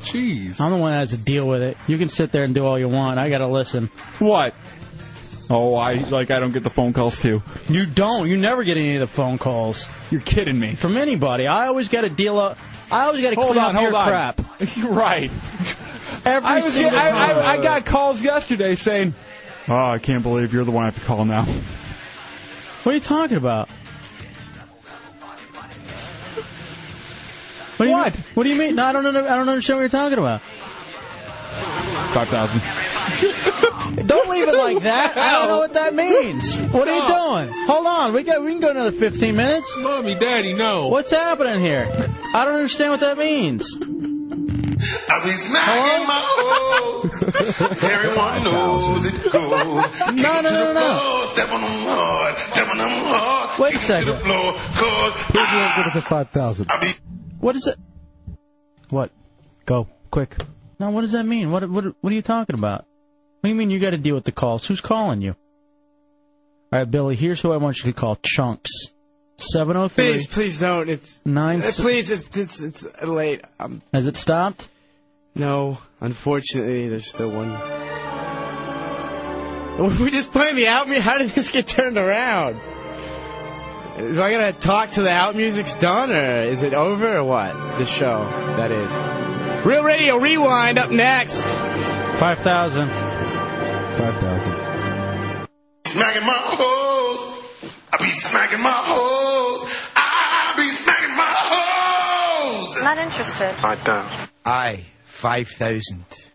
Speaker 12: Jeez.
Speaker 3: I'm the one that has to deal with it. You can sit there and do all you want. I gotta listen.
Speaker 4: What? Oh, I like I don't get the phone calls too.
Speaker 3: You don't. You never get any of the phone calls.
Speaker 4: You're kidding me.
Speaker 3: From anybody. I always gotta deal up. I always gotta
Speaker 4: Hold
Speaker 3: clean
Speaker 4: on,
Speaker 3: up
Speaker 4: hold
Speaker 3: your
Speaker 4: on.
Speaker 3: crap.
Speaker 4: You're right.
Speaker 3: Every
Speaker 4: I, was
Speaker 3: single
Speaker 4: get- I,
Speaker 3: time.
Speaker 4: I, I got calls yesterday saying, "Oh, I can't believe you're the one I have to call now."
Speaker 3: What are you talking about? What? Do you what? Mean, what do you mean? No, I don't. Under, I don't understand what you're talking about.
Speaker 4: Five thousand.
Speaker 3: Don't leave it like that. I don't know what that means. What are you doing? Hold on. We got. We can go another 15 minutes.
Speaker 12: Mommy, Daddy, no.
Speaker 3: What's happening here? I don't understand what that means.
Speaker 17: I be smacking my hoes. Everyone knows it goes.
Speaker 3: No, no, no, no.
Speaker 17: Step on them hard. Step on them hard.
Speaker 3: Wait
Speaker 17: Kick
Speaker 3: a
Speaker 17: 'em
Speaker 3: second.
Speaker 17: To the floor. Cause
Speaker 27: Please don't give us a 5,000.
Speaker 3: What is it? What? Go quick. Now, what does that mean? What? What? What are you talking about? What do you mean you got to deal with the calls? Who's calling you? All right, Billy. Here's who I want you to call. Chunks. Seven oh three.
Speaker 10: Please, please don't. It's
Speaker 3: Nine.
Speaker 10: Uh, please, it's it's it's late. Um,
Speaker 3: Has it stopped?
Speaker 10: no, unfortunately, there's still one. Were we just playing the out music? How did this get turned around? Do I gotta talk till the out music's done, or is it over, or what? The show that is. Real Radio Rewind up next.
Speaker 3: Five thousand.
Speaker 27: Five thousand.
Speaker 17: smacking my hoes. I be smacking my hoes. I be smacking my hoes.
Speaker 28: Not interested.
Speaker 17: I don't.
Speaker 29: I, 5,000.